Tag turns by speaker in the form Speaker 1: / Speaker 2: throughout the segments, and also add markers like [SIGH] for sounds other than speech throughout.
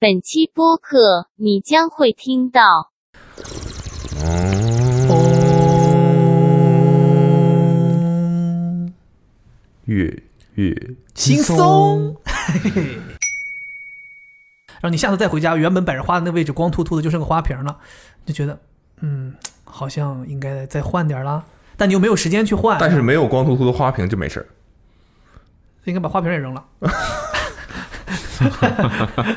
Speaker 1: 本期播客你将会听到。
Speaker 2: 月月
Speaker 3: 轻松， [LAUGHS] 然后你下次再回家，原本百日花的那位置光秃秃的，就剩个花瓶了，就觉得嗯，好像应该再换点儿啦。但你又没有时间去换，
Speaker 2: 但是没有光秃秃的花瓶就没事儿。
Speaker 3: 应该把花瓶也扔了。 [LAUGHS]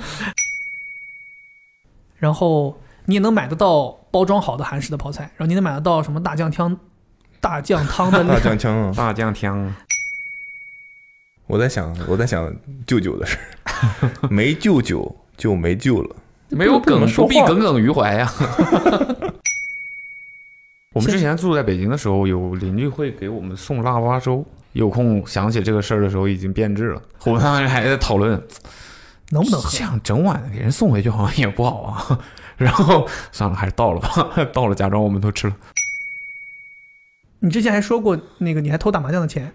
Speaker 3: 然后你也能买得到包装好的韩式的泡菜，然后你能买得到什么大酱汤、大酱汤的 [LAUGHS]
Speaker 2: 大酱枪啊！
Speaker 4: 大酱汤，
Speaker 2: [LAUGHS] 我在想，我在想舅舅的事儿， [LAUGHS] 没舅舅就没救了。
Speaker 4: 没有
Speaker 2: 不能
Speaker 4: 梗
Speaker 2: 说
Speaker 4: 不必
Speaker 2: 话
Speaker 4: 耿耿于怀啊呀。 [LAUGHS] 我们之前住在北京的时候，有邻居会给我们送腊八粥。有空想起这个事儿的时候，已经变质了。我们当时还在讨论，
Speaker 3: 能不能喝？
Speaker 4: 这样整晚给人送回去好像也不好啊。 [LAUGHS] 然后算了，还是倒了吧，倒了假装我们都吃了。
Speaker 3: 你之前还说过那个你还偷打麻将的钱，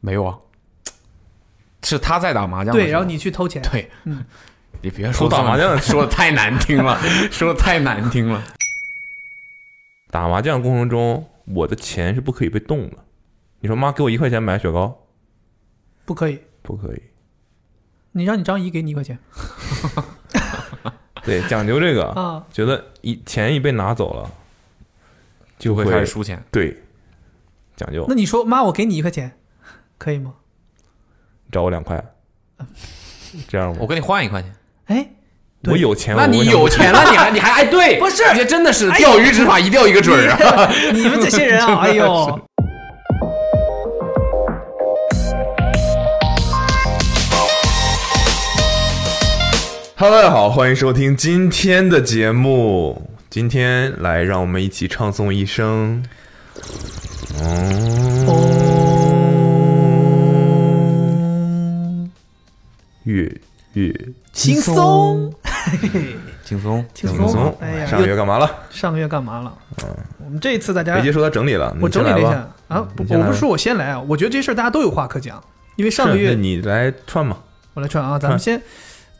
Speaker 4: 没有啊，是他在打麻将的时候。
Speaker 3: 对，然后你去偷钱，
Speaker 4: 对，
Speaker 3: 嗯
Speaker 4: 你别说
Speaker 2: 打麻将
Speaker 4: 说的太难听了，说的太难听了。
Speaker 2: 打麻将过程中，我的钱是不可以被动的。你说妈，给我一块钱买雪糕，
Speaker 3: 不可以。
Speaker 2: 不可以。
Speaker 3: 你让你张姨给你一块钱
Speaker 2: 对，讲究这
Speaker 4: [LAUGHS]
Speaker 2: 个，
Speaker 4: 哦
Speaker 3: 啊，
Speaker 2: 觉得一钱一被拿走了，就
Speaker 4: 会
Speaker 2: 会
Speaker 4: 开始输钱，
Speaker 2: 对，讲究
Speaker 3: 那你说妈，我给你一块钱，可以吗？
Speaker 2: 找我两
Speaker 4: [LAUGHS]
Speaker 2: 块，这样
Speaker 4: 我
Speaker 2: 我
Speaker 4: 跟你换一块钱。
Speaker 3: 哎，对
Speaker 2: 我有钱，
Speaker 4: 那
Speaker 2: 我
Speaker 4: 你
Speaker 2: 为啥
Speaker 4: 有
Speaker 2: 不
Speaker 4: 钱了，你还你还哎 [LAUGHS] 对，
Speaker 3: 不是
Speaker 4: 你这真的是
Speaker 3: 哎呦
Speaker 4: 钓鱼执法一钓一个准儿啊！
Speaker 3: [LAUGHS] 你们这些人
Speaker 2: [LAUGHS]
Speaker 3: 啊，哎呦，
Speaker 2: Hello，大家好，欢迎收听今天的节目。今天来，让我们一起唱诵一声。哦，月月
Speaker 3: 轻松，
Speaker 4: 轻松，
Speaker 3: 轻
Speaker 2: 轻松啊
Speaker 3: 哎，呀，
Speaker 2: 上个月干嘛了？
Speaker 3: 又上个月干嘛了？我们这一次大家
Speaker 2: 梅，姐说她整理了，你
Speaker 3: 哎我整理了一
Speaker 2: 先来吧
Speaker 3: 下啊，不，
Speaker 2: 你先
Speaker 3: 我
Speaker 2: 来
Speaker 3: 不
Speaker 2: 吧
Speaker 3: 是说我先来啊，我觉得这事儿大家都有话可讲，因为上个
Speaker 2: 是那
Speaker 3: 月
Speaker 2: 你嗯来串吧。
Speaker 3: 我来串啊，咱们先，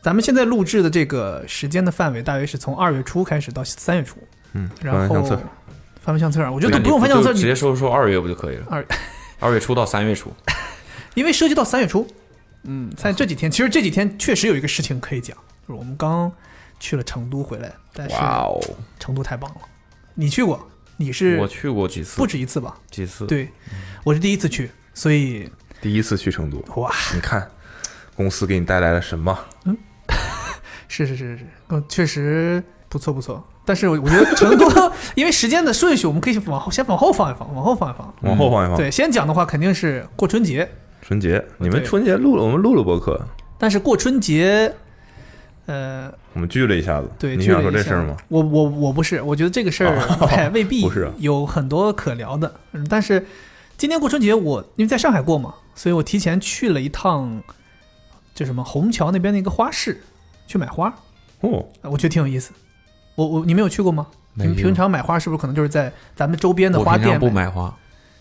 Speaker 3: 咱们现在录制的这个时间的范围大约是从二月初开始到三月初，
Speaker 2: 嗯，
Speaker 3: 然
Speaker 2: 翻
Speaker 3: 后
Speaker 2: 相册。
Speaker 3: 翻翻相册啊，我觉
Speaker 4: 就
Speaker 3: 得都不用翻相册，
Speaker 4: 直
Speaker 3: 你
Speaker 4: 接说说二月不就可以了？
Speaker 3: 二
Speaker 4: 二月初到三月初，
Speaker 3: 因为涉及到三月初，嗯，在这几天，其实这几天确实有一个事情可以讲，就是我们刚去了成都回来，但是
Speaker 2: 哦，
Speaker 3: 成都太棒了，你去过，你 [LAUGHS] 是
Speaker 4: 我去过几次，
Speaker 3: 不止一次吧？
Speaker 4: 几次。，
Speaker 3: 对，我是第一次去，所以
Speaker 2: 第一次去成都，
Speaker 3: 哇，
Speaker 2: 你看公司给你带来了什么？
Speaker 3: 是是是是，嗯，确实不错不错。但是我我觉得成都，因为时间的顺序，我们可以往后先往后放一放，往后放一放。
Speaker 2: 往后放一放。
Speaker 3: 对，先讲的话肯定是过春节，
Speaker 2: 春节，你们
Speaker 3: 对
Speaker 2: 春节录了，我们录了播客，
Speaker 3: 但是过春节，呃，
Speaker 2: 我们聚了一下子。
Speaker 3: 对，
Speaker 2: 你
Speaker 3: 聚了
Speaker 2: 想说
Speaker 3: 一
Speaker 2: 这
Speaker 3: 下
Speaker 2: 事儿吗？？
Speaker 3: 我我我不是，我觉得这个事儿哎未必
Speaker 2: [LAUGHS] 不是啊
Speaker 3: 有很多可聊的。嗯但是今年过春节我因为在上海过嘛，所以我提前去了一趟，就什么虹桥那边的一个花市去买花，
Speaker 2: 哦，
Speaker 3: 啊我觉得挺有意思。我我你们有去过吗？
Speaker 4: 没
Speaker 3: 你们
Speaker 4: 有
Speaker 3: 平常买花是不是可能就是在咱们周边的
Speaker 4: 我
Speaker 3: 花
Speaker 4: 平常
Speaker 3: 店
Speaker 4: 不？买花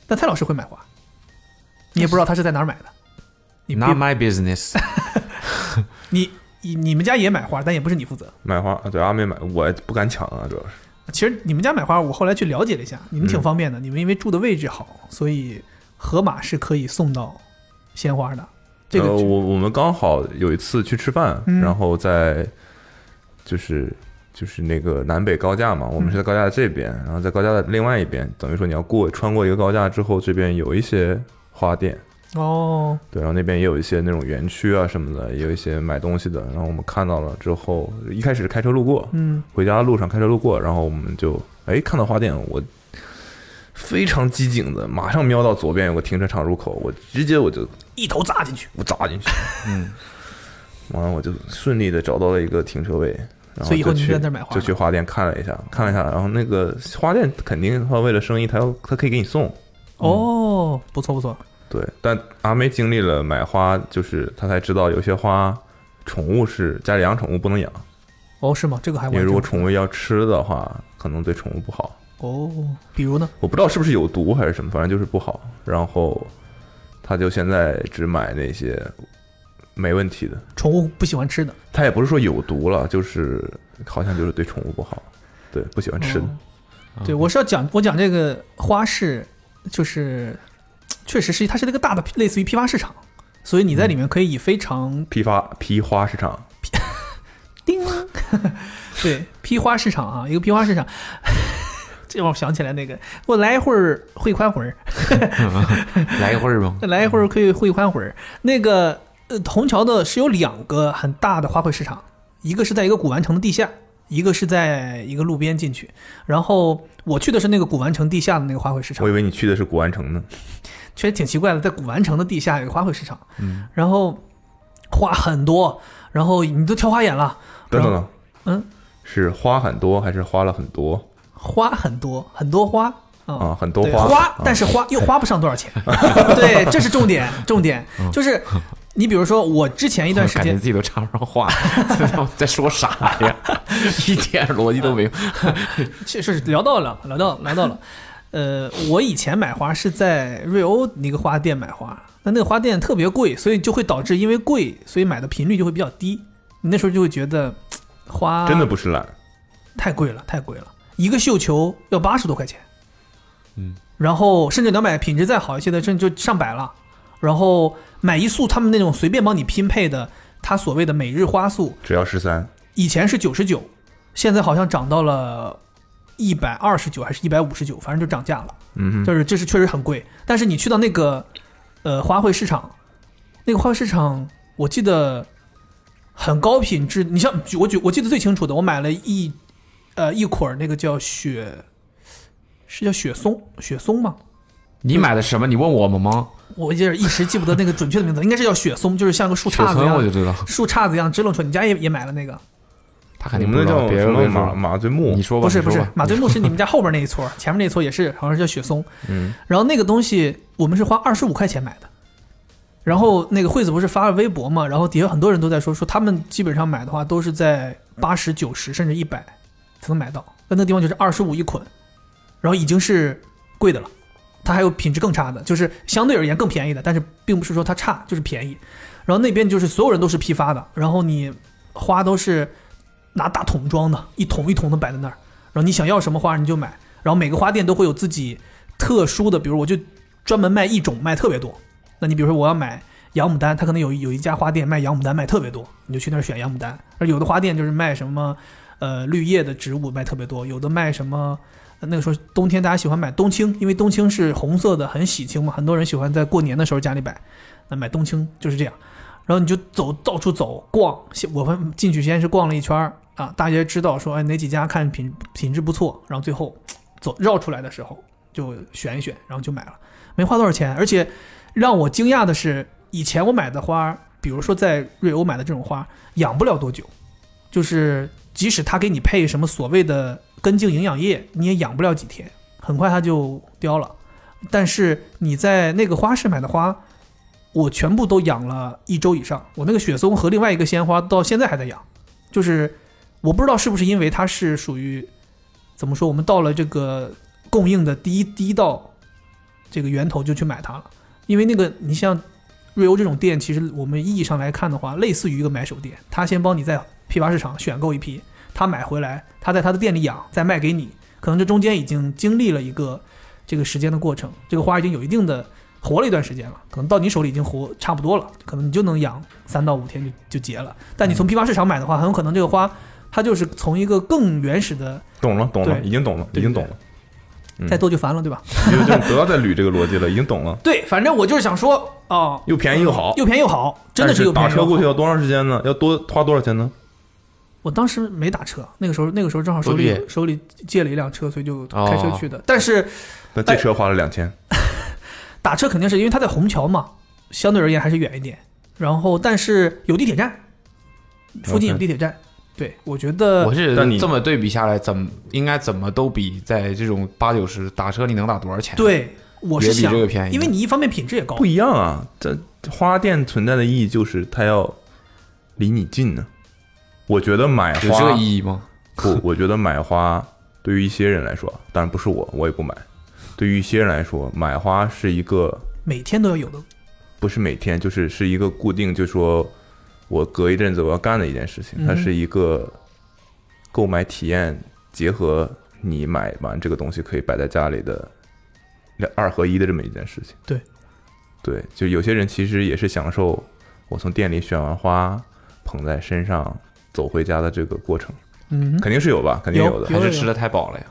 Speaker 3: 但蔡老师会买花，你也不知道他是在哪儿买的。你别
Speaker 4: ，Not my
Speaker 3: [LAUGHS]
Speaker 4: business。
Speaker 3: 你你你们家也买花，但也不是你负责。
Speaker 2: 买花，啊对阿妹买，我不敢抢啊，主要是
Speaker 3: 其实你们家买花，我后来去了解了一下，你们挺
Speaker 2: 嗯
Speaker 3: 方便的。你们因为住的位置好，所以盒马是可以送到鲜花的。这个
Speaker 2: 呃、
Speaker 3: 就、
Speaker 2: 我我们刚好有一次去吃饭，
Speaker 3: 嗯
Speaker 2: 然后在就是就是那个南北高架嘛，我们是在
Speaker 3: 嗯
Speaker 2: 高架的这边，然后在高架的另外一边，等于说你要过穿过一个高架之后，这边有一些花店，
Speaker 3: 哦，
Speaker 2: 对，然后那边也有一些那种园区啊什么的，也有一些买东西的，然后我们看到了之后，一开始是开车路过，
Speaker 3: 嗯，
Speaker 2: 回家的路上开车路过，然后我们就哎看到花店，我非常机警的马上瞄到左边有个停车场入口，我直接我就
Speaker 3: 一头扎进去。
Speaker 2: 我扎进去，
Speaker 4: 嗯，
Speaker 2: [LAUGHS] 完了我就顺利的找到了一个停车位，然后
Speaker 3: 所以以后
Speaker 2: 就
Speaker 3: 你
Speaker 2: 去
Speaker 3: 就在那儿买花
Speaker 2: 就去花店看了一下，看了一下，然后那个花店肯定他为了生意，他要他可以给你送，
Speaker 3: 哦，不错不错，
Speaker 2: 对，但阿梅经历了买花，就是她才知道有些花。宠物是家里养宠物不能养，
Speaker 3: 哦是吗？这个还
Speaker 2: 因为
Speaker 3: 完
Speaker 2: 如果
Speaker 3: 整。
Speaker 2: 宠物要吃的话，可能对宠物不好。
Speaker 3: 哦，比如呢？
Speaker 2: 我不知道是不是有毒还是什么，反正就是不好。然后他就现在只买那些没问题的。
Speaker 3: 宠物不喜欢吃的。
Speaker 2: 它也不是说有毒了，就是好像就是对宠物不好，对不喜欢吃的。
Speaker 3: 哦
Speaker 2: 啊
Speaker 3: 对，我是要讲，我讲这个花市，就是确实是它是一个大的类似于批发市场，所以你
Speaker 2: 嗯
Speaker 3: 在里面可以以非常
Speaker 2: 批发批花市场，
Speaker 3: 叮，
Speaker 2: [LAUGHS]
Speaker 3: 对批花市场啊，一个批花市场。 [LAUGHS] 这让我想起来那个，我来一会儿会宽会儿，
Speaker 4: 来一会儿吧。
Speaker 3: 来一会儿可以会宽会儿。那个呃，虹桥的是有两个很大的花卉市场，一个是在一个古玩城的地下，一个是在一个路边进去。然后我去的是那个古玩城地下的那个花卉市场
Speaker 2: 我以，为你去的是古玩城呢。
Speaker 3: 确实挺奇怪的，在古玩城的地下有个花卉市场，
Speaker 2: 嗯
Speaker 3: 然后花很多，然后你都挑花眼了，
Speaker 2: 等等
Speaker 3: 然后
Speaker 2: 等，
Speaker 3: 嗯，
Speaker 2: 是花很多还是花了很多
Speaker 3: 花很多很多花啊。
Speaker 2: 啊？很多
Speaker 3: 对
Speaker 2: 花，
Speaker 3: 花
Speaker 2: 啊，
Speaker 3: 但是花又花不上多
Speaker 2: [LAUGHS]
Speaker 3: 少钱，对，这是重点，重点
Speaker 2: 嗯
Speaker 3: 就是，你比如说我之前一段时
Speaker 2: [LAUGHS]
Speaker 4: [LAUGHS] 感觉
Speaker 3: 间
Speaker 4: 自，己都插不上话，
Speaker 3: [LAUGHS]
Speaker 4: 在说啥呀？一点逻辑都没有。
Speaker 3: 确实是聊到了，聊到了聊到了。呃，我以前买花是在瑞欧一个花店买花，那那个花店特别贵，所以就会导致因为贵，所以买的频率就会比较低。你那时候就会觉得花
Speaker 2: 真的不是懒，
Speaker 3: 太贵了，太贵了，一个绣球要八十多块钱，
Speaker 4: 嗯，
Speaker 3: 然后甚至两百，品质再好一些的，甚至就上百了。然后买一束他们那种随便帮你拼配的，他所谓的每日花束，
Speaker 2: 只要十三，
Speaker 3: 以前是九十九，现在好像涨到了一百二十九还是一百五十九，反正就涨价了。
Speaker 2: 嗯哼，
Speaker 3: 就是这是确实很贵，但是你去到那个呃花卉市场，那个花卉市场，我记得很高品质。你像举我举我记得最清楚的，我买了一呃一捆儿那个叫雪，是叫雪松雪松吗？
Speaker 4: 你买的什么？你问我们吗？
Speaker 3: 我有点一时记不得那个准确的名字，应该是叫雪松，就是像个树
Speaker 4: 雪
Speaker 3: 杈子一
Speaker 4: 村我就
Speaker 3: 样，
Speaker 4: 知道，
Speaker 3: 树杈子一样支棱出来。你家也也买了那个？
Speaker 4: 他肯
Speaker 2: 我
Speaker 4: 定
Speaker 2: 们
Speaker 4: 不
Speaker 2: 那
Speaker 4: 知道。
Speaker 2: 叫
Speaker 4: 别
Speaker 2: 什
Speaker 4: 人
Speaker 2: 么
Speaker 4: 别
Speaker 2: 马
Speaker 4: 说，
Speaker 2: 马醉木
Speaker 4: 你，说吧，
Speaker 3: 不是
Speaker 4: 你
Speaker 3: 不
Speaker 4: 说
Speaker 3: 是
Speaker 4: 吧，
Speaker 3: 马
Speaker 4: [LAUGHS]
Speaker 3: 醉木是你们家后边那一撮儿，前面那一撮儿也是，好像是叫雪松。
Speaker 2: 嗯，
Speaker 3: 然后那个东西我们是花二十五块钱买的，然后那个惠子不是发了微博嘛，然后底下很多人都在说，说他们基本上买的话都是在八十九十甚至一百才能买到，但那地方就是二十五一捆，然后已经是贵的了，它还有品质更差的，就是相对而言更便宜的，但是并不是说它差，就是便宜。然后那边就是所有人都是批发的，然后你花都是拿大桶装的，一桶一桶的摆在那儿，然后你想要什么花你就买，然后每个花店都会有自己特殊的，比如我就专门卖一种，卖特别多。那你比如说我要买洋牡丹，它可能有有一家花店卖洋牡丹卖特别多，你就去那儿选洋牡丹。而有的花店就是卖什么呃绿叶的植物卖特别多，有的卖什么。呃那个时候冬天大家喜欢买冬青，因为冬青是红色的，很喜庆嘛，很多人喜欢在过年的时候家里摆。那买冬青就是这样，然后你就走到处走逛，先我们进去先是逛了一圈儿啊，大约知道说哎哪几家看品品质不错，然后最后走绕出来的时候就选一选，然后就买了，没花多少钱。而且让我惊讶的是，以前我买的花，比如说在瑞欧买的这种花，养不了多久，就是即使它给你配什么所谓的根茎营养液，你也养不了几天，很快它就凋了。但是你在那个花市买的花，我全部都养了一周以上。我那个雪松和另外一个鲜花到现在还在养，就是我不知道是不是因为它是属于怎么说，我们到了这个供应的第一第一道这个源头就去买它了，因为那个你像瑞欧这种店，其实我们意义上来看的话，类似于一个买手店，他先帮你在批发市场选购一批，他买回来，他在他的店里养，再卖给你，可能这中间已经经历了一个这个时间的过程，这个花已经有一定的活了一段时间了，可能到你手里已经活差不多了，可能你就能养三到五天就就结了，但你
Speaker 2: 嗯
Speaker 3: 从批发市场买的话，很有可能这个花它就是从一个更原始的
Speaker 2: 懂了懂了，
Speaker 3: 对
Speaker 2: 已经懂了，已
Speaker 3: 对
Speaker 2: 经懂了，嗯
Speaker 3: 再多就烦了，对吧？
Speaker 2: 就就 [LAUGHS] 不要再捋这个逻辑了，已经懂了。
Speaker 3: 对，反正我就是想说，哦，
Speaker 2: 又便宜又好，
Speaker 3: 又便宜又好，真的
Speaker 2: 但
Speaker 3: 是
Speaker 2: 是
Speaker 3: 又便
Speaker 2: 打
Speaker 3: 宜又
Speaker 2: 车
Speaker 3: 好。
Speaker 2: 过去要多长时间呢？要多花多少钱呢？
Speaker 3: 我当时没打车，那个时候那个时候正好手里
Speaker 4: 多
Speaker 3: 手里借了一辆车，所以就
Speaker 2: 哦
Speaker 3: 开车去的。但是
Speaker 2: 那这车花了两千，
Speaker 3: 打车肯定是因为它在虹桥嘛，相对而言还是远一点。然后但是有地铁站，附近有
Speaker 2: OK
Speaker 3: 地铁站。对，我觉得
Speaker 4: 我是
Speaker 2: 但你
Speaker 4: 这么对比下来，怎么应该怎么都比在这种八九十打车你能打多少钱？，
Speaker 3: 对，我是
Speaker 4: 也比
Speaker 3: 想
Speaker 4: 这个便宜
Speaker 3: 因为你一方面品质也高
Speaker 2: 不，一样啊。这花店存在的意义就是它要离你近呢。我觉得买
Speaker 4: 有这
Speaker 2: 花
Speaker 4: 个意义吗？
Speaker 2: 不，我觉得买花对于一些人来说，当然不是我，我也不买。对于一些人来说，买花是一个
Speaker 3: 每天都要有的。
Speaker 2: 不是每天，就是是一个固定，就说我隔一阵子我要干的一件事情，它
Speaker 3: 嗯
Speaker 2: 是一个购买体验结合你买完这个东西可以摆在家里的两二合一的这么一件事情。
Speaker 3: 对，
Speaker 2: 对，就有些人其实也是享受我从店里选完花捧在身上走回家的这个过程，
Speaker 3: 嗯，
Speaker 2: 肯定是有吧？肯定
Speaker 3: 有
Speaker 2: 的，
Speaker 3: 有
Speaker 4: 还是吃的太饱了呀？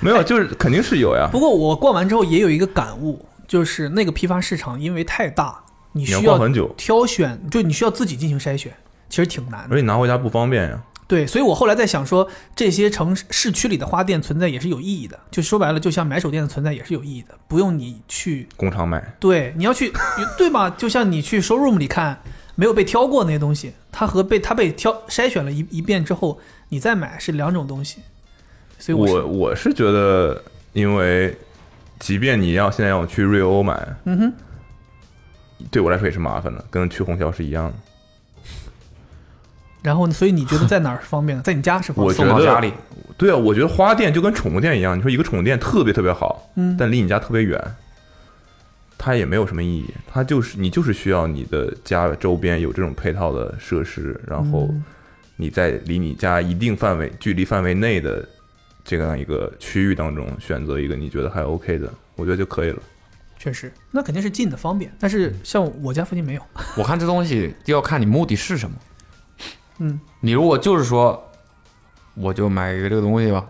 Speaker 2: 没有就是肯定是有呀。
Speaker 3: 不过我逛完之后也有一个感悟，就是那个批发市场因为太大，你
Speaker 2: 你要
Speaker 3: 需
Speaker 2: 逛
Speaker 3: 要
Speaker 2: 很久，
Speaker 3: 挑选，就你需要自己进行筛选，其实挺难
Speaker 2: 而
Speaker 3: 的。
Speaker 2: 且拿回家不方便呀。
Speaker 3: 对，所以我后来在想说，这些城市市区里的花店存在也是有意义的。就说白了，就像买手店的存在也是有意义的，不用你去
Speaker 2: 工厂买，
Speaker 3: 对，你要去 [LAUGHS] 对吧？就像你去 showroom 里看没有被挑过那些东西，它和被它被挑筛选了一一遍之后，你再买是两种东西。所以我
Speaker 2: 我
Speaker 3: 是
Speaker 2: 我是觉得，因为即便你要现在让我去瑞欧买，
Speaker 3: 嗯哼，
Speaker 2: 对我来说也是麻烦的，跟去虹桥是一样的。
Speaker 3: 然后呢所以你觉得在哪儿是方便的？ [LAUGHS] 在你家是方
Speaker 2: 我
Speaker 3: 便
Speaker 2: 觉
Speaker 4: 送
Speaker 3: 的。
Speaker 4: 到
Speaker 2: 得
Speaker 4: 家里，
Speaker 2: 对啊，我觉得花店就跟宠物店一样，你说一个宠物店特别特别好，
Speaker 3: 嗯
Speaker 2: 但离你家特别远，它也没有什么意义。它就是你就是需要你的家周边有这种配套的设施，然后
Speaker 3: 嗯
Speaker 2: 你在离你家一定范围距离范围内的这样一个区域当中选择一个你觉得还 OK 的，我觉得就可以了。
Speaker 3: 确实，那肯定是近的方便，但是像我家附近没有。
Speaker 4: 我看这东西要看你目的是什么。
Speaker 3: 嗯，
Speaker 4: 你如果就是说，我就买一个这个东西吧，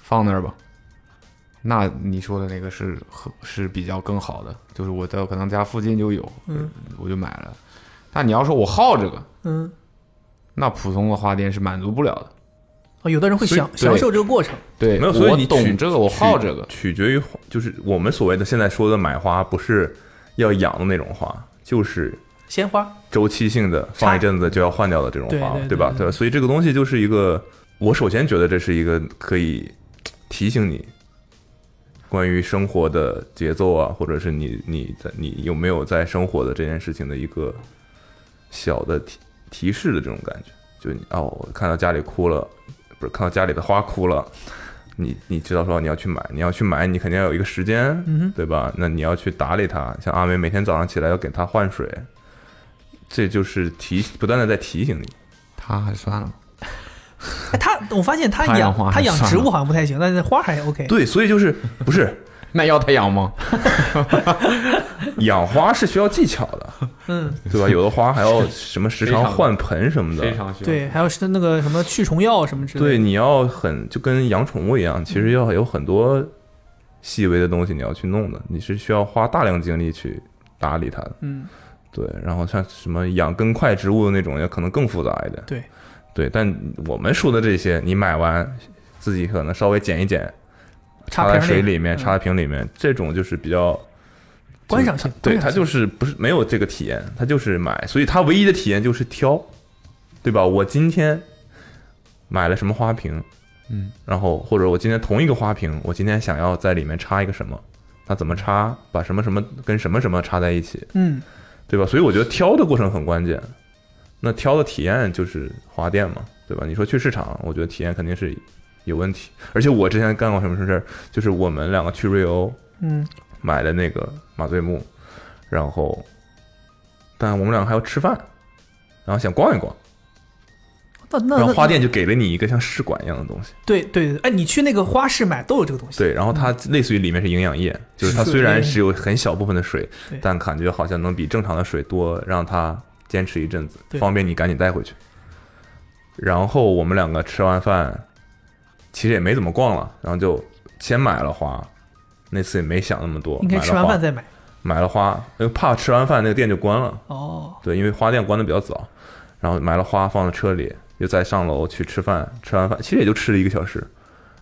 Speaker 4: 放那儿吧，那你说的那个是和是比较更好的，就是我在我可能家附近就有，
Speaker 3: 嗯
Speaker 4: 我就买了。但你要说我好这个，
Speaker 3: 嗯，
Speaker 4: 那普通的花店是满足不了的。
Speaker 3: 哦，有的人会
Speaker 2: 所以
Speaker 3: 享
Speaker 4: 对
Speaker 3: 享受这个过程。
Speaker 4: 对，
Speaker 2: 没有，所以
Speaker 4: 我
Speaker 2: 你取
Speaker 4: 懂这个，我好
Speaker 2: 取
Speaker 4: 这个，
Speaker 2: 取决于就是我们所谓的现在说的买花，不是要养的那种花，就是
Speaker 3: 鲜
Speaker 2: [LAUGHS]
Speaker 3: 花，
Speaker 2: 周期性的放一阵子就要换掉的这种
Speaker 3: 对
Speaker 2: 花，
Speaker 3: 对对
Speaker 2: 吧？
Speaker 3: 对
Speaker 2: 对吧，所以这个东西就是一个，我首先觉得这是一个可以提醒你关于生活的节奏啊，或者是你你在你有没有在生活的这件事情的一个小的提提示的这种感觉，就你哦，我看到家里哭了，不是看到家里的花哭了。你 [LAUGHS] 你知道说你要去买，你要去买，你肯定要有一个时间，
Speaker 3: 嗯哼
Speaker 2: 对吧？那你要去打理它，像阿梅每天早上起来要给它换水，这就是提不断的在提醒你。
Speaker 4: 他还算了吧。
Speaker 3: 哎，他我发现他
Speaker 4: 他养
Speaker 3: 养
Speaker 4: 花
Speaker 3: 他养
Speaker 4: 算
Speaker 3: 植物
Speaker 4: 了
Speaker 3: 好像不太行，但是花还 OK。
Speaker 2: 对，所以就是不是
Speaker 4: 那要他养吗？
Speaker 2: 养花是需要技巧的，
Speaker 3: [LAUGHS] 嗯，
Speaker 2: 对吧？有的花还要什么时
Speaker 4: 非
Speaker 2: 常
Speaker 4: 常
Speaker 2: 换盆什么的，
Speaker 4: 常需
Speaker 3: 对，还有是那个什么去虫药什么之类的。
Speaker 2: 对，你要很就跟养宠物一样，其实要有很多细微的东西你要去弄的，你是需要花大量精力去打理它的。
Speaker 3: 嗯，
Speaker 2: 对，然后像什么养根块植物的那种，也可能更复杂一点。
Speaker 3: 对，
Speaker 2: 对，但我们说的这些，你买完自己可能稍微剪一剪，
Speaker 3: 插
Speaker 2: 在
Speaker 3: 瓶
Speaker 2: 水里面，
Speaker 3: 嗯
Speaker 2: 插在瓶里面，这种就是比较
Speaker 3: 观赏性，
Speaker 2: 对，
Speaker 3: 观赏
Speaker 2: 它
Speaker 3: 性
Speaker 2: 就是不是没有这个体验，它就是买，所以它唯一的体验就是挑，对吧？我今天买了什么花瓶，
Speaker 4: 嗯，
Speaker 2: 然后或者我今天同一个花瓶，我今天想要在里面插一个什么，它怎么插，把什么什么跟什么什么插在一起，
Speaker 3: 嗯，
Speaker 2: 对吧？所以我觉得挑的过程很关键。那挑的体验就是花店嘛，对吧？你说去市场，我觉得体验肯定是有问题。而且我之前干过什么事儿，就是我们两个去瑞欧
Speaker 3: 嗯，
Speaker 2: 买的那个马醉木，然后，但我们两个还要吃饭，然后想逛一逛，
Speaker 3: 那那
Speaker 2: 然后
Speaker 3: 那
Speaker 2: 花店就给了你一个像试管一样的东西，
Speaker 3: 对对，哎，你去那个花市买都有这个东西，
Speaker 2: 对，然后它类似于里面是营养液，就是它
Speaker 3: 嗯是
Speaker 2: 虽然
Speaker 3: 对
Speaker 2: 只有很小部分的水
Speaker 3: 对，
Speaker 2: 但感觉好像能比正常的水多，让它坚持一阵子，
Speaker 3: 对
Speaker 2: 方便你赶紧带回去。然后我们两个吃完饭，其实也没怎么逛了，然后就先买了花，那次也没想那么多，
Speaker 3: 应该
Speaker 2: 买了
Speaker 3: 吃完
Speaker 2: 花
Speaker 3: 饭再买。
Speaker 2: 买了花，因为怕吃完饭那个店就关了。
Speaker 3: 哦，
Speaker 2: 对，因为花店关的比较早，然后买了花放在车里，又再上楼去吃饭，吃完饭其实也就吃了一个小时，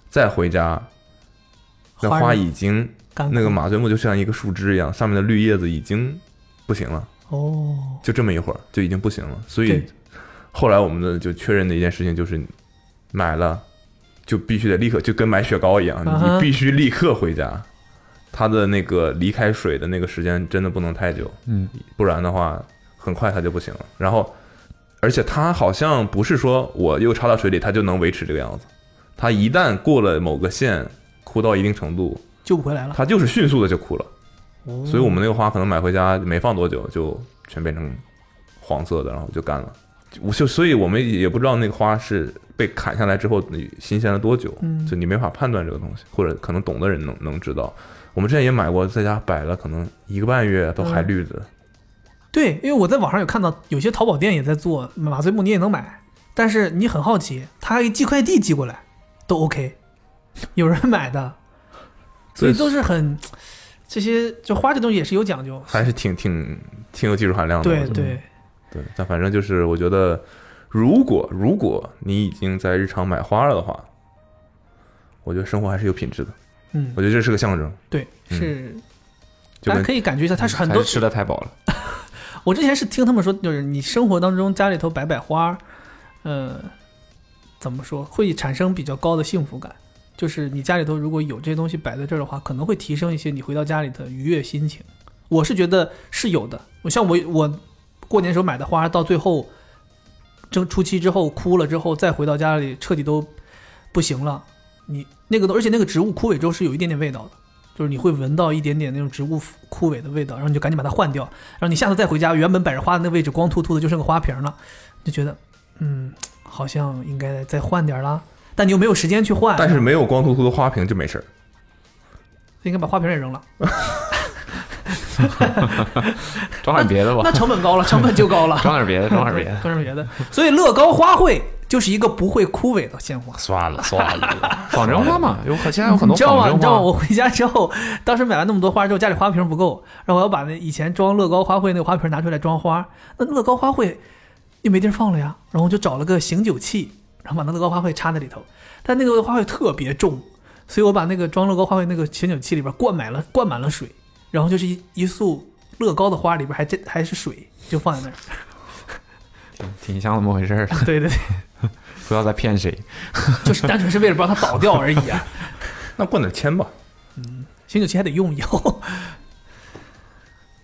Speaker 2: 再回家，那
Speaker 3: 花
Speaker 2: 花
Speaker 3: 呢
Speaker 2: 已经
Speaker 3: 干
Speaker 2: 那个
Speaker 3: 枯
Speaker 2: 马醉木就像一个树枝一样，上面的绿叶子已经不行了，
Speaker 3: 哦，
Speaker 2: 就这么一会儿就已经不行了，所以
Speaker 3: 对
Speaker 2: 后来我们的就确认的一件事情就是，买了就必须得立刻，就跟买雪糕一样，
Speaker 3: 啊哈
Speaker 2: 你必须立刻回家。它的那个离开水的那个时间真的不能太久，
Speaker 4: 嗯，
Speaker 2: 不然的话，很快它就不行了。然后，而且它好像不是说我又插到水里，它就能维持这个样子。它一旦过了某个线，枯到一定程度，
Speaker 3: 救不回来了。
Speaker 2: 它就是迅速的就枯了。
Speaker 3: 哦
Speaker 2: 所以我们那个花可能买回家没放多久就全变成黄色的，然后就干了。我就所以我们也不知道那个花是被砍下来之后新鲜了多久，
Speaker 3: 嗯
Speaker 2: 就你没法判断这个东西，或者可能懂的人能能知道。我们之前也买过，在家摆了可能一个半月都还
Speaker 3: 嗯
Speaker 2: 绿着，
Speaker 3: 对，因为我在网上有看到有些淘宝店也在做马醉木，你也能买，但是你很好奇，他还寄快递寄过来都 OK，有人买的，所以
Speaker 2: 对
Speaker 3: 都是很这些就花这东西也是有讲究，
Speaker 2: 还是挺挺挺有技术含量的。我
Speaker 3: 对
Speaker 2: 觉得
Speaker 3: 对，
Speaker 2: 对，但反正就是我觉得，如果如果你已经在日常买花了的话，我觉得生活还是有品质的。
Speaker 3: 嗯
Speaker 2: 我觉得这是个象征，
Speaker 3: 对
Speaker 2: 嗯
Speaker 3: 是，
Speaker 2: 就
Speaker 3: 大家
Speaker 2: 跟嗯
Speaker 3: 可以感觉一下，它是很
Speaker 4: 还
Speaker 3: 多
Speaker 4: 是吃的太饱了。
Speaker 3: 我之前是听他们说，就是你生活当中家里头摆摆花儿，呃，怎么说会产生比较高的幸福感？就是你家里头如果有这些东西摆在这儿的话，可能会提升一些你回到家里的愉悦心情。我是觉得是有的。我像我我过年时候买的花，到最后正初期之后枯了之后，再回到家里彻底都不行了。你那个东，而且那个植物枯萎之后是有一点点味道的，就是你会闻到一点点那种植物枯萎的味道，然后你就赶紧把它换掉。然后你下次再回家，原本摆着花的那位置光秃秃的，就剩个花瓶了，就觉得，嗯，好像应该再换点儿啦。但你又没有时间去换，
Speaker 2: 但是没有光秃秃的花瓶就没事儿。
Speaker 3: 应该把花瓶也扔了。
Speaker 4: [LAUGHS] 装点别的吧
Speaker 3: 那，成本高了，成本就高了
Speaker 4: [LAUGHS] 。装点别的，装点别
Speaker 3: 对
Speaker 4: [LAUGHS] 的。
Speaker 3: 装点别的。所以乐高花卉就是一个不会枯萎的鲜花。
Speaker 2: 算了算了，
Speaker 4: 仿真花 [LAUGHS] 嘛，有很现在有很
Speaker 3: 你
Speaker 4: 多
Speaker 3: 知道吗？你
Speaker 4: 仿
Speaker 3: 知道吗？
Speaker 4: 真花。
Speaker 3: 我回家之后，当时买完那么多花之后，家里花瓶不够，然后我要把那以前装乐高花卉那个花瓶拿出来装花，那乐高花卉又没地儿放了呀，然后我就找了个醒酒器，然后把那乐高花卉插在里头，但那个花卉特别重，所以我把那个装乐高花卉那个醒酒器里边灌满了灌满了水，然后就是一一束乐高的花里边还真还是水，就放在那儿。 [LAUGHS]
Speaker 4: 挺像那么回事儿的， [LAUGHS]
Speaker 3: 对对对，
Speaker 4: 不要再骗谁。
Speaker 3: 就是单纯是为了不让它倒掉而已啊。
Speaker 2: [LAUGHS]
Speaker 3: [LAUGHS]
Speaker 2: 那灌点铅吧。
Speaker 3: 醒酒器还得用以后。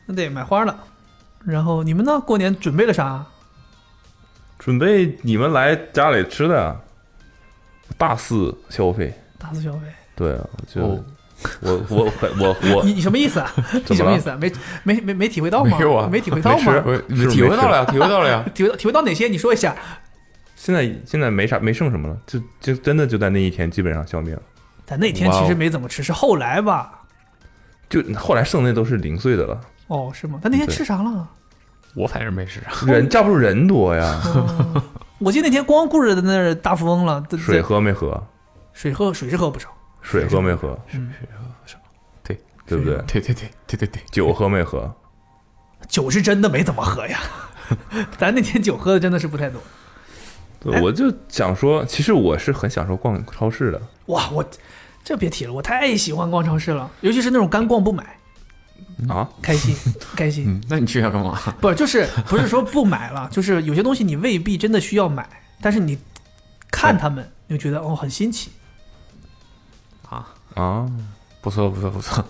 Speaker 3: 那得买花了，然后你们呢？过年准备了啥？
Speaker 2: 准备你们来家里吃的啊，大肆消费。
Speaker 3: 大肆消费？
Speaker 2: 对啊，就、
Speaker 4: 哦
Speaker 2: 我我我我 [LAUGHS]
Speaker 3: 你你什么意思啊？你
Speaker 2: 怎么了
Speaker 3: 什么意思啊？没没没没体会到吗？
Speaker 4: 没有啊
Speaker 3: 体会到
Speaker 2: 没
Speaker 3: 吗
Speaker 2: 吃？
Speaker 4: 我体会到了呀，体会到了呀。
Speaker 3: 体会到体会到哪些？你说一下。
Speaker 2: 现在现在没啥没剩什么了，就就真的就在那一天基本上消灭了。
Speaker 3: 咱那天
Speaker 4: 哇哦
Speaker 3: 其实没怎么吃，是后来吧？
Speaker 2: 就后来剩那都是零碎 [LAUGHS] 的了，
Speaker 3: 哦，是吗？咱那天吃啥了？
Speaker 4: [LAUGHS] 我反正没事，
Speaker 2: 人架不住人多呀， [LAUGHS]
Speaker 3: 哦我记得那天光顾着在那儿大富翁了，这这
Speaker 2: 水喝没喝？
Speaker 3: 水喝水是喝不少，
Speaker 2: 水喝没喝？
Speaker 3: 嗯，
Speaker 2: 对不对？
Speaker 4: 对对对对对对，
Speaker 2: 酒喝没喝？
Speaker 3: 酒是真的没怎么喝呀。 [LAUGHS] 咱那天酒喝的真的是不太多。
Speaker 2: 对，我就想说，其实我是很享受逛超市的，
Speaker 3: 哇，我这别提了，我太喜欢逛超市了，尤其是那种干逛不买，
Speaker 2: 啊，
Speaker 3: 开心开心。
Speaker 4: 嗯，那你去那干嘛？
Speaker 3: 不是，就是不是说不买了，就是有些东西你未必真的需要买，但是你看他们，你就觉得哦很新奇。
Speaker 4: 啊，
Speaker 2: 啊，
Speaker 4: 不错不错不错，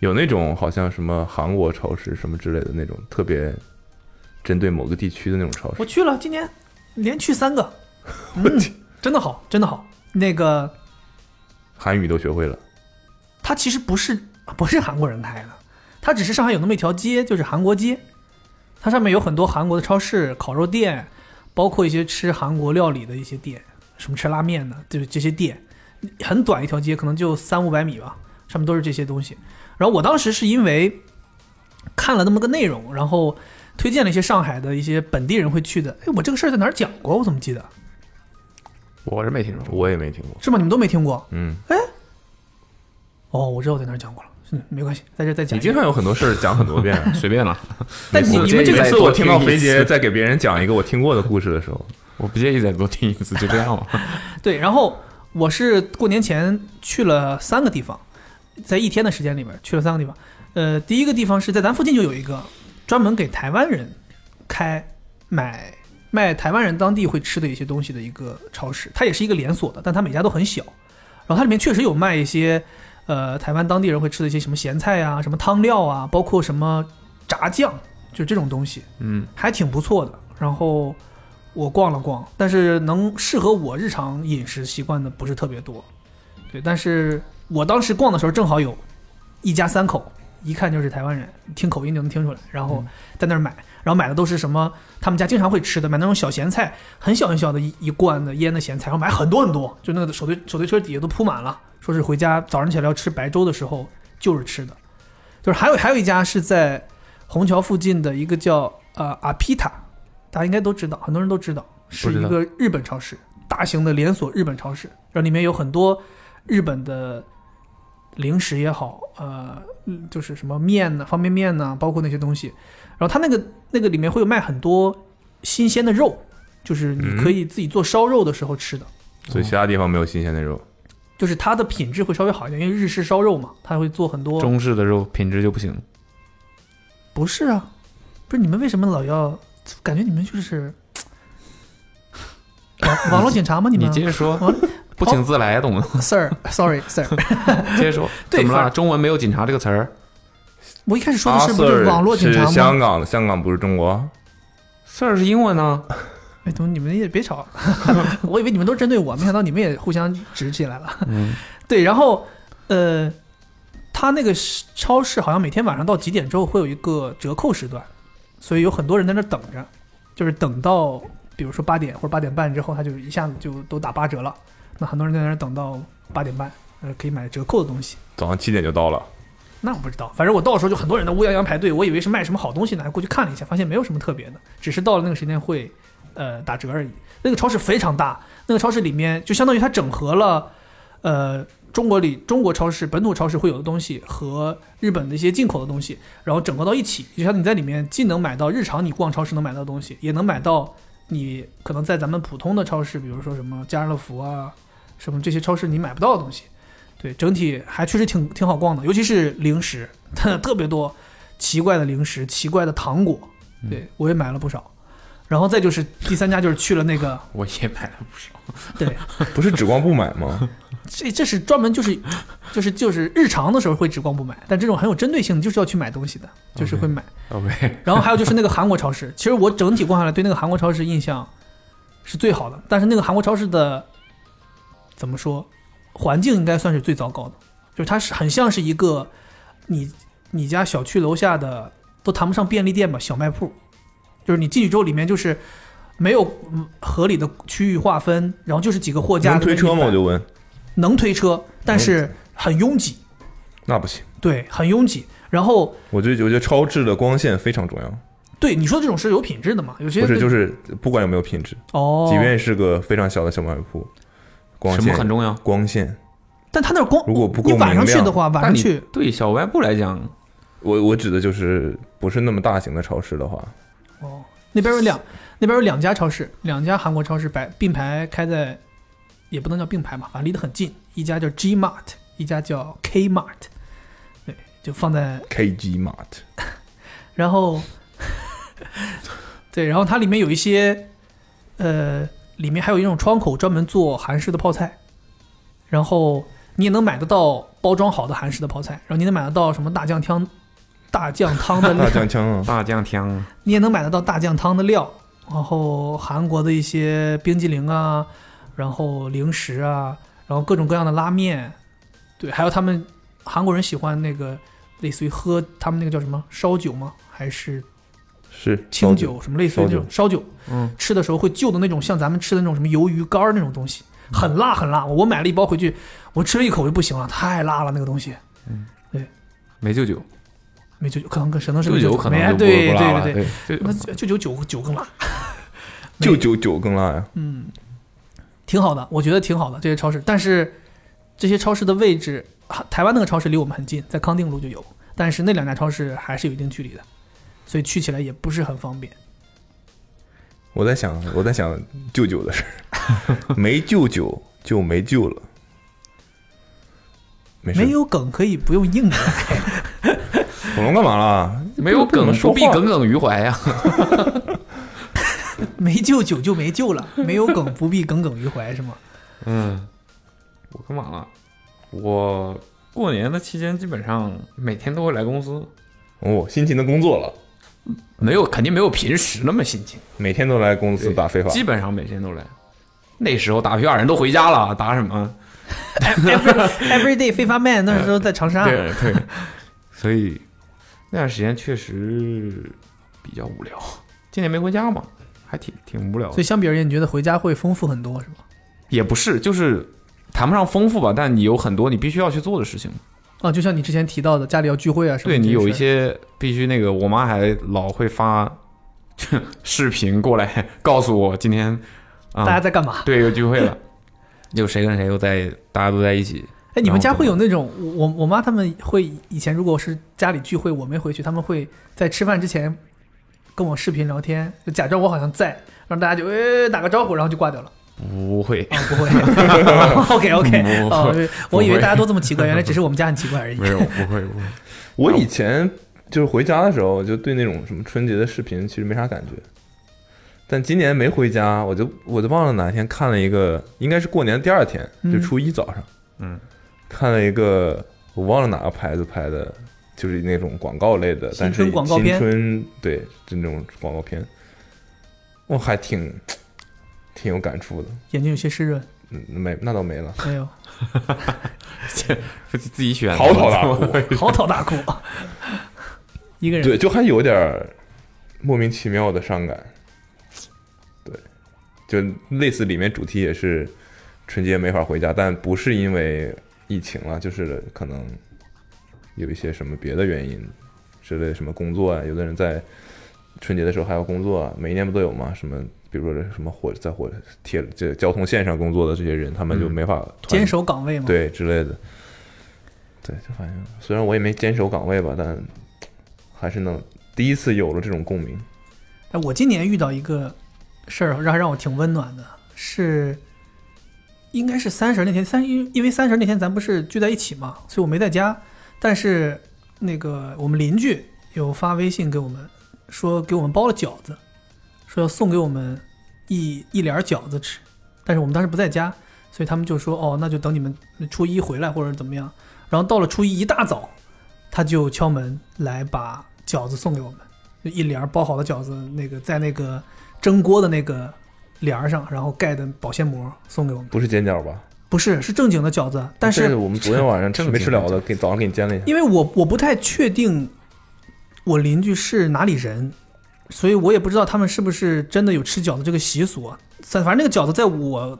Speaker 2: 有那种好像什么韩国超市什么之类的那种特别针对某个地区的那种超
Speaker 3: 我
Speaker 2: 市，
Speaker 3: 去了，今年连去三个，嗯，真的好，真的好。那个
Speaker 2: 韩语都学会了。
Speaker 3: 它其实不是不是韩国人开的，它只是上海有那么一条街，就是韩国街，它上面有很多韩国的超市、烤肉店，包括一些吃韩国料理的一些店，什么吃拉面的，就是这些店，很短一条街，可能就三五百米吧，上面都是这些东西。然后我当时是因为看了那么个内容，然后推荐了一些上海的一些本地人会去的。哎，我这个事儿在哪儿讲过？我怎么记得？
Speaker 4: 我是没听说过。
Speaker 2: 我也没听过，
Speaker 3: 是吗？你们都没听过？
Speaker 2: [LAUGHS] 嗯，
Speaker 3: 哦，我知道我在哪儿讲过了。嗯，没关系，在这儿再讲
Speaker 2: 你
Speaker 3: 一遍。
Speaker 2: 经常有很多事儿讲很多 [LAUGHS] 遍啊。
Speaker 4: 随便了，
Speaker 3: 但你
Speaker 4: 每次
Speaker 3: 你们这
Speaker 4: 建
Speaker 3: 个
Speaker 4: 议
Speaker 2: 每次
Speaker 4: 再多
Speaker 2: 我听到
Speaker 4: 一
Speaker 2: 肥杰
Speaker 4: 次，
Speaker 2: 在给别人讲一个我听过的故事的时候，
Speaker 4: 我不介意再多听一次，就这样吧。
Speaker 3: 对，然后我是过年前去了三个地方，在一天的时间里边去了三个地方。呃，第一个地方是在咱附近就有一个专门给台湾人开买卖台湾人当地会吃的一些东西的一个超市，它也是一个连锁的，但它每家都很小。然后它里面确实有卖一些呃台湾当地人会吃的一些什么咸菜啊、什么汤料啊，包括什么炸酱，就这种东西。
Speaker 4: 嗯，
Speaker 3: 还挺不错的。然后我逛了逛，但是能适合我日常饮食习惯的不是特别多。对，但是我当时逛的时候正好有一家三口一看就是台湾人，听口音就能听出来。然后在那儿买，然后买的都是什么？他们家经常会吃的，买那种小咸菜，很小很小的一一罐的腌的咸菜，然后买很多很多，就那个手推手推车底下都铺满了。说是回家早上起来要吃白粥的时候，就是吃的。就是还有还有一家是在虹桥附近的一个叫呃阿皮塔，大家应该都知道，很多人都知道，是一
Speaker 4: 不
Speaker 3: 个日本超市，大型的连锁日本超市，然后里面有很多日本的零食也好，呃，嗯就是什么面呐、方便面呐、包括那些东西。然后它那个那个里面会有卖很多新鲜的肉，就是你可以自己做烧肉的时候吃的。
Speaker 2: 所以其他地方没有新鲜的肉。
Speaker 3: 就是它的品质会稍微好一点，因为日式烧肉嘛，它会做很多。
Speaker 4: 中式的肉品质就不行。
Speaker 3: 不是啊，不是你们为什么老要？感觉你们就是网网络警察吗？你
Speaker 4: 你
Speaker 3: 们
Speaker 4: 接着说，不请自来，懂不懂？
Speaker 3: [LAUGHS] Sir，Sorry，Sir，
Speaker 4: 接着说，
Speaker 3: 对
Speaker 4: 怎么
Speaker 3: 反
Speaker 4: 了？
Speaker 3: 正
Speaker 4: 中文没有警察这个词儿
Speaker 3: 我一开始说
Speaker 2: 阿
Speaker 3: 的
Speaker 2: 啊 Sir
Speaker 3: 是不是网络警察
Speaker 2: 是
Speaker 3: 吗
Speaker 2: 香？港的，香港不是中国。
Speaker 4: ，sir 是英文啊呢。
Speaker 3: 哎，怎么你们也别吵？ [LAUGHS] 我以为你们都针对我，没想到你们也互相指起来了。
Speaker 4: 嗯，
Speaker 3: [LAUGHS] 对，然后呃，他那个是超市好像每天晚上到几点之后会有一个折扣时段，所以有很多人在那儿等着，就是等到比如说八点或者八点半之后，他就一下子就都打八折了。那很多人在那儿等到八点半，呃，可以买折扣的东西。
Speaker 2: 早上七点就到 [LAUGHS] 了，
Speaker 3: 那我不知道，反正我到的时候就很多人在乌泱泱排队，我以为是卖什么好东西呢，还过去看了一下，发现没有什么特别的，只是到了那个时间会，呃，打折而已。那个超市非常大，那个超市里面就相当于它整合了，呃，中国里中国超市本土超市会有的东西和日本的一些进口的东西，然后整合到一起，就像你在里面既能买到日常你逛超市能买到的东西，也能买到你可能在咱们普通的超市，比如说什么家乐福啊，什么这些超市你买不到的东西。对，整体还确实挺挺好逛的，尤其是零食，它特别多奇怪的零食、奇怪的糖果，对我也买了不少。然后再就是第三家就是去了那个，
Speaker 4: 我也买了不少。
Speaker 3: 对，
Speaker 2: 不是只逛不买 [LAUGHS] 吗？
Speaker 3: 这这是专门就是就是就是日常的时候会只逛不买，但这种很有针对性的就是要去买东西的，就是会买。
Speaker 4: OK，
Speaker 3: 然后还有就是那个韩国超市，其实我整体逛下来对那个韩国超市印象是最好的，但是那个韩国超市的怎么说，环境应该算是最糟糕的，就是它是很像是一个你你家小区楼下的都谈不上便利店吧，小卖铺，就是你进去之后里面就是没有嗯合理的区域划分，然后就是几个货架
Speaker 2: 能
Speaker 3: 在那
Speaker 2: 推
Speaker 3: 里
Speaker 2: 车吗？
Speaker 3: 摆
Speaker 2: 我就问。
Speaker 3: 能推车，但是很拥挤，
Speaker 2: 那不行，
Speaker 3: 对，很拥挤。然后
Speaker 2: 我就我觉得超智的光线非常重要，
Speaker 3: 对你说这种是有品质的嘛？有些
Speaker 2: 不是
Speaker 3: 对
Speaker 2: 就是不管有没有品质，
Speaker 3: 哦，
Speaker 2: 即便是个非常小的小卖铺，光
Speaker 4: 什么很
Speaker 2: 线
Speaker 4: 重要？
Speaker 2: 光线，
Speaker 3: 但他那儿光，
Speaker 2: 如果不够
Speaker 3: 你晚上
Speaker 2: 明
Speaker 3: 去
Speaker 2: 亮
Speaker 3: 的话，晚
Speaker 4: 但
Speaker 3: 上
Speaker 4: 你
Speaker 3: 去
Speaker 4: 对小卖部来讲，
Speaker 2: 我我指的就是不是那么大型的超市的话，
Speaker 3: 哦，那边有两那边有两家超市，两家韩国超市摆并排开在，也不能叫并排吧，反正离得很近，一家叫 G Mart，一家叫 K Mart，对，就放在
Speaker 2: KG Mart，
Speaker 3: 然后， [LAUGHS] 对，然后它里面有一些，呃，里面还有一种窗口专门做韩式的泡菜，然后你也能买得到包装好的韩式的泡菜，然后你能买得到什么大酱汤、大酱汤
Speaker 2: [LAUGHS]
Speaker 3: 的料
Speaker 2: 大酱枪啊，
Speaker 4: 大酱汤
Speaker 3: 你也能买得到大酱汤的料，然后韩国的一些冰激凌啊，然后零食啊，然后各种各样的拉面，对，还有他们韩国人喜欢那个类似于喝他们那个叫什么烧酒吗？还是
Speaker 2: 是
Speaker 3: 清
Speaker 2: 烧
Speaker 3: 酒什么类似于那种烧酒，
Speaker 4: 嗯，
Speaker 3: 吃的时候会就的那种像咱们吃的那种什么鱿鱼干儿那种东西，很辣很辣。我买了一包回去，我吃了一口就不行了，太辣了那个东西，
Speaker 4: 没舅舅，
Speaker 3: 没酒可能跟神能是
Speaker 4: 舅
Speaker 3: 没
Speaker 4: 舅
Speaker 3: 酒
Speaker 4: 可能
Speaker 3: 没哎
Speaker 4: 就不
Speaker 3: 对
Speaker 4: 不辣
Speaker 3: 对
Speaker 4: 了。
Speaker 3: 对对，
Speaker 4: 对，
Speaker 3: 那就酒酒酒
Speaker 4: [LAUGHS]
Speaker 3: 更辣。
Speaker 2: 就九九更辣呀，
Speaker 3: 嗯，挺好的，我觉得挺好的这些超市。但是这些超市的位置，啊台湾那个超市离我们很近，在康定路就有，但是那两家超市还是有一定距离的，所以去起来也不是很方便。
Speaker 2: 我在想我在想舅舅的事
Speaker 4: [LAUGHS]
Speaker 2: 儿，没舅舅就没救了，没事，
Speaker 3: 没有梗可以不用硬来，
Speaker 2: 恐龙干嘛啦？
Speaker 4: 没有
Speaker 2: 不能
Speaker 4: 梗，
Speaker 2: 说
Speaker 4: 不
Speaker 2: 话
Speaker 4: 必耿耿于怀呀。
Speaker 3: 没救酒就没救了，没有梗不必耿耿于怀，
Speaker 4: [LAUGHS]
Speaker 3: 是吗？
Speaker 4: 嗯，我干嘛了？我过年的期间基本上每天都会来公司，
Speaker 2: 哦，辛勤的工作了，
Speaker 4: 没有肯定没有平时那么辛勤，
Speaker 2: 每天都来公司打非法，
Speaker 4: 基本上每天都来。那时候打非法人都回家了，打什么？
Speaker 3: Every day 非法 man 那时候在长沙，
Speaker 4: 对对，所以那段时间确实比较无聊，今年没回家嘛，还挺挺无聊的
Speaker 3: 所以。相比而言，你觉得回家会丰富很多是吗？
Speaker 4: 也不是，就是谈不上丰富吧，但你有很多你必须要去做的事情。
Speaker 3: 啊，就像你之前提到的，家里要聚会啊什么
Speaker 4: 对
Speaker 3: 这
Speaker 4: 你
Speaker 3: 些
Speaker 4: 有一
Speaker 3: 事儿
Speaker 4: 些必须那个，我妈还老会发视频过来告诉我今天啊，
Speaker 3: 大家在干嘛？
Speaker 4: 对有聚会了，有谁跟谁又在，大家都在一起。
Speaker 3: 哎，你们家
Speaker 4: 然后
Speaker 3: 会有那种我我妈他们会以前如果是家里聚会我没回去，他们会在吃饭之前跟我视频聊天，就假装我好像在，让大家就哎打个招呼，然后就挂掉了。
Speaker 4: 不会，
Speaker 3: 啊，
Speaker 4: [LAUGHS]
Speaker 3: 不会。OK OK，
Speaker 4: 嗯不
Speaker 3: 哦，
Speaker 4: 不
Speaker 3: 我以为
Speaker 4: 会
Speaker 3: 大家都这么奇
Speaker 4: [LAUGHS]
Speaker 3: 怪，原来只是我们家很奇怪而已。
Speaker 4: 没有，不会，不会。
Speaker 2: 我以前就是回家的时候，就对那种什么春节的视频其实没啥感觉，但今年没回家，我就我就忘了哪天看了一个，应该是过年第二天，就初一早上，
Speaker 4: 嗯，
Speaker 2: 看了一个我忘了哪个牌子拍的，就是那种广告类的，但是
Speaker 3: 新春广告片
Speaker 2: 新春对，就那种广告片，我还挺挺有感触的，
Speaker 3: 眼睛有些湿润，哎
Speaker 2: 嗯，没那倒没了。
Speaker 3: 没有，
Speaker 4: [LAUGHS] 自己自己选的。
Speaker 2: 嚎啕大哭，
Speaker 3: 嚎啕大哭。啊 [LAUGHS] 一个人
Speaker 2: 对，就还有点儿莫名其妙的伤感。对，就类似里面主题也是春节没法回家，但不是因为疫情了，就是可能有一些什么别的原因之类，什么工作啊，有的人在春节的时候还要工作啊，每一年不都有吗？什么？比如说什么火在火铁这交通线上工作的这些人，他们就
Speaker 4: 嗯
Speaker 2: 没法团
Speaker 3: 坚守岗位嘛。，
Speaker 2: 对之类的。对，就反正虽然我也没坚守岗位吧，但还是能第一次有了这种共鸣。
Speaker 3: 哎，我今年遇到一个事儿，让让我挺温暖的，是应该是三十那天，三因因为三十那天咱不是聚在一起嘛，所以我没在家，但是那个我们邻居有发微信给我们说给我们包了饺子，说要送给我们一一帘儿饺子吃，但是我们当时不在家，所以他们就说哦，那就等你们初一回来或者怎么样，然后到了初一一大早，他就敲门来把饺子送给我们。就一帘儿包好的饺子，那个在那个蒸锅的那个帘儿上，然后盖的保鲜膜送给我们。
Speaker 2: 不是煎饺吧？
Speaker 3: 不是，是正经的饺子，但
Speaker 2: 这
Speaker 3: 是
Speaker 2: 个我们昨天晚上吃
Speaker 4: 正
Speaker 2: 没
Speaker 4: 经
Speaker 2: 吃
Speaker 4: 的
Speaker 2: 了的，给早上给你煎了一下。
Speaker 3: 因为我我不太确定我邻居是哪里人，所以我也不知道他们是不是真的有吃饺子这个习俗啊。反反正那个饺子在我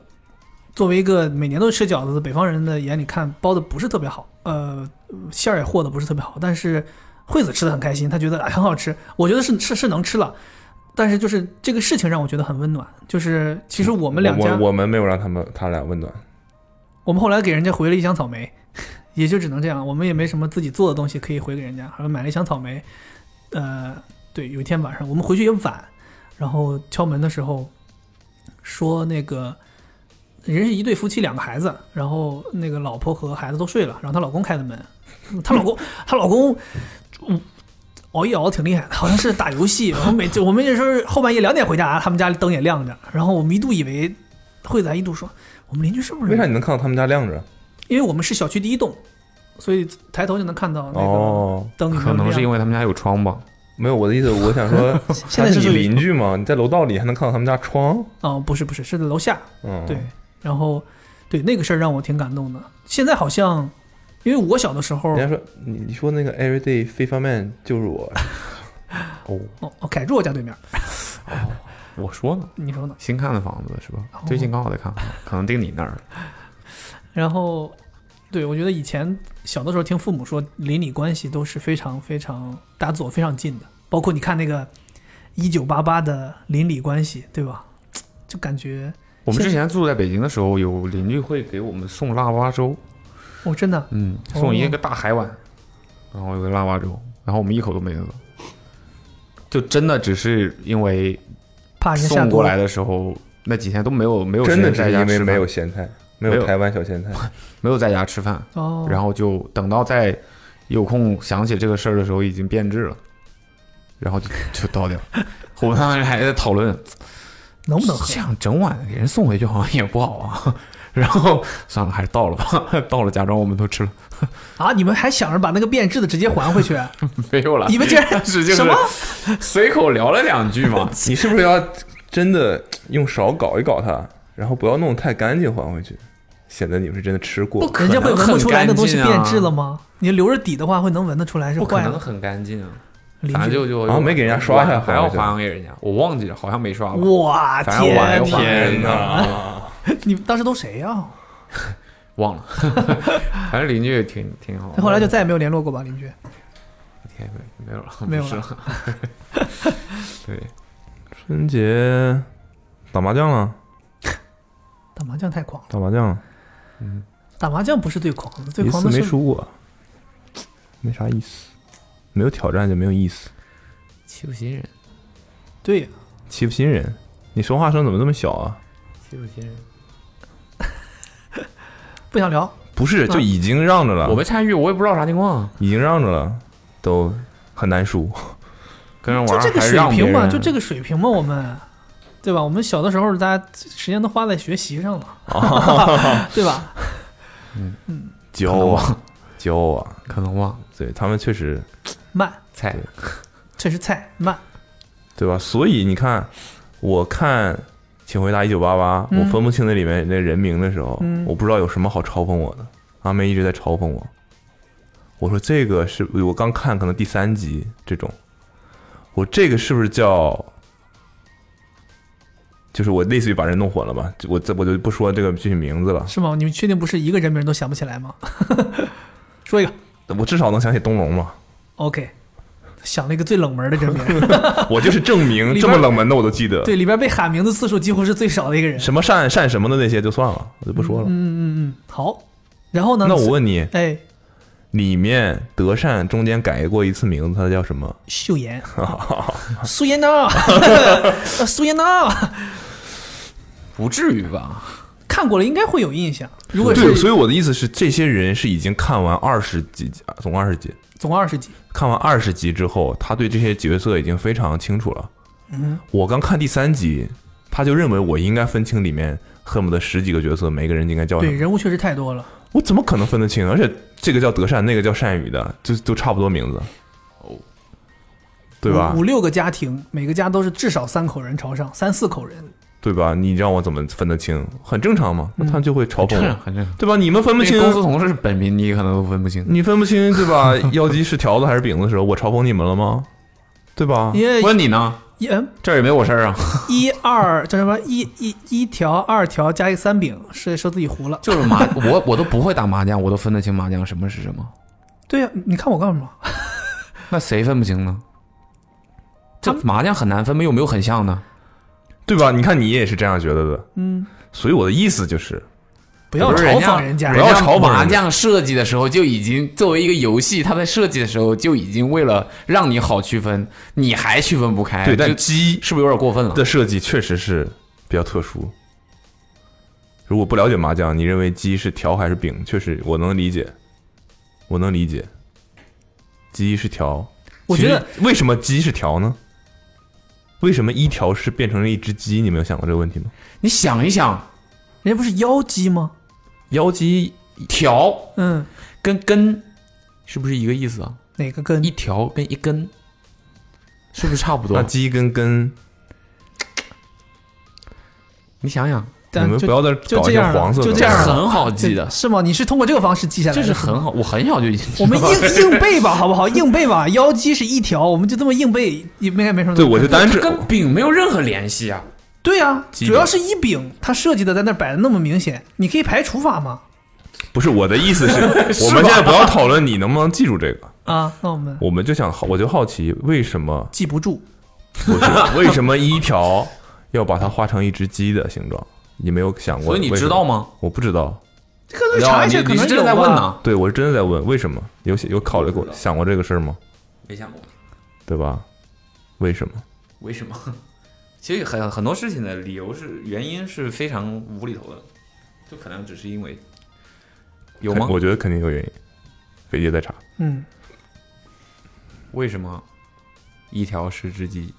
Speaker 3: 作为一个每年都吃饺子的北方人的眼里看，包的不是特别好，呃，馅儿也和的不是特别好，但是惠子吃的很开心，她觉得、哎、很好吃，我觉得是是是能吃了。但是就是这个事情让我觉得很温暖，就是其实我
Speaker 2: 我
Speaker 3: 们两家，
Speaker 2: 我我们没有让他们他俩温暖。
Speaker 3: 我们后来给人家回了一箱草莓， [LAUGHS] 也就只能这样，我们也没什么自己做的东西可以回给人家，好像买了一箱草莓。呃，对，有一天晚上我们回去也晚，然后敲门的时候说那个人是一对夫妻，两个孩子，然后那个老婆和孩子都睡了，然后她老公开的门，她老公她老公。嗯熬夜熬得挺厉害的，好像是打游戏。然后每就我们那时候后半夜两点回家，他们家灯也亮着。然后我们一度以为惠子还一度说，我们邻居是不是
Speaker 2: 为啥你能看到他们家亮着？
Speaker 3: 因为我们是小区第一栋，所以抬头就能看到那个
Speaker 2: 哦，
Speaker 3: 灯有没有亮。
Speaker 4: 可能是因为他们家有窗吧。
Speaker 2: 没有，我的意思，我想说，
Speaker 3: [LAUGHS] 现在
Speaker 2: 他是
Speaker 3: 是
Speaker 2: 你邻居嘛？你在楼道里还能看到他们家窗？
Speaker 3: 哦，不是不是，是在楼下。
Speaker 2: 嗯，
Speaker 3: 对，，然后对那个事儿让我挺感动的。现在好像，因为我小的时候
Speaker 2: 人，家说你你说那个 Everyday FIFA Man 就是我，
Speaker 4: 哦，
Speaker 3: 哦，哦凯住我家对面，
Speaker 4: 我说呢，
Speaker 3: 你说呢？
Speaker 4: 新看的房子是吧
Speaker 3: 哦？
Speaker 4: 最近刚好在
Speaker 3: [LAUGHS]
Speaker 4: 看，可能定你那儿了。
Speaker 3: 然后，对我觉得以前小的时候听父母说，邻里关系都是非常非常，大家走非常近的。包括你看那个一九八八的邻里关系，对吧？就感觉
Speaker 4: 我们
Speaker 3: 现
Speaker 4: 之前住在北京的时候，有邻居会给我们送腊八粥，
Speaker 3: 哦，真的，
Speaker 4: 嗯，送一个大海碗，然后有个腊八粥，然后我们一口都没饿，就真的只是因为
Speaker 3: 怕人家下
Speaker 4: 送
Speaker 3: 毒
Speaker 4: 过来的时候那几天都没有没有
Speaker 2: 真的
Speaker 4: 时
Speaker 2: 只是
Speaker 4: 间在家
Speaker 2: 因为
Speaker 4: 吃
Speaker 2: 没
Speaker 4: 饭
Speaker 2: 有咸菜，没
Speaker 4: 没
Speaker 2: 有
Speaker 4: 有
Speaker 2: 台湾小咸菜。
Speaker 4: 没有在家吃饭，
Speaker 3: 哦，
Speaker 4: 然后就等到再有空想起这个事儿的时候，已经变质了，然后就就
Speaker 3: [LAUGHS]
Speaker 4: 倒掉。我们当时还在讨论，
Speaker 3: 能不能喝？
Speaker 4: 这样整晚给人送回去好像也不好啊。然后算了，还是倒了吧，倒了假装我们都吃了，
Speaker 3: 啊！你们还想着把那个变质的直接还回
Speaker 4: [LAUGHS]
Speaker 3: 去？啊
Speaker 4: 没有了
Speaker 3: 你。们竟然
Speaker 4: 当 [LAUGHS] 时就是
Speaker 3: 什么？
Speaker 4: 随口聊了两句嘛，
Speaker 2: [LAUGHS] 你是不是要真的用勺搞一搞它，然后不要弄得太干净还回去？显得你们是真的吃过。
Speaker 4: 不可
Speaker 3: 人
Speaker 4: 能
Speaker 3: 家会闻不出来那东西
Speaker 4: 很干净
Speaker 3: 变
Speaker 4: 啊
Speaker 3: 质了吗？你留着底的话，会能闻得出来是
Speaker 4: 不可
Speaker 3: 坏
Speaker 4: 能
Speaker 3: 了。
Speaker 4: 很干净啊，
Speaker 3: 邻
Speaker 4: 反正
Speaker 3: 居，
Speaker 4: 就就
Speaker 2: 啊没给人家刷呀
Speaker 4: 还
Speaker 2: 好像
Speaker 4: 要
Speaker 2: 是
Speaker 4: 还给人家，我忘记了，好像没刷吧。
Speaker 3: 哇
Speaker 4: 反正我还
Speaker 3: 天哪！
Speaker 4: 有天
Speaker 2: 哪！
Speaker 3: [LAUGHS] 你当时都谁呀、
Speaker 4: 啊忘了， [LAUGHS] 反正邻居也挺挺好的。
Speaker 3: 他后来就再也没有联络过吧，邻居。
Speaker 4: 天没没有了，
Speaker 3: 没有
Speaker 4: 不是
Speaker 3: 了
Speaker 4: 了。
Speaker 3: [LAUGHS]
Speaker 4: 对，
Speaker 2: 春节打麻将了，
Speaker 3: 打麻将太狂了，
Speaker 2: 打麻将了，
Speaker 3: 打麻将不是最狂的，最
Speaker 2: 一
Speaker 3: 狂
Speaker 2: 次
Speaker 3: 的
Speaker 2: 没
Speaker 3: 是
Speaker 2: 输过，没啥意思，没有挑战就没有意思，
Speaker 4: 欺负新人，
Speaker 3: 对呀、
Speaker 2: 欺负新人。你说话声怎么这么小啊？
Speaker 4: 欺负新人。
Speaker 3: 不想聊。
Speaker 2: 不是，就
Speaker 3: 啊
Speaker 2: 已经让着了，
Speaker 4: 我没参与，我也不知道啥情况啊，
Speaker 2: 已经让着了，都很难输。
Speaker 4: 跟人玩
Speaker 3: 就
Speaker 4: 儿
Speaker 3: 这个
Speaker 4: 还
Speaker 3: 水
Speaker 4: 让别
Speaker 3: 平嘛，
Speaker 4: 人，
Speaker 3: 就这
Speaker 4: 个
Speaker 3: 个水平嘛，我们，对吧？我们小的时候，大家时间都花在学习上了，
Speaker 4: 哦
Speaker 3: [LAUGHS] 对吧？
Speaker 2: 骄傲， [LAUGHS] 骄傲啊！
Speaker 4: 可能忘了。
Speaker 2: 对他们确实
Speaker 3: 慢，
Speaker 4: 菜
Speaker 3: 确实菜慢，
Speaker 2: 对吧？所以你看，我看《请回答一九八八》，
Speaker 3: 嗯
Speaker 2: 我分不清那里面那人名的时候，
Speaker 3: 嗯
Speaker 2: 我不知道有什么好嘲讽我的。阿妹一直在嘲讽我，我说这个是我刚看，可能第三集这种，我这个是不是叫？就是我类似于把人弄混了吧，就我这我就不说这个具体名字了，
Speaker 3: 是吗？你们确定不是一个人名都想不起来吗？ [LAUGHS] 说一个
Speaker 2: 我至少能想起东龙嘛，
Speaker 3: [LAUGHS] ，OK，想了一个最冷门的人
Speaker 2: [LAUGHS]
Speaker 3: 名，
Speaker 2: 我就是证明
Speaker 3: 里边
Speaker 2: 这么冷门的我都记得，
Speaker 3: 对，里边被喊名字次数几乎是最少的一个人。
Speaker 2: 什么善善什么的那些就算了，我就不说了。
Speaker 3: 嗯嗯嗯，好。然后呢？
Speaker 2: 那我问你，
Speaker 3: 哎，
Speaker 2: 里面德善中间改过一次名字，他叫什么？
Speaker 3: 秀妍，
Speaker 2: [LAUGHS]
Speaker 3: 苏妍娜，苏妍娜，
Speaker 4: 不至于吧？
Speaker 3: 看过了应该会有印象。如果
Speaker 2: 对，
Speaker 3: 是
Speaker 2: 所以我的意思是，这些人是已经看完二十集，总二十集，
Speaker 3: 总二十集，
Speaker 2: 看完二十集之后，他对这些角色已经非常清楚了。
Speaker 3: 嗯，
Speaker 2: 我刚看第三集，他就认为我应该分清里面恨不得十几个角色，每个人应该叫什
Speaker 3: 对，
Speaker 2: 么，
Speaker 3: 人物确实太多了。
Speaker 2: 我怎么可能分得清？而且这个叫德善，那个叫善宇的，就都差不多名字，
Speaker 4: 哦，
Speaker 2: 对吧
Speaker 3: 五？五六个家庭，每个家都是至少三口人朝上，三四口人。
Speaker 2: 对吧？你让我怎么分得清？很正常嘛，那他就会嘲讽
Speaker 4: 这
Speaker 2: 我，
Speaker 4: 很正常。
Speaker 2: 对吧？你们分不
Speaker 4: 那
Speaker 2: 清，
Speaker 4: 公司同事本名你可能都分不清。
Speaker 2: 你分不清对 [LAUGHS] 吧？要鸡是条子还是饼子的时候，我嘲讽你们了吗？对吧？
Speaker 3: 也
Speaker 4: 问你呢？
Speaker 3: 一嗯
Speaker 4: 这儿也没我事儿啊，
Speaker 3: 一二叫什么一一一条二条加一个三饼，是说自己糊了。
Speaker 4: [LAUGHS] 就是麻， [LAUGHS] 我我都不会打麻将，我都分得清麻将什么是什么，
Speaker 3: 对呀、你看我干什么？
Speaker 4: 那谁分不清呢？这
Speaker 3: 他们
Speaker 4: 麻将很难分，又没有很像的。
Speaker 2: 对吧？你看你也是这样觉得的，
Speaker 3: 嗯，
Speaker 2: 所以我的意思就是，
Speaker 3: 不要
Speaker 4: 不是
Speaker 3: 嘲讽
Speaker 4: 人
Speaker 3: 家，
Speaker 2: 不要
Speaker 4: 人家
Speaker 2: 嘲讽人家
Speaker 4: 麻将设计的时候就已经作为一个游戏，它在设计的时候就已经为了让你好区分，你还区分不开，
Speaker 2: 哎对，
Speaker 4: 就是
Speaker 2: 但鸡
Speaker 4: 是不是有点过分了？
Speaker 2: 的设计确实是比较特殊。如果不了解麻将，你认为鸡是条还是饼？确实，我能理解，我能理解，鸡是条。
Speaker 3: 我觉得
Speaker 2: 其实为什么鸡是条呢？为什么一条是变成了一只鸡？你们有想过这个问题吗？
Speaker 4: 你想一想，
Speaker 3: 人家不是妖姬吗？
Speaker 2: 妖鸡
Speaker 4: 条
Speaker 3: 嗯，
Speaker 4: 跟根是不是一个意思啊？
Speaker 3: 哪个跟
Speaker 4: 一条跟一根 [LAUGHS] 是不是差不
Speaker 2: 那
Speaker 4: 多？
Speaker 2: 鸡跟根，
Speaker 4: 你想想，
Speaker 2: 你
Speaker 3: 但
Speaker 2: 们
Speaker 3: 就
Speaker 2: 不要再
Speaker 3: 就
Speaker 2: 搞
Speaker 3: 这
Speaker 2: 一些
Speaker 3: 样了
Speaker 2: 黄色的
Speaker 3: 就
Speaker 2: 了，
Speaker 3: 这样了
Speaker 4: 很好记的
Speaker 3: 这，是吗？你是通过这个方式记下来
Speaker 4: 这
Speaker 3: 的？
Speaker 4: 是很 [LAUGHS] 好，我很小就已经
Speaker 3: 我们
Speaker 2: [LAUGHS]
Speaker 3: 硬硬背吧，好不好？硬背吧，妖姬是一条，我们就这么硬背，也应该没什么。
Speaker 2: 哎对，我就单是
Speaker 4: 跟饼没有任何联系啊。
Speaker 3: 对啊，
Speaker 2: 鸡
Speaker 3: 主要是一饼，它设计的在那儿摆的那么明显，你可以排除法吗？
Speaker 2: 不是我的意思是，我们现在不要讨论你能不能记住这个，
Speaker 3: 啊，那我们
Speaker 2: 我们就想好，我就好奇为
Speaker 3: [LAUGHS]
Speaker 2: 什么
Speaker 3: 记不住，
Speaker 2: 不是为什么一条要把它画成一只鸡的形状？你没有想过？
Speaker 4: 所以你知道
Speaker 2: 吗？
Speaker 4: 吗？
Speaker 2: 我不知道，
Speaker 3: 这个
Speaker 2: 啊
Speaker 3: 查一下，
Speaker 4: 你
Speaker 3: 可
Speaker 4: 你
Speaker 3: 能
Speaker 4: 是真
Speaker 3: 有啊
Speaker 4: 的
Speaker 3: 吧
Speaker 4: 在问？呢？
Speaker 2: 对我是真的在问为什么？有有考虑过想过这个事儿吗？
Speaker 4: 没想过。
Speaker 2: 对吧？为什么？
Speaker 4: 为什么？ [LAUGHS] 其实很很多事情的理由是原因是非常无厘头的，就可能只是因为有吗
Speaker 2: 肯？我觉得肯定有原因。飞姐在查，
Speaker 3: 嗯，
Speaker 4: 为什么一条十只鸡？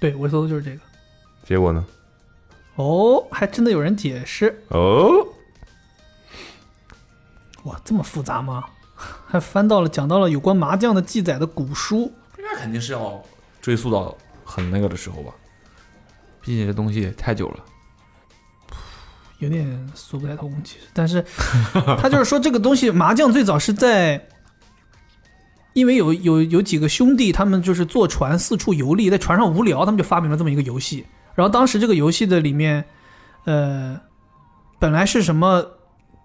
Speaker 3: 对，我搜的就是这个。
Speaker 2: 结果呢？
Speaker 3: 哦，还真的有人解释，
Speaker 2: 哦，
Speaker 3: 哇，这么复杂吗？还翻到了讲到了有关麻将的记载的古书，
Speaker 4: 那肯定是要追溯到很那个的时候吧，毕竟这东西太久了。
Speaker 3: 有点说不太通，其实，但是他就是说这个东西，麻将最早是在，因为有有有几个兄弟，他们就是坐船四处游历，在船上无聊，他们就发明了这么一个游戏。然后当时这个游戏的里面，呃，本来是什么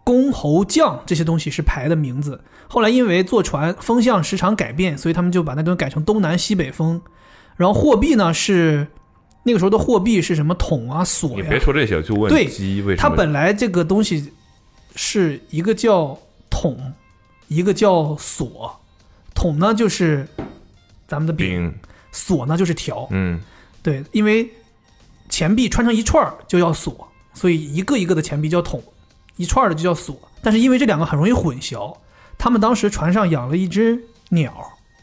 Speaker 3: 公侯将这些东西是牌的名字，后来因为坐船风向时常改变，所以他们就把那东西改成东南西北风。然后货币呢是那个时候的货币是什么桶啊锁
Speaker 2: 你
Speaker 3: 呀、
Speaker 2: 别说这些，我就问
Speaker 3: 对
Speaker 2: 鸡为什
Speaker 3: 它
Speaker 2: 么？
Speaker 3: 本来这个东西是一个叫桶，一个叫锁。桶呢就是咱们的饼，
Speaker 2: 饼，
Speaker 3: 锁呢就是条。
Speaker 2: 嗯，
Speaker 3: 对，因为钱币穿成一串儿就叫锁，所以一个一个的钱币叫桶，一串儿的就叫锁。但是因为这两个很容易混淆，他们当时船上养了一只鸟，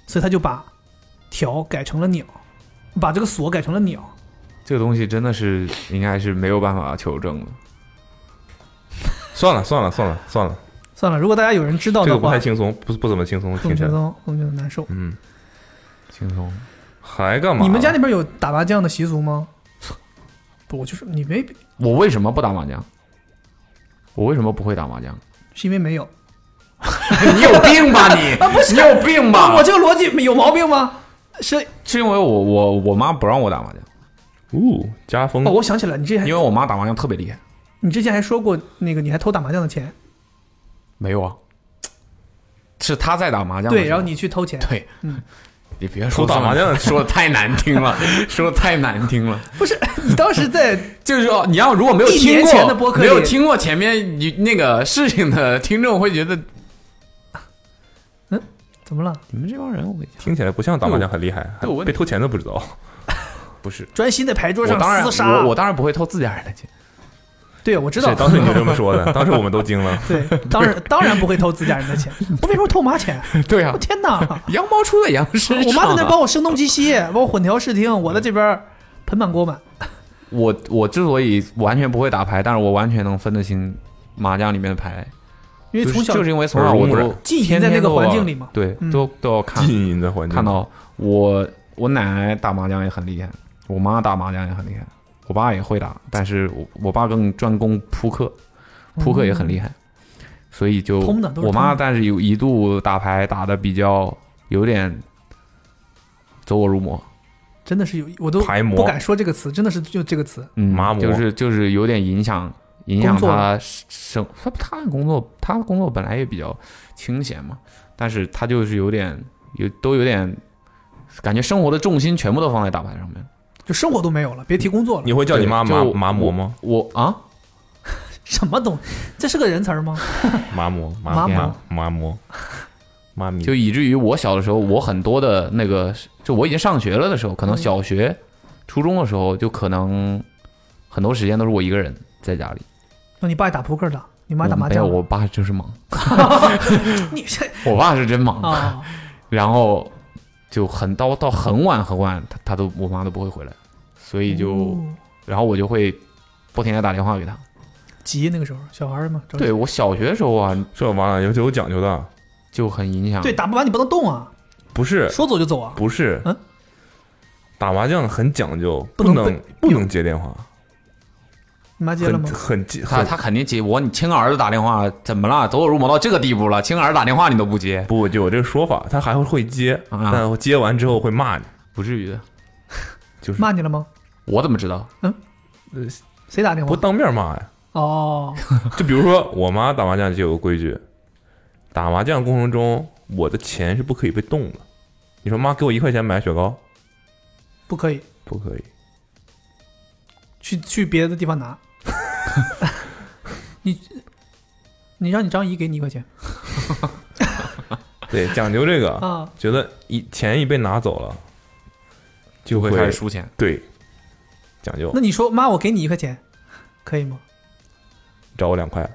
Speaker 3: 所以他就把条改成了鸟，把这个锁改成了鸟。
Speaker 4: 这个东西真的是应该是没有办法求证的。
Speaker 2: 算了算了算了算了，
Speaker 3: 算了，如果大家有人知道
Speaker 2: 这
Speaker 3: 的
Speaker 2: 个不
Speaker 3: 话，
Speaker 2: 太轻松，不不怎么轻松，
Speaker 3: 我
Speaker 2: 听起
Speaker 3: 觉
Speaker 2: 来
Speaker 3: 得，我觉得难受。
Speaker 2: 嗯，
Speaker 4: 轻松，
Speaker 2: 还干嘛？
Speaker 3: 你们家那边有打麻将的习俗吗？ [LAUGHS] 不，我就是你没，
Speaker 4: 我为什么不打麻将？我为什么不会打麻将？ [LAUGHS]
Speaker 3: 是因为没有。
Speaker 4: 你有病吧 [LAUGHS] 你？你有病吧？
Speaker 3: 我这个逻辑有毛病吗？是
Speaker 4: 是因为我我我妈不让我打麻将，
Speaker 2: 哦，家
Speaker 4: 嗯
Speaker 2: 风
Speaker 3: 哦，我想起来，你之前
Speaker 4: 因为我妈打麻将特别厉害。
Speaker 3: 你之前还说过那个你还偷打麻将的钱，
Speaker 4: 没有啊，是她在打麻将的时候。
Speaker 3: 对，然后你去偷钱，
Speaker 4: 对，
Speaker 3: 嗯
Speaker 4: [LAUGHS] 你别
Speaker 2: 说
Speaker 4: 说
Speaker 2: 打麻
Speaker 4: [LAUGHS]
Speaker 2: 将
Speaker 4: 说的太难听了， [LAUGHS] 说的太难听了。
Speaker 3: 不是 [LAUGHS] 你当时
Speaker 4: [LAUGHS]
Speaker 3: 在
Speaker 4: 就是说，你要如果没有
Speaker 3: 一
Speaker 4: 听
Speaker 3: 年
Speaker 4: 过
Speaker 3: 前的播客
Speaker 4: 没
Speaker 3: 里
Speaker 4: 有听过前面你那个事情的听众会觉得
Speaker 3: 怎么了？
Speaker 4: 你们这帮人，我跟你讲，
Speaker 2: 听起来不像打麻将很厉害，
Speaker 4: 对我
Speaker 2: 还
Speaker 4: 问
Speaker 2: 被
Speaker 4: 你
Speaker 2: 偷钱都不知道。
Speaker 4: 不是，
Speaker 3: 专心在牌桌
Speaker 4: 我
Speaker 3: 上
Speaker 4: 当然
Speaker 3: 厮杀，
Speaker 4: 我我当然不会偷自家人的钱， [LAUGHS]
Speaker 3: 对我知
Speaker 2: 是
Speaker 3: 道，
Speaker 2: 当时你这么说的，当时我们都惊了。
Speaker 3: [LAUGHS] 对，当然当然不会偷自家人的
Speaker 4: [LAUGHS]
Speaker 3: 钱，我为什么偷妈钱？
Speaker 4: 对啊
Speaker 3: 我，天哪！
Speaker 4: 羊毛出在羊身上啊。
Speaker 3: 我妈在那帮我声东击西，帮我混淆视听，我在这边盆满锅满。
Speaker 4: 我我之所以完全不会打牌，但是我完全能分得清麻将里面的牌，
Speaker 3: 因为
Speaker 4: 就是
Speaker 3: 从小
Speaker 4: 就是因为从小我
Speaker 2: 耳濡目
Speaker 4: 都
Speaker 2: 染
Speaker 3: 浸淫
Speaker 4: 天
Speaker 3: 在那
Speaker 4: 天
Speaker 3: 个
Speaker 4: 都
Speaker 3: 环
Speaker 4: 要
Speaker 3: 境里嘛
Speaker 4: 对
Speaker 3: 嗯，
Speaker 4: 都都要看
Speaker 2: 静音的环境，
Speaker 4: 看到我我奶奶打麻将也很厉害，我妈打麻将也很厉害，我爸也会打，但是我我爸更专攻扑克，扑克也很厉害，所以就
Speaker 3: 哦通的都是
Speaker 4: 我妈，
Speaker 3: 通的
Speaker 4: 但是有一度打牌打的比较有点走火入魔，
Speaker 3: 真的是有，我都
Speaker 2: 排
Speaker 3: 不
Speaker 2: 魔
Speaker 3: 敢说这个词，真的是就这个词。
Speaker 4: 嗯，
Speaker 2: 麻木
Speaker 4: 就是就是有点影响影响
Speaker 3: 工作
Speaker 4: 他生他他工作他工作本来也比较清闲嘛，但是他就是有点有都有点感觉生活的重心全部都放在打牌上面。
Speaker 3: 就生活都没有了，别提工作了。
Speaker 2: 你会叫你妈
Speaker 4: 对
Speaker 2: 麻
Speaker 4: 就
Speaker 2: 麻魔吗？
Speaker 4: 我啊，
Speaker 3: 什么东？这是个人词儿吗？
Speaker 2: 麻魔
Speaker 3: 麻
Speaker 2: 麻
Speaker 3: 魔
Speaker 2: 麻麻魔，妈咪
Speaker 4: 就以至于我小的时候，我很多的那个，就我已经上学了的时候，可能小学、
Speaker 3: 嗯
Speaker 4: 初中的时候，就可能很多时间都是我一个人在家里。
Speaker 3: 那你爸也打扑克的，你妈
Speaker 4: 我
Speaker 3: 打麻
Speaker 4: 没有，
Speaker 3: 将的。
Speaker 4: 我爸就是忙，
Speaker 3: 你这
Speaker 4: 我爸是真忙。
Speaker 3: 啊，
Speaker 4: 然后就很到到很晚很晚，他他都我妈都不会回来，所以就、
Speaker 3: 哦
Speaker 4: 然后我就会不停的打电话给他。
Speaker 3: 急那个时候，小孩儿嘛，着急
Speaker 4: 对我小学的时候啊，
Speaker 2: 这完了有有讲究的，
Speaker 4: 就很影响。
Speaker 3: 对，打不完你不能动啊，
Speaker 2: 不是
Speaker 3: 说走就走啊，
Speaker 2: 不是
Speaker 3: 嗯，
Speaker 2: 打麻将很讲究，
Speaker 3: 不
Speaker 2: 不
Speaker 3: 能
Speaker 2: 能不能接电话，
Speaker 3: 你妈接了
Speaker 2: 很
Speaker 3: 吗？
Speaker 2: 很很
Speaker 4: 他他肯定接我，你亲儿子打电话怎么了？走火入魔到这个地步了，亲儿子打电话你都不接，
Speaker 2: 不就有这个说法，他还会会接，
Speaker 4: 啊
Speaker 2: 但接完之后会骂你，
Speaker 4: 不至于的。
Speaker 2: 就是
Speaker 3: 骂你了吗？
Speaker 4: 我怎么知道？
Speaker 3: 谁打电
Speaker 2: 不
Speaker 3: 话？
Speaker 2: 当面骂呀。
Speaker 3: 哦，
Speaker 2: [LAUGHS] 就比如说我妈打麻将就有个规矩，打麻将过程中我的钱是不可以被动的。你说妈给我一块钱买雪糕，
Speaker 3: 不可以，
Speaker 2: 不可以。
Speaker 3: 去去别的地方
Speaker 4: [LAUGHS]
Speaker 3: 拿。你你让你张姨给你一块钱
Speaker 2: 对，讲究
Speaker 3: [LAUGHS]
Speaker 2: 这个，
Speaker 3: 啊，
Speaker 2: 觉得一钱一被拿走了，就
Speaker 4: 会开始输钱。
Speaker 2: 对，讲究
Speaker 3: 那你说妈，我给你一块钱，可以吗？
Speaker 2: 找我
Speaker 3: [LAUGHS]
Speaker 2: 两块，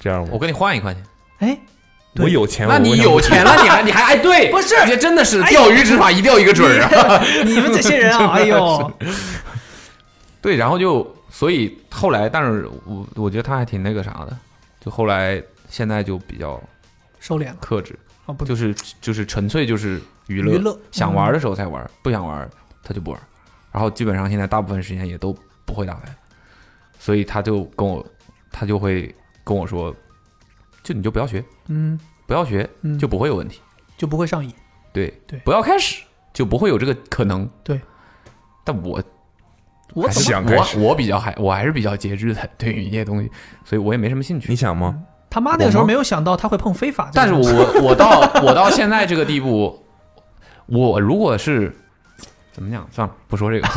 Speaker 2: 这样
Speaker 4: 我
Speaker 2: 我
Speaker 4: 给你换一块钱，
Speaker 3: 哎，对
Speaker 2: 我有钱，
Speaker 4: 那
Speaker 2: 哎我
Speaker 4: 你
Speaker 2: 为啥
Speaker 4: 有
Speaker 2: 不
Speaker 4: 钱了，你还你还哎对，
Speaker 3: 不是
Speaker 4: 这真的是钓鱼执法一钓一个准儿啊。
Speaker 3: 你你们这些人啊，哎呦，
Speaker 4: [LAUGHS] 对，然后就所以后来，但是我我觉得他还挺那个啥的，就后来现在就比较
Speaker 3: 收敛了
Speaker 4: 克制，
Speaker 3: 啊，不
Speaker 4: 就是就是纯粹就是娱乐，
Speaker 3: 娱乐
Speaker 4: 想玩的时候才玩，不想玩他就不玩。然后基本上现在大部分时间也都不会打牌，所以他就跟我，他就会跟我说，就你就不要学，
Speaker 3: 嗯，
Speaker 4: 不要学
Speaker 3: 嗯
Speaker 4: 就不会有问题，
Speaker 3: 就不会上瘾。
Speaker 4: 对
Speaker 3: 对
Speaker 4: 不要开始就不会有这个可能，
Speaker 3: 对。
Speaker 4: 但我
Speaker 3: 我
Speaker 2: 还
Speaker 3: 怎
Speaker 2: 是
Speaker 3: 么
Speaker 2: 想开始
Speaker 4: 我我比较还我还是比较节制的，对于一些东西，所以我也没什么兴趣
Speaker 2: [LAUGHS] 你。
Speaker 3: [LAUGHS]
Speaker 2: 想吗？
Speaker 3: 他妈那个时候没有想到他会碰非法这
Speaker 4: 但
Speaker 3: 个
Speaker 4: 是
Speaker 3: 东西？
Speaker 4: [LAUGHS] 我我到我到现在这个地步，我如果是怎么讲，算了，不说这个。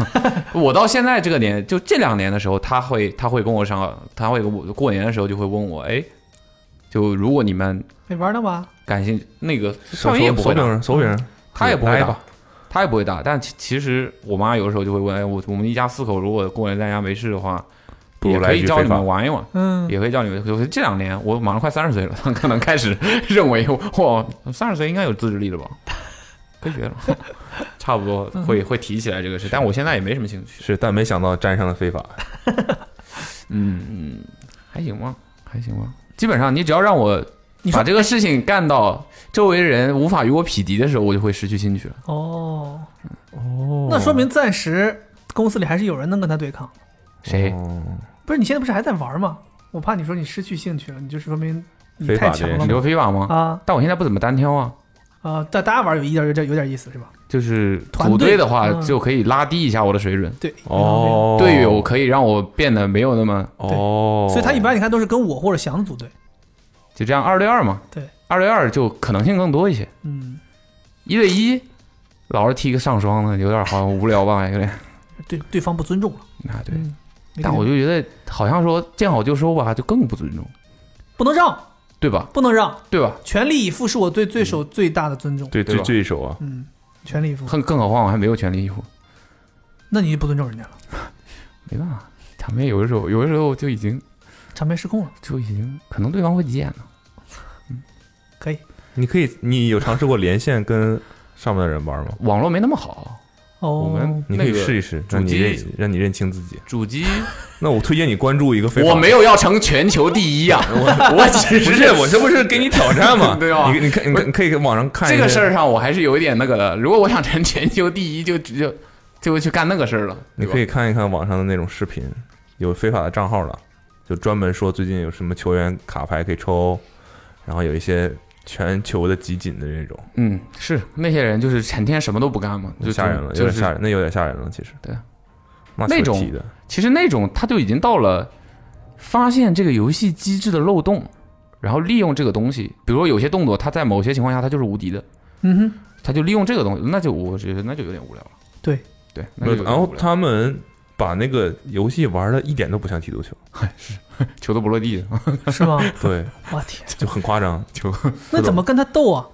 Speaker 4: [LAUGHS] 我到现在这个年，就这两年的时候，他会他会跟我商，他会跟我过年的时候就会问我，哎，就如果你们
Speaker 3: 没玩了吗？
Speaker 4: 感兴那个
Speaker 2: 手
Speaker 4: 上也不
Speaker 2: 手
Speaker 4: 会
Speaker 2: 柄
Speaker 4: 打，
Speaker 2: 上，手柄上，
Speaker 4: 他也不会
Speaker 2: 来
Speaker 4: 打
Speaker 2: 吧。，
Speaker 4: 他也不会打。但其其实我妈有的时候就会问，哎，我我们一家四口如果过年在家没事的话，
Speaker 2: 不如
Speaker 4: 也
Speaker 2: 来
Speaker 4: 可
Speaker 2: 一
Speaker 4: 以
Speaker 2: 局
Speaker 4: 教
Speaker 2: 非
Speaker 4: 你
Speaker 2: 法
Speaker 4: 们玩一玩。
Speaker 3: 嗯，
Speaker 4: 也可以叫你们。就是这两年，我马上快三十岁了，可能开始 [LAUGHS] 认为我三十岁应该有自制力了吧？科学了， [LAUGHS] 差不多会会提起来这个事，但我现在也没什么兴趣。
Speaker 2: 是，但没想到沾上了非法。
Speaker 4: 嗯嗯，还行吧，还行吧。基本上你只要让我
Speaker 3: 你说
Speaker 4: 把这个事情干到周围人无法与我匹敌的时候，我就会失去兴趣了。
Speaker 3: 哦，
Speaker 2: 哦
Speaker 3: 那说明暂时公司里还是有人能跟他对抗。
Speaker 4: 谁？
Speaker 2: 哦
Speaker 3: 不是你现在不是还在玩吗？我怕你说你失去兴趣了，你就说明你
Speaker 2: 非法
Speaker 3: 太强
Speaker 2: 这件
Speaker 3: 了嘛
Speaker 4: 你说非法吗？
Speaker 3: 啊
Speaker 4: 但我现在不怎么单挑啊，
Speaker 3: 啊！但大家玩有一点有点有点意思是吧？
Speaker 4: 就是
Speaker 3: 团
Speaker 4: 组
Speaker 3: 队
Speaker 4: 的话
Speaker 3: 嗯
Speaker 4: 就可以拉低一下我的水准，
Speaker 3: 对，
Speaker 2: 哦，
Speaker 4: 队友可以让我变得没有那么
Speaker 2: 哦，
Speaker 3: 所以他一般你看都是跟我或者翔子组队。
Speaker 4: 就这样二对二嘛。
Speaker 3: 对，
Speaker 4: 二对二就可能性更多一些。
Speaker 3: 嗯，
Speaker 4: 一对一，老是踢个上双的，有点好像无聊吧，有点
Speaker 3: 对，对方不尊重了。
Speaker 4: 啊对。
Speaker 3: 嗯，那个
Speaker 4: 但我就觉得好像说见好就收吧，就更不尊重，
Speaker 3: 不能让，
Speaker 4: 对吧？
Speaker 3: 不能让，
Speaker 4: 对吧？
Speaker 3: 全力以赴是我对对手最大的尊重。
Speaker 2: 对
Speaker 4: 嗯对
Speaker 2: 对
Speaker 4: 吧
Speaker 2: 这一手啊，
Speaker 3: 嗯，全力以赴，
Speaker 4: 更更何况我还没有权利义务，
Speaker 3: 那你就不尊重人家了，
Speaker 4: 没办法，场面有的时候有的时候就已经
Speaker 3: 场面失控了。
Speaker 4: 就已经可能对方会急眼了。
Speaker 3: 可以
Speaker 2: 你可以，你有尝试过连线跟上面的人玩吗？
Speaker 4: 网络没那么好，我
Speaker 3: 哦
Speaker 4: 们，
Speaker 2: 你可以
Speaker 4: 那个
Speaker 2: 试一试，
Speaker 4: 主
Speaker 2: 让你
Speaker 4: 机
Speaker 2: 认让你认清自己。
Speaker 4: 主机
Speaker 2: 那我推荐你关注一个非法，
Speaker 4: 我没有要成全球
Speaker 2: [LAUGHS]
Speaker 4: 第一啊，我我只
Speaker 2: 不
Speaker 4: 是
Speaker 2: 是我这不是给你挑战 [LAUGHS] 吗？
Speaker 4: 对啊
Speaker 2: 你你看你看可以网上看一
Speaker 4: 这
Speaker 2: 些
Speaker 4: 个事儿，上我还是有一点那个的。如果我想成全球第一，就就就会去干那个事儿了。
Speaker 2: 你
Speaker 4: 对吧
Speaker 2: 可以看一看网上的那种视频，有非法的账号了，就专门说最近有什么球员卡牌可以抽，然后有一些全球的集锦的那种，
Speaker 4: 嗯，是那些人就是成天什么都不干嘛，就
Speaker 2: 吓人了，有
Speaker 4: 就
Speaker 2: 点
Speaker 4: 是
Speaker 2: 吓人，那有点吓人了，其实。
Speaker 4: 对啊，
Speaker 2: 那
Speaker 4: 那
Speaker 2: 球
Speaker 4: 种
Speaker 2: 踢的，
Speaker 4: 其实那种他就已经到了发现这个游戏机制的漏洞，然后利用这个东西，比如说有些动作，他在某些情况下他就是无敌的，
Speaker 3: 嗯哼，
Speaker 4: 他就利用这个东西，那就我觉得那就有点无聊了。
Speaker 3: 对
Speaker 4: 对，那就
Speaker 2: 没
Speaker 4: 有
Speaker 2: 有
Speaker 4: 点
Speaker 2: 然后
Speaker 4: 无聊
Speaker 2: 他们把那个游戏玩的一点都不像踢足球，
Speaker 4: 球都不落地， [LAUGHS]
Speaker 3: 是吗？
Speaker 2: 对，
Speaker 3: [LAUGHS] 我天，
Speaker 2: 就很夸张，就
Speaker 3: 那怎么跟他斗啊？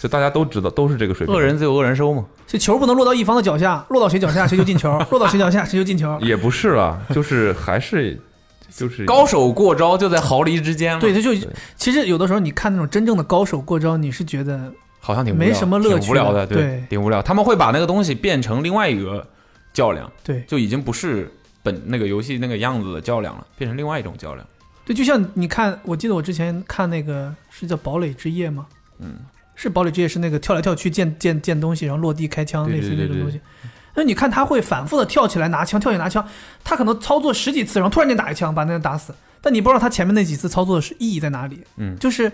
Speaker 2: 就大家都知道都是这个水平，
Speaker 4: 恶人自有恶人收嘛。
Speaker 3: 这球不能落到一方的脚下，落到谁脚下谁就进球，落到谁脚下谁就进
Speaker 2: [LAUGHS]
Speaker 3: 球。
Speaker 2: 也不是了，就是
Speaker 3: [LAUGHS]
Speaker 2: 还是就是
Speaker 4: 高手过招就在毫厘之间嘛。
Speaker 3: 对，，他就
Speaker 2: 对
Speaker 3: 其实有的时候你看那种真正的高手过招，你是觉得
Speaker 4: 好像挺无
Speaker 3: 没
Speaker 4: 聊
Speaker 3: 什么乐
Speaker 4: 挺
Speaker 3: 趣
Speaker 4: 无聊
Speaker 3: 的
Speaker 4: 的，
Speaker 3: 对
Speaker 4: 挺无聊。他们会把那个东西变成另外一个较量，
Speaker 3: 对
Speaker 4: 就已经不是本那个游戏那个样子的较量了，变成另外一种较量。
Speaker 3: 对，就像你看，我记得我之前看那个是叫《堡垒之夜》吗？
Speaker 4: 嗯，
Speaker 3: 是《堡垒之夜》，是那个跳来跳去建建建东西，然后落地开枪，
Speaker 4: 对
Speaker 3: 类似于那
Speaker 4: 对对
Speaker 3: 种
Speaker 4: 对
Speaker 3: 东西。那你看他会反复的跳起来拿枪，跳起来拿枪，他可能操作十几次，然后突然间打一枪把那人打死，但你不知道他前面那几次操作的是意义在哪里。
Speaker 4: 嗯
Speaker 3: 就是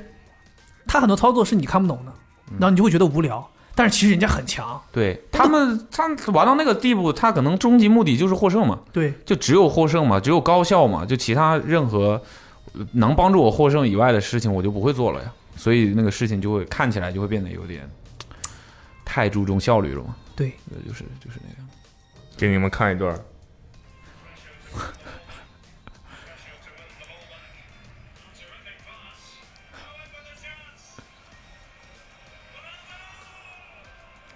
Speaker 3: 他很多操作是你看不懂的，然后你就会觉得无聊，但是其实人家很强。
Speaker 4: 对他们，他玩到那个地步，他可能终极目的就是获胜嘛，
Speaker 3: 对，
Speaker 4: 就只有获胜嘛，只有高效嘛，就其他任何呃能帮助我获胜以外的事情，我就不会做了呀。所以那个事情就会看起来就会变得有点太注重效率了嘛。
Speaker 3: 对，
Speaker 4: 那就是就是那样。
Speaker 2: 给你们看一段儿，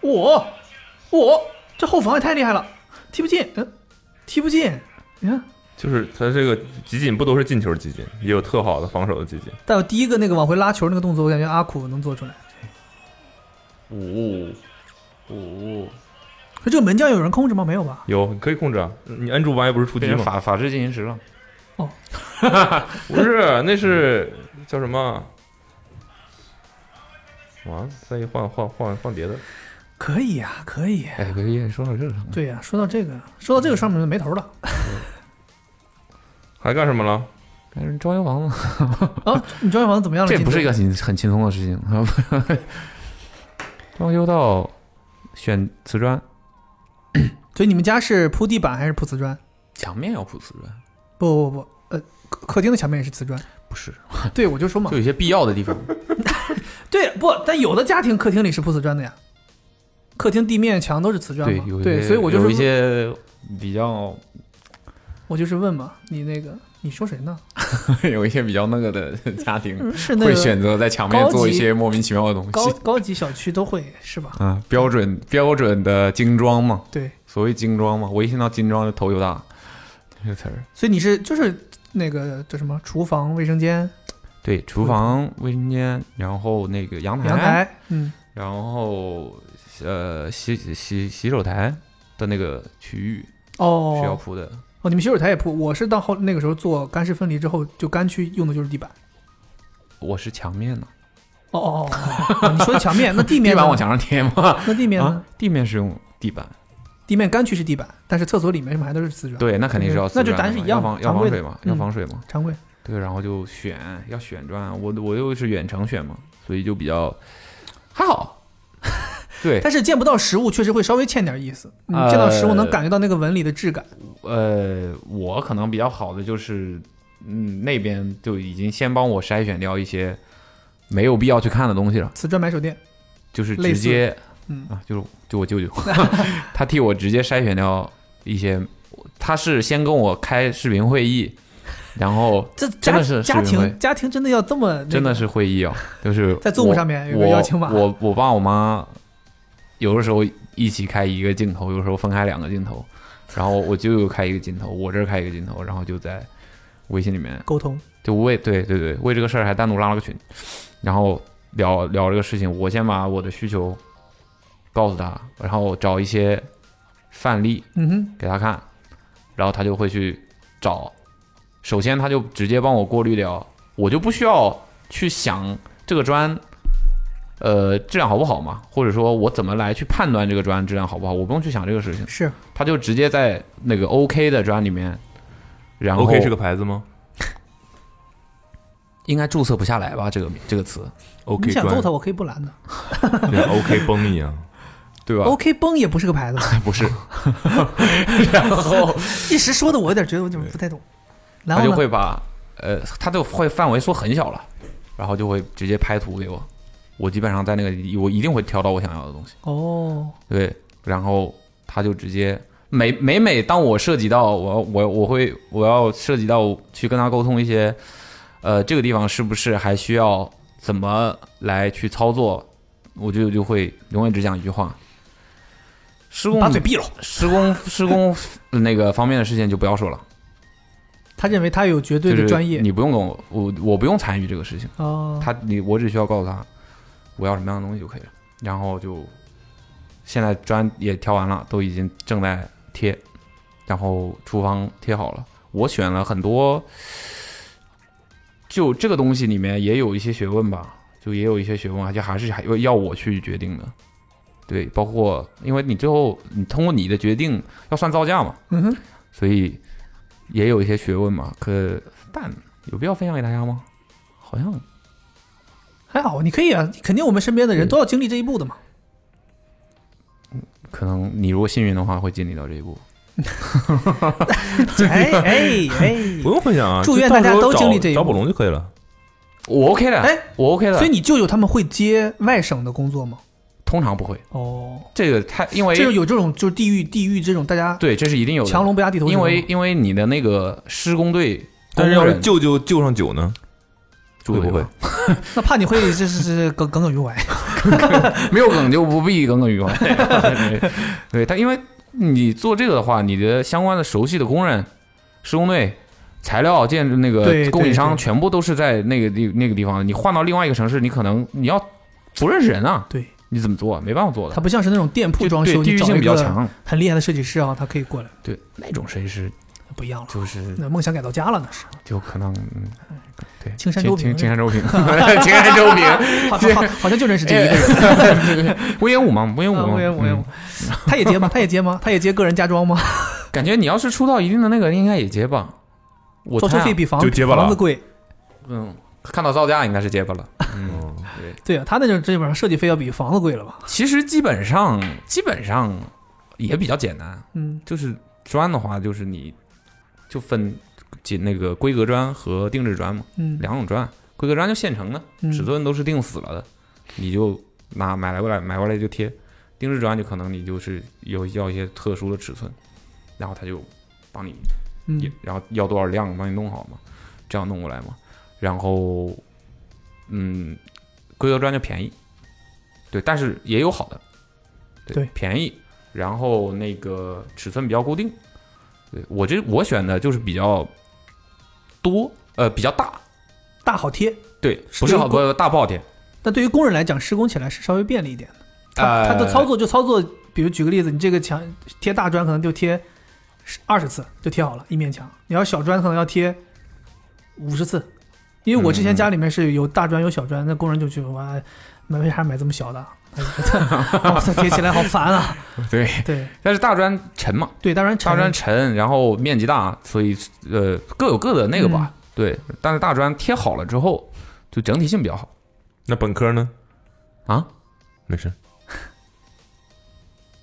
Speaker 3: 我我这后防也太厉害了，踢不进，嗯，踢不进，你看。
Speaker 2: 就是他这个集锦不都是进球集锦，也有特好的防守的集锦，
Speaker 3: 但我第一个那个往回拉球那个动作，我感觉阿苦能做出来。
Speaker 4: 五五、哦
Speaker 3: 可哎这个门将有人控制吗？没有吧？
Speaker 2: 有你可以控制啊，你摁住 Y 不是出击
Speaker 4: 变成
Speaker 2: 吗？
Speaker 4: 法法制进行时了。
Speaker 2: 不是，那是叫什么？完了，再一换换换换别的，
Speaker 3: 可以呀、可以。
Speaker 4: 哎，可以说到这上了，
Speaker 3: 对呀、说到这个，说到这个上面就没头了。
Speaker 2: 还干什么了？
Speaker 4: 但是装修房子，
Speaker 3: 啊，你装修房子怎么样了？
Speaker 4: 这也不是一
Speaker 3: 进
Speaker 4: 个很很轻松的事情。装修到选瓷砖，
Speaker 3: 度，所以你们家是铺地板还是铺瓷砖？
Speaker 4: [LAUGHS] 墙面要铺瓷砖，
Speaker 3: 不不不，呃，客客厅的墙面也是瓷
Speaker 4: [LAUGHS]
Speaker 3: 砖。
Speaker 4: 不是，
Speaker 3: 对，我就说嘛
Speaker 4: 就，有些必要的地方。
Speaker 3: 对，不，但有的家庭客厅里是铺瓷砖的呀，客厅地面墙都是瓷砖
Speaker 4: 对
Speaker 3: 嘛。，
Speaker 4: 有
Speaker 3: 对，
Speaker 4: 一些
Speaker 3: 所以我就
Speaker 4: 有
Speaker 3: 是
Speaker 4: 一些比较， [LAUGHS]
Speaker 3: 我就是问嘛，你那个你说谁呢？
Speaker 4: 有一些比较那个的 [LAUGHS] 家庭
Speaker 3: 嗯是那
Speaker 4: 会
Speaker 3: 个
Speaker 4: 选择在墙面
Speaker 3: 高级
Speaker 4: 做一些莫名其妙的东
Speaker 3: 高
Speaker 4: 西。
Speaker 3: 高级小区都会是吧？
Speaker 4: 啊，标准标准的精装嘛，
Speaker 3: 对，
Speaker 4: 所谓精装嘛，我一听到精装就头就大，这个词儿。
Speaker 3: 所以你是就是那个叫什么厨房、卫生间、
Speaker 4: 对，厨房、卫生间，然后那个阳台，
Speaker 3: 阳台，嗯，
Speaker 4: 然后呃洗洗洗手台的那个区域是要
Speaker 3: 哦
Speaker 4: 铺的。
Speaker 3: 哦，你们洗手台也铺，我是到后那个时候做干湿分离之后，就干区用的就是地板。
Speaker 4: 我是墙面呢，
Speaker 3: 哦哦哦哦，你说的墙面，那地面
Speaker 4: [LAUGHS]
Speaker 3: 呢
Speaker 4: 地板往墙上贴吗？
Speaker 3: 那地面呢
Speaker 4: 啊？，地面是用地板，
Speaker 3: 地面干区是地板，但是厕所里面什么还都是瓷砖。，
Speaker 4: 对，那肯定是要
Speaker 3: 那就
Speaker 4: 瓷砖的
Speaker 3: 咱是
Speaker 4: 嘛
Speaker 3: 一样
Speaker 4: 要防要
Speaker 3: 常
Speaker 4: 防
Speaker 3: 规
Speaker 4: 水
Speaker 3: 的
Speaker 4: 嘛，要
Speaker 3: 嗯
Speaker 4: 防水嘛。
Speaker 3: 常规。
Speaker 4: 对，然后就选要选砖，我我又是远程选嘛，所以就比较
Speaker 3: [LAUGHS]
Speaker 4: 还好。对，
Speaker 3: 但是见不到实物，确实会稍微欠点意思。你
Speaker 4: 呃
Speaker 3: 见到实物能感觉到那个纹理的质感。
Speaker 4: 呃，我可能比较好的就是，嗯，那边就已经先帮我筛选掉一些没有必要去看的东西了，
Speaker 3: 瓷砖买手店，
Speaker 4: 就是直
Speaker 3: 类似
Speaker 4: 接，
Speaker 3: 嗯
Speaker 4: 啊，就是就我舅 [LAUGHS] 舅，他替我直接筛选掉一些，他是先跟我开视频会议，然后
Speaker 3: 这
Speaker 4: 真
Speaker 3: 家
Speaker 4: 的是
Speaker 3: 家
Speaker 4: 是因为
Speaker 3: 庭家庭真的要这么、 [LAUGHS] 那个
Speaker 4: 真的是会议啊，就是
Speaker 3: [LAUGHS] 在 Zoom
Speaker 4: 我
Speaker 3: 上面有个
Speaker 4: 我
Speaker 3: 邀请码
Speaker 4: 我我爸我妈有的时候一起开一个镜头，有的时候分开两个镜头，然后我舅舅开一个镜头，我这儿开一个镜头，然后就在微信里面
Speaker 3: 沟通。
Speaker 4: 就为对对对为这个事儿还单独拉了个群，然后聊聊这个事情，我先把我的需求告诉他，然后找一些范例
Speaker 3: 嗯哼，
Speaker 4: 给他看，然后他就会去找。首先，他就直接帮我过滤掉，我就不需要去想这个砖，呃，质量好不好嘛，或者说我怎么来去判断这个砖质量好不好，我不用去想这个事情，
Speaker 3: 是
Speaker 4: 他就直接在那个 OK 的砖里面，然后
Speaker 2: OK 是个牌子吗
Speaker 4: 应该注册不下来吧，这个这个词，
Speaker 2: ？OK
Speaker 3: 你想揍
Speaker 2: 砖
Speaker 3: 他，我可以不拦的。
Speaker 2: 像 OK 啊崩一样，
Speaker 4: 对吧？
Speaker 3: OK 崩也不是个牌
Speaker 4: [LAUGHS]
Speaker 3: 子，
Speaker 4: 不
Speaker 3: [LAUGHS]
Speaker 4: 是，然后
Speaker 3: 一时说的我有点觉得我怎么不太懂。然
Speaker 4: 他
Speaker 3: 后
Speaker 4: 就
Speaker 3: 呢？
Speaker 4: 会把呃，他就会范围缩很小了，然后就会直接拍图给我，我基本上在那个我一定会挑到我想要的东西，
Speaker 3: 哦，
Speaker 4: 对，然后他就直接每每每当我涉及到我我我会我要涉及到去跟他沟通一些，呃，这个地方是不是还需要怎么来去操作，我就就会永远只讲一句话。施工
Speaker 3: 把嘴闭了。
Speaker 4: 施
Speaker 3: [LAUGHS]
Speaker 4: 工施工呃那个方面的事情就不要说了，
Speaker 3: 他认为他有绝对
Speaker 4: 就
Speaker 3: 的
Speaker 4: 是
Speaker 3: 专业。
Speaker 4: 你不用跟我我我不用参与这个事情，
Speaker 3: 哦，
Speaker 4: 他你我只需要告诉他我要什么样的东西就可以了，然后就现在砖也挑完了，都已经正在贴，然后厨房贴好了，我选了很多，就这个东西里面也有一些学问吧，就也有一些学问，而且还是还要我去决定的。对，包括因为你最后你通过你的决定要算造价嘛，
Speaker 3: 嗯哼，
Speaker 4: 所以也有一些学问嘛。可但有必要分享给大家吗？好像
Speaker 3: 还好，你可以啊，肯定我们身边的人
Speaker 4: 对
Speaker 3: 都要经历这一步的
Speaker 4: [LAUGHS]
Speaker 3: 嘛。
Speaker 4: 可能你如果幸运的话，会经历到这一步。
Speaker 3: 哎哎哎，
Speaker 2: 不用分享啊，
Speaker 3: [LAUGHS] 祝愿
Speaker 2: 就到
Speaker 3: 大家
Speaker 2: 时候
Speaker 3: 都经历
Speaker 2: 找
Speaker 3: 这一
Speaker 2: 找
Speaker 3: 步
Speaker 2: 宝龙就可以了。
Speaker 4: 我 OK 的，
Speaker 3: 哎
Speaker 4: 我 OK 的。
Speaker 3: 所以你舅舅他们会接外省的工作吗？
Speaker 4: 通常不会，
Speaker 3: 哦，
Speaker 4: 这个太因为
Speaker 3: 这就有这种就是地域地域这种大家
Speaker 4: 对，这是一定有
Speaker 3: 强
Speaker 4: 的。
Speaker 3: 龙不压地头蛇
Speaker 4: 因
Speaker 3: 吗，
Speaker 4: 为因为你的那个施工队，
Speaker 2: 但是要
Speaker 4: 工
Speaker 2: 是
Speaker 4: 人
Speaker 2: 舅舅舅上酒呢？
Speaker 4: 住
Speaker 2: 会不
Speaker 4: 的
Speaker 2: 会
Speaker 4: 地
Speaker 3: 那怕你
Speaker 4: [LAUGHS]
Speaker 3: 会这是是耿耿耿于怀。
Speaker 4: 方没有梗就不必耿耿于怀。 [LAUGHS] 对对，但因为你做这个的话，你的相关的熟悉的工人、施工队、材料、建那
Speaker 3: 对
Speaker 4: 个
Speaker 3: 对
Speaker 4: 供应商，
Speaker 3: 对
Speaker 4: 全部都是在那个地那个地方。你换到另外一个城市，你可能你要不认识人啊，
Speaker 3: 对，
Speaker 4: 你怎么做啊？没办法做的
Speaker 3: 他。不像是那种店铺
Speaker 4: 就
Speaker 3: 装
Speaker 4: 对
Speaker 3: 修，
Speaker 4: 地
Speaker 3: 你
Speaker 4: 域
Speaker 3: 找
Speaker 4: 性
Speaker 3: 一
Speaker 4: 比较
Speaker 3: 个
Speaker 4: 强，
Speaker 3: 很厉害的设计师啊，他可以过来，
Speaker 4: 对那种设计师
Speaker 3: 不一样了。
Speaker 4: 就是
Speaker 3: 那梦想改到家了，那
Speaker 4: [LAUGHS]
Speaker 3: 是。
Speaker 4: 就可能嗯对
Speaker 3: 青山周平
Speaker 4: 青青山周平，青山周平，
Speaker 3: 好好好好像就认识这
Speaker 4: 哎
Speaker 3: 一个人。
Speaker 4: 威严五嘛，威严五
Speaker 3: 啊
Speaker 4: 嘛，
Speaker 3: 我也我也
Speaker 4: 嗯，
Speaker 3: 他也
Speaker 4: [LAUGHS]
Speaker 3: 接吗？他也接吗？他也接个人家装吗？
Speaker 4: 感觉你要是出到一定的那个，应该也结吧。我
Speaker 3: 交车
Speaker 4: 猜啊
Speaker 3: 费比房
Speaker 2: 就结巴了
Speaker 3: 房子贵。
Speaker 4: 嗯，看到造价应该是结巴了。
Speaker 2: 嗯
Speaker 3: 对啊，他那就是基本上设计费要比房子贵了吧？
Speaker 4: 其实基本上基本上也比较简单，
Speaker 3: 嗯，
Speaker 4: 就是砖的话，就是你就分几那个规格砖和定制砖嘛，
Speaker 3: 嗯
Speaker 4: 两种砖，规格砖就现成的，
Speaker 3: 嗯
Speaker 4: 尺寸都是定死了的，你就拿买来过来买过来就贴。定制砖就可能你就是有要一些特殊的尺寸，然后他就帮你也
Speaker 3: 嗯
Speaker 4: 然后要多少量帮你弄好嘛，这样弄过来嘛。然后，嗯，规格砖就便宜，对，但是也有好的，
Speaker 3: 对
Speaker 4: 便宜，然后那个尺寸比较固定。对我这我选的就是比较多，呃，比较大，
Speaker 3: 大好贴。
Speaker 4: 对，
Speaker 3: 是
Speaker 4: 不是
Speaker 3: 有
Speaker 4: 好
Speaker 3: 过
Speaker 4: 多大不好贴，
Speaker 3: 但对于工人来讲，施工起来是稍微便利一点的。他
Speaker 2: 哎
Speaker 4: 呃
Speaker 3: 他的操作就操作，比如举个例子，你这个墙贴大砖可能就贴二十次就贴好了一面墙，你要小砖可能要贴五十次。因为我
Speaker 4: 嗯
Speaker 3: 之前家里面是有大砖有小砖，那工人就觉得哇，买为啥买这么小的？啊 [LAUGHS]
Speaker 4: [LAUGHS]
Speaker 3: 哇塞，贴起来好烦啊！
Speaker 4: 对，
Speaker 3: 对
Speaker 4: 但是大砖沉嘛，
Speaker 3: 对，当然
Speaker 4: 大
Speaker 3: 承认
Speaker 4: 砖沉，然后面积大，所以呃各有各的那个
Speaker 3: 嗯
Speaker 4: 吧，对。但是大砖贴好了之后，就整体性比较好
Speaker 2: 那本科呢？
Speaker 4: 啊。
Speaker 2: 没事，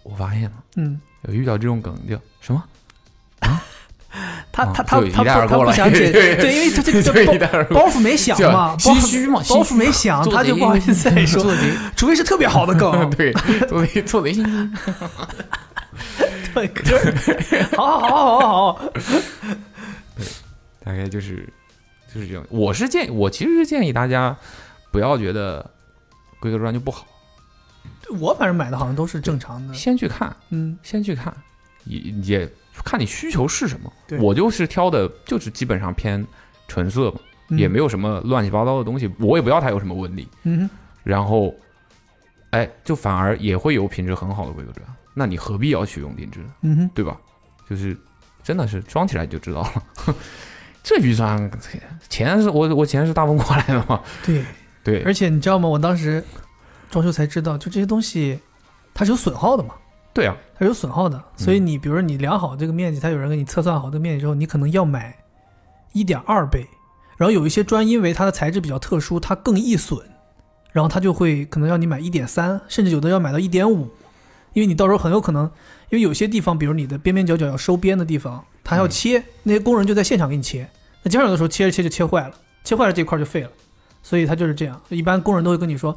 Speaker 4: 我发现了
Speaker 3: 嗯，
Speaker 4: 有遇到这种梗就什么
Speaker 3: 他
Speaker 4: 啊
Speaker 3: 他他
Speaker 4: 就一
Speaker 3: 他
Speaker 4: 带而
Speaker 3: 不他
Speaker 4: 过
Speaker 3: 不
Speaker 4: 了
Speaker 3: 想
Speaker 4: [LAUGHS]
Speaker 3: 解，
Speaker 4: 对
Speaker 3: [LAUGHS] 对，因为他这这
Speaker 4: 对一带
Speaker 3: 包
Speaker 4: 而过
Speaker 3: 包袱没想嘛，
Speaker 4: 就
Speaker 3: 包袱
Speaker 4: 心虚嘛
Speaker 3: 包
Speaker 4: 心
Speaker 3: 袱没想，
Speaker 4: 做
Speaker 3: 他就
Speaker 4: 贼
Speaker 3: 不好意
Speaker 4: [LAUGHS]
Speaker 3: 思再说
Speaker 4: 做，贼
Speaker 3: 除非是特别好的梗
Speaker 4: [LAUGHS] ，对，做贼做贼心虚。 [LAUGHS]
Speaker 3: 本科，好好好好好，
Speaker 4: 大概就是就是这样。我是建议，我其实是建议大家不要觉得规格砖就不好，
Speaker 3: 我反正买的好像都是正常的，
Speaker 4: 先去看，
Speaker 3: 嗯
Speaker 4: 先去看，也也看你需求是什么
Speaker 3: 对。
Speaker 4: 我就是挑的，就是基本上偏纯色嘛，
Speaker 3: 嗯
Speaker 4: 也没有什么乱七八糟的东西，我也不要它有什么纹理。
Speaker 3: 嗯
Speaker 4: 然后，哎，就反而也会有品质很好的规格砖，那你何必要去用定制呢？
Speaker 3: 嗯哼，
Speaker 4: 对吧？就是真的是装起来就知道了。 [LAUGHS] 这预算钱是我我钱是大风刮来的嘛？
Speaker 3: 对，
Speaker 4: 对，
Speaker 3: 而且你知道吗？我当时装修才知道，就这些东西它是有损耗的嘛，
Speaker 4: 对啊，
Speaker 3: 它是有损耗的，所
Speaker 4: 嗯
Speaker 3: 以你比如说你量好这个面积，它有人给你测算好这个面积之后，你可能要买一点二倍，然后有一些砖因为它的材质比较特殊，它更易损，然后它就会可能让你买一点三，甚至有的要买到一点五，因为你到时候很有可能，因为有些地方，比如你的边边角角要收边的地方，它还要
Speaker 2: 嗯
Speaker 3: 切，那些工人就在现场给你切，那家长有的时候切着切着就切坏了，切坏了这块就废了，所以它就是这样，一般工人都会跟你说。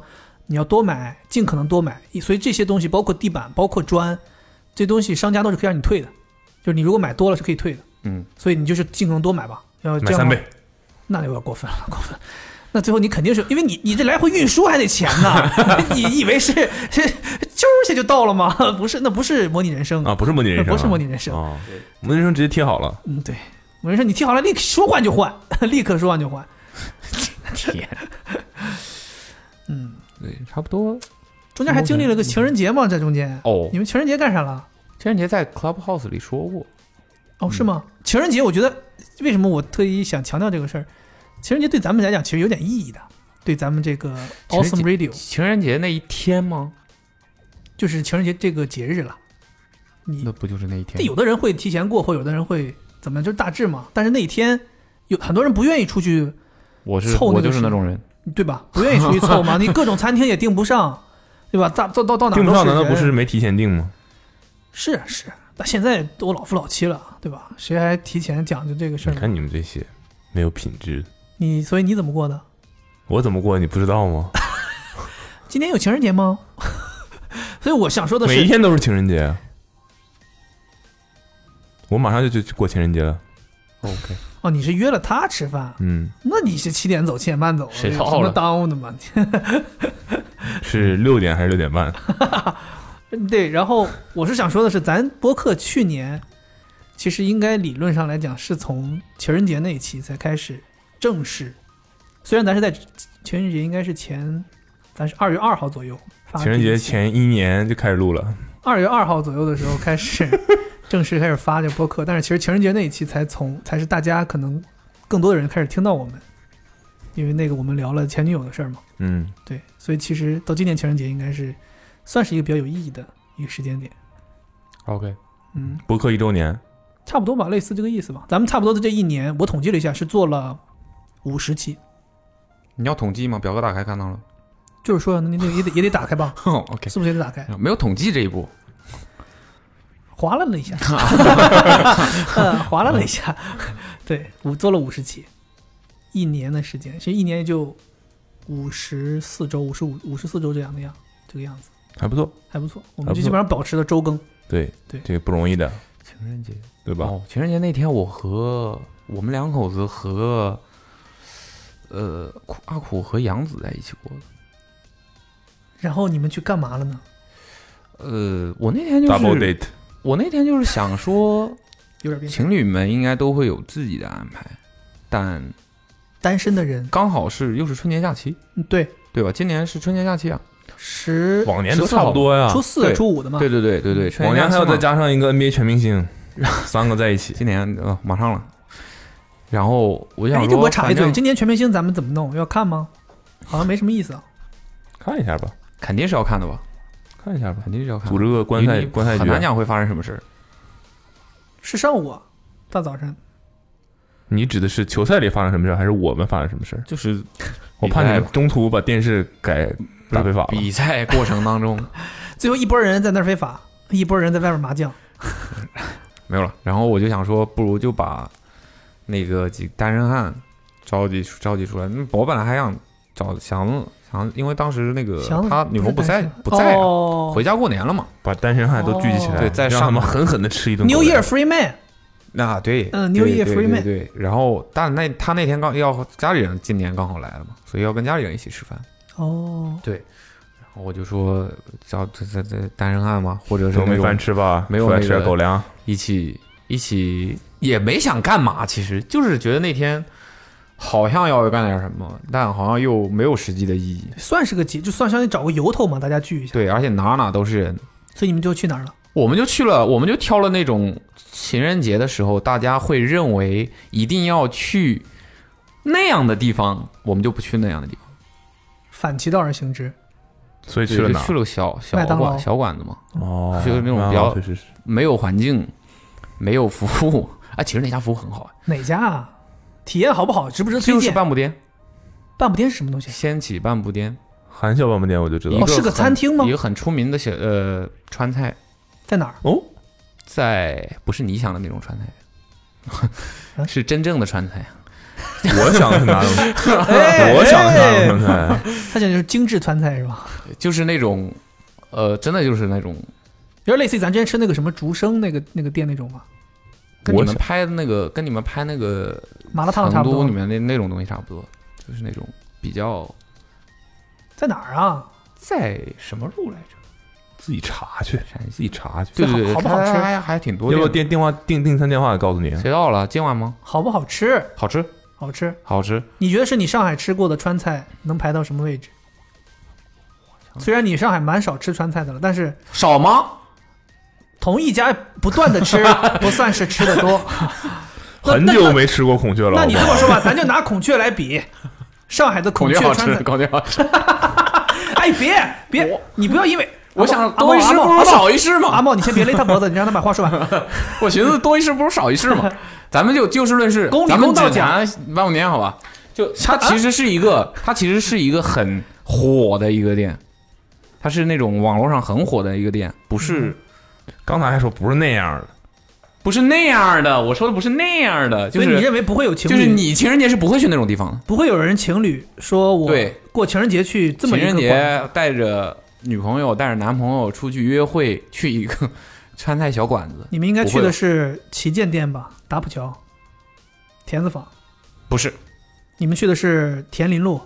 Speaker 3: 你要多买，尽可能多买。所以这些东西，包括地板，包括砖，这东西商家都是可以让你退的，就是你如果买多了是可以退的，
Speaker 4: 嗯，
Speaker 3: 所以你就是尽可能多买吧。要这
Speaker 2: 买
Speaker 3: 样
Speaker 2: 三
Speaker 3: 的话
Speaker 2: 倍，
Speaker 3: 那有点过分了，过分。那最后你肯定是因为你你这来回运输还得钱
Speaker 2: [LAUGHS]
Speaker 3: 呢，你以为是是揪一下就到了吗？ [LAUGHS] 不是，那不是模拟人生
Speaker 2: 啊，不是模拟人生啊，
Speaker 3: 不是模拟人生
Speaker 2: 啊，模拟人生直接贴好了，
Speaker 3: 嗯，对，模拟人生你听好了，立刻说换就换， [LAUGHS] 立刻说换就换。
Speaker 4: 天，
Speaker 3: [LAUGHS] 嗯，
Speaker 4: 对，差不多。
Speaker 3: 中间还经历了个情人节嘛，在中间
Speaker 4: 哦
Speaker 3: 你们情人节干啥了？
Speaker 4: 情人节在 Clubhouse 里说过，
Speaker 3: 哦，是
Speaker 2: 嗯
Speaker 3: 吗？情人节，我觉得为什么我特意想强调这个事儿？情人节对咱们来讲其实有点意义的，对咱们这个
Speaker 4: 情人节
Speaker 3: Awesome Radio
Speaker 4: 情人节那一天吗？
Speaker 3: 就是情人节这个节日了。你
Speaker 4: 那不就是那一天
Speaker 3: 但？有的人会提前过，或有的人会怎么，就是大致嘛。但是那一天有很多人不愿意出去，
Speaker 4: 我是
Speaker 3: 凑那个
Speaker 4: 我就是
Speaker 3: 时
Speaker 4: 那种人，
Speaker 3: 对吧？不愿意出去凑
Speaker 2: [LAUGHS]
Speaker 3: 嘛，你各种餐厅也订不上，对吧？到到到到哪
Speaker 2: 订不上难道
Speaker 3: 的
Speaker 2: 不是没提前订吗？
Speaker 3: 是是，但现在都老夫老妻了，对吧？谁还提前讲究这个事儿
Speaker 2: 你
Speaker 3: 呢？
Speaker 2: 哎看你们这些没有品质，
Speaker 3: 你所以你怎么过的？
Speaker 2: 我怎么过你不知道吗？
Speaker 3: 今天有情人节吗？ [LAUGHS] 所以我想说的
Speaker 2: 每一
Speaker 3: 是，
Speaker 2: 天都是情人节啊，我马上就去去过情人节了。OK，
Speaker 3: 哦，你是约了他吃饭，
Speaker 2: 嗯，
Speaker 3: 那你是七点走七点半走，
Speaker 4: 谁
Speaker 3: 有
Speaker 4: 到
Speaker 3: 什么
Speaker 4: 了
Speaker 3: 耽误的嘛？
Speaker 2: 是
Speaker 3: 嗯
Speaker 2: 六点还是六点半？
Speaker 3: 对，然后我是想说的是，咱播客去年其实应该理论上来讲是从情人节那一期才开始正式，虽然咱是在情人节应该是前，咱是二月二号左右发
Speaker 2: 情人节前一年就开始录了，
Speaker 3: 二月二号左右的时候开始正式开始发这播客，但是其实情人节那一期才从才是大家可能更多的人开始听到我们，因为那个我们聊了前女友的事儿嘛，
Speaker 2: 嗯，
Speaker 3: 对，所以其实到今年情人节应该是算是一个比较有意义的一个时间点，
Speaker 4: OK，
Speaker 3: 嗯。
Speaker 2: 播客一周年，
Speaker 3: 差不多吧，类似这个意思吧。咱们差不多的这一年，我统计了一下，是做了五十期，
Speaker 4: 你要统计吗？表格打开看到了
Speaker 3: 就是说你得也得也得打开吧，
Speaker 4: ，OK，
Speaker 3: 是不是也得打开？
Speaker 4: 没有统计这一步，
Speaker 3: 划拉了一下， [LAUGHS] 嗯，划拉了一下， [LAUGHS] 对，我做了五十期，一年的时间，其实一年也就五十四周、五十五、五十四周这样的样，这个样子
Speaker 2: 还不错，
Speaker 3: 还不错。我
Speaker 2: 还
Speaker 3: 们
Speaker 2: 不
Speaker 3: 就
Speaker 2: 错
Speaker 3: 基本上保持了周更，
Speaker 2: 对
Speaker 3: 对
Speaker 2: 这个不容易的，
Speaker 4: 情人节
Speaker 2: 对吧？
Speaker 4: 哦，情人节那天我和我们两口子和呃苦阿苦和杨子在一起过的。
Speaker 3: 然后你们去干嘛了呢？
Speaker 4: 呃，我那天就
Speaker 2: Double
Speaker 4: 是
Speaker 2: date，
Speaker 4: 我那天就是想说，
Speaker 3: 有点变态。
Speaker 4: 情侣们应该都会有自己的安排，但
Speaker 3: 单身的人，
Speaker 4: 刚好是又是春节假期，
Speaker 3: 嗯对，
Speaker 4: 对吧？今年是春节假期啊，
Speaker 3: 十
Speaker 2: 往年都啊
Speaker 4: 14
Speaker 2: 差不多呀。
Speaker 3: 初四、
Speaker 4: 对
Speaker 3: 初五的嘛
Speaker 4: 对，对对对对，春
Speaker 2: 往
Speaker 4: 节假
Speaker 2: 年
Speaker 4: 期
Speaker 2: 还要
Speaker 4: 嘛
Speaker 2: 再加上一个 NBA 全明
Speaker 4: [LAUGHS]
Speaker 2: 星，三个在一起。
Speaker 4: 今年呃马上了，然后我就想
Speaker 3: 哎，
Speaker 4: 说，
Speaker 3: 这我插一
Speaker 4: 反
Speaker 3: 嘴，
Speaker 4: 正
Speaker 3: 今年全明星咱们怎么弄？要看吗？好像没什么意思啊。
Speaker 2: 看一下吧，
Speaker 4: 肯定是要看的吧，
Speaker 2: 看一下吧，
Speaker 4: 肯定是要看的。
Speaker 2: 组织个观赛
Speaker 4: 啊你
Speaker 2: 观赛
Speaker 4: 很难
Speaker 2: 局。
Speaker 4: 讲会发生什么事儿。
Speaker 3: 是上午啊，大早晨，
Speaker 2: 你指的是球赛里发生什么事儿，还是我们发生什么事儿？
Speaker 4: [LAUGHS] 就是
Speaker 2: 我怕你 [LAUGHS] 们中途把电视改打非法了。
Speaker 4: 比赛过程
Speaker 2: [LAUGHS]
Speaker 4: 当中
Speaker 3: 最后一拨人在那儿非法，一拨人在外面麻将。
Speaker 4: 没有了。然后我就想说，不如就把那个几单身汉召集召集出来。嗯我本来还想找翔子，翔子，因为当时那个
Speaker 3: 祥子
Speaker 4: 呃他女朋友不
Speaker 3: 是单
Speaker 4: 在
Speaker 3: 身
Speaker 4: 不在啊、
Speaker 3: 哦
Speaker 4: 回家过年了嘛。
Speaker 2: 把单身汉都聚集起来，
Speaker 4: 哦对在
Speaker 2: 让
Speaker 4: 上
Speaker 2: 他们狠狠的吃一顿狗
Speaker 3: New
Speaker 2: 粮。
Speaker 3: Year Free Man，
Speaker 4: 啊，对，
Speaker 3: 嗯，New
Speaker 4: 对
Speaker 3: Year
Speaker 4: 对
Speaker 3: free
Speaker 4: 对
Speaker 3: man
Speaker 4: 对。然后，但那他那天刚要和家里人今年刚好来了嘛，所以要跟家里人一起吃饭。
Speaker 3: 哦，
Speaker 4: 然后我就说，叫这这这单身汉嘛，或者是
Speaker 2: 都没
Speaker 4: 那种
Speaker 2: 饭吃吧？
Speaker 4: 没有
Speaker 2: 出来
Speaker 4: 那
Speaker 2: 吃点
Speaker 4: 个
Speaker 2: 狗粮。
Speaker 4: 一起一起也没想干嘛，其实就是觉得那天好像要干点什么，但好像又没有实际的意义。
Speaker 3: 算是个节，就算相当于找个由头嘛，大家聚一下。
Speaker 4: 对，而且哪哪都是人，
Speaker 3: 所以你们就去哪儿了？
Speaker 4: 我们就去了，我们就挑了那种情人节的时候，大家会认为一定要去那样的地方，我们就不去那样的地方，
Speaker 3: 反其道而行之，
Speaker 2: 所以
Speaker 4: 对
Speaker 2: 去了
Speaker 4: 就
Speaker 2: 哪
Speaker 4: 去？了个小小
Speaker 3: 麦当劳
Speaker 4: 馆小馆子嘛，
Speaker 2: 哦
Speaker 4: 去了那种
Speaker 2: 啊
Speaker 4: 比较
Speaker 2: 确实是
Speaker 4: 没有环境，没有服务， [LAUGHS] 啊，其实那家服务很好啊，
Speaker 3: 哪家啊？体验好不好？值不值得推
Speaker 4: 就是
Speaker 3: 荐？
Speaker 4: 半步颠，
Speaker 3: 半步颠是什么东西？
Speaker 4: 掀起半步颠，
Speaker 2: 含笑半步颠，我就知道
Speaker 4: 一
Speaker 3: 哦是个
Speaker 4: 很
Speaker 3: 餐厅吗
Speaker 4: 一个很出名的小呃川菜，
Speaker 3: 在
Speaker 4: [LAUGHS]
Speaker 3: 哪儿？
Speaker 2: 哦，
Speaker 4: 在不是你想的那种川
Speaker 3: 嗯
Speaker 4: 菜， [LAUGHS] 是真正的川菜。
Speaker 2: 我想的是哪
Speaker 4: [LAUGHS]
Speaker 2: 种？
Speaker 3: 哎
Speaker 2: 我想
Speaker 3: 哎
Speaker 2: 的是哪种川菜？
Speaker 3: 它讲的就是精致川菜是吧？
Speaker 4: 就是那种，呃，真的就是那种
Speaker 3: 有点类似于咱之前吃那个什么竹升那个那个店那种嘛，
Speaker 4: 跟你
Speaker 2: 我
Speaker 4: 们
Speaker 2: 想
Speaker 4: 拍的那个，跟你们拍那个
Speaker 3: 麻辣烫差
Speaker 4: 成
Speaker 3: 不
Speaker 4: 都里
Speaker 3: 多。
Speaker 4: 面那那种东西差不多，就是那种比较
Speaker 3: 在哪儿啊？
Speaker 4: 在什么路来着？
Speaker 2: 自己查去，
Speaker 4: 山
Speaker 2: 自
Speaker 4: 西。
Speaker 2: 己查去。
Speaker 4: 对对对，
Speaker 3: 好不好吃
Speaker 4: 它还还挺多
Speaker 2: 要不
Speaker 4: 店的。
Speaker 2: 电电话订订餐电话告诉你，
Speaker 4: 谁到了？今晚吗？
Speaker 3: 好不好吃？
Speaker 4: 好吃，
Speaker 3: 好吃。
Speaker 4: 好吃。
Speaker 3: 你觉得是你上海吃过的川菜能排到什么位置？虽然你上海蛮少吃川菜的了，但是
Speaker 4: 少吗？
Speaker 3: 同一家不断的
Speaker 4: [LAUGHS]
Speaker 3: 吃，不算是吃的多。那
Speaker 2: 很久没吃过孔雀了。
Speaker 3: 那你这
Speaker 2: 好不好
Speaker 3: 么说吧，咱就拿孔雀来比，上海的孔
Speaker 4: 孔雀好
Speaker 3: 川
Speaker 4: 吃，
Speaker 3: 菜。啊
Speaker 4: 孔雀好吃。
Speaker 3: 哎，别别，你不要啊因为
Speaker 4: 我想
Speaker 3: 阿茂
Speaker 4: 多一事
Speaker 3: 阿
Speaker 4: 不
Speaker 3: 茂
Speaker 4: 如
Speaker 3: 阿茂
Speaker 4: 少一事嘛。
Speaker 3: 阿茂，你先别勒他脖子，你让他把话说
Speaker 4: [LAUGHS]
Speaker 3: 完。
Speaker 4: 我寻思多一事不如少一事
Speaker 3: [LAUGHS]
Speaker 4: 嘛，咱们就就事论事，
Speaker 3: 公理
Speaker 4: 咱们
Speaker 3: 公道
Speaker 4: 只
Speaker 3: 讲
Speaker 4: 谈万五年好
Speaker 3: [LAUGHS]
Speaker 4: 吧？就它其实是一个，它其实是一个很火的一个店，它是那种网络上很火的一个店，不
Speaker 3: 嗯
Speaker 4: 是
Speaker 2: 刚才还说不是那样的，
Speaker 4: 不是那样的，我说的不是那样的，就
Speaker 3: 所以你
Speaker 4: 是
Speaker 3: 认为不会有情
Speaker 4: 就
Speaker 3: 侣，
Speaker 4: 是你情人节是不会去那种地方的，
Speaker 3: 不会有人情侣说我
Speaker 4: 对
Speaker 3: 过情人节去这么一
Speaker 4: 情
Speaker 3: 个
Speaker 4: 人
Speaker 3: 馆
Speaker 4: 节带着女朋友带着男朋友出去约会，去一个 [LAUGHS] 川菜小馆子，
Speaker 3: 你们应该
Speaker 4: 不会
Speaker 3: 去的
Speaker 4: 有
Speaker 3: 是旗舰店吧？打浦桥、田子坊，
Speaker 4: 不是
Speaker 3: 你们去的是田林路。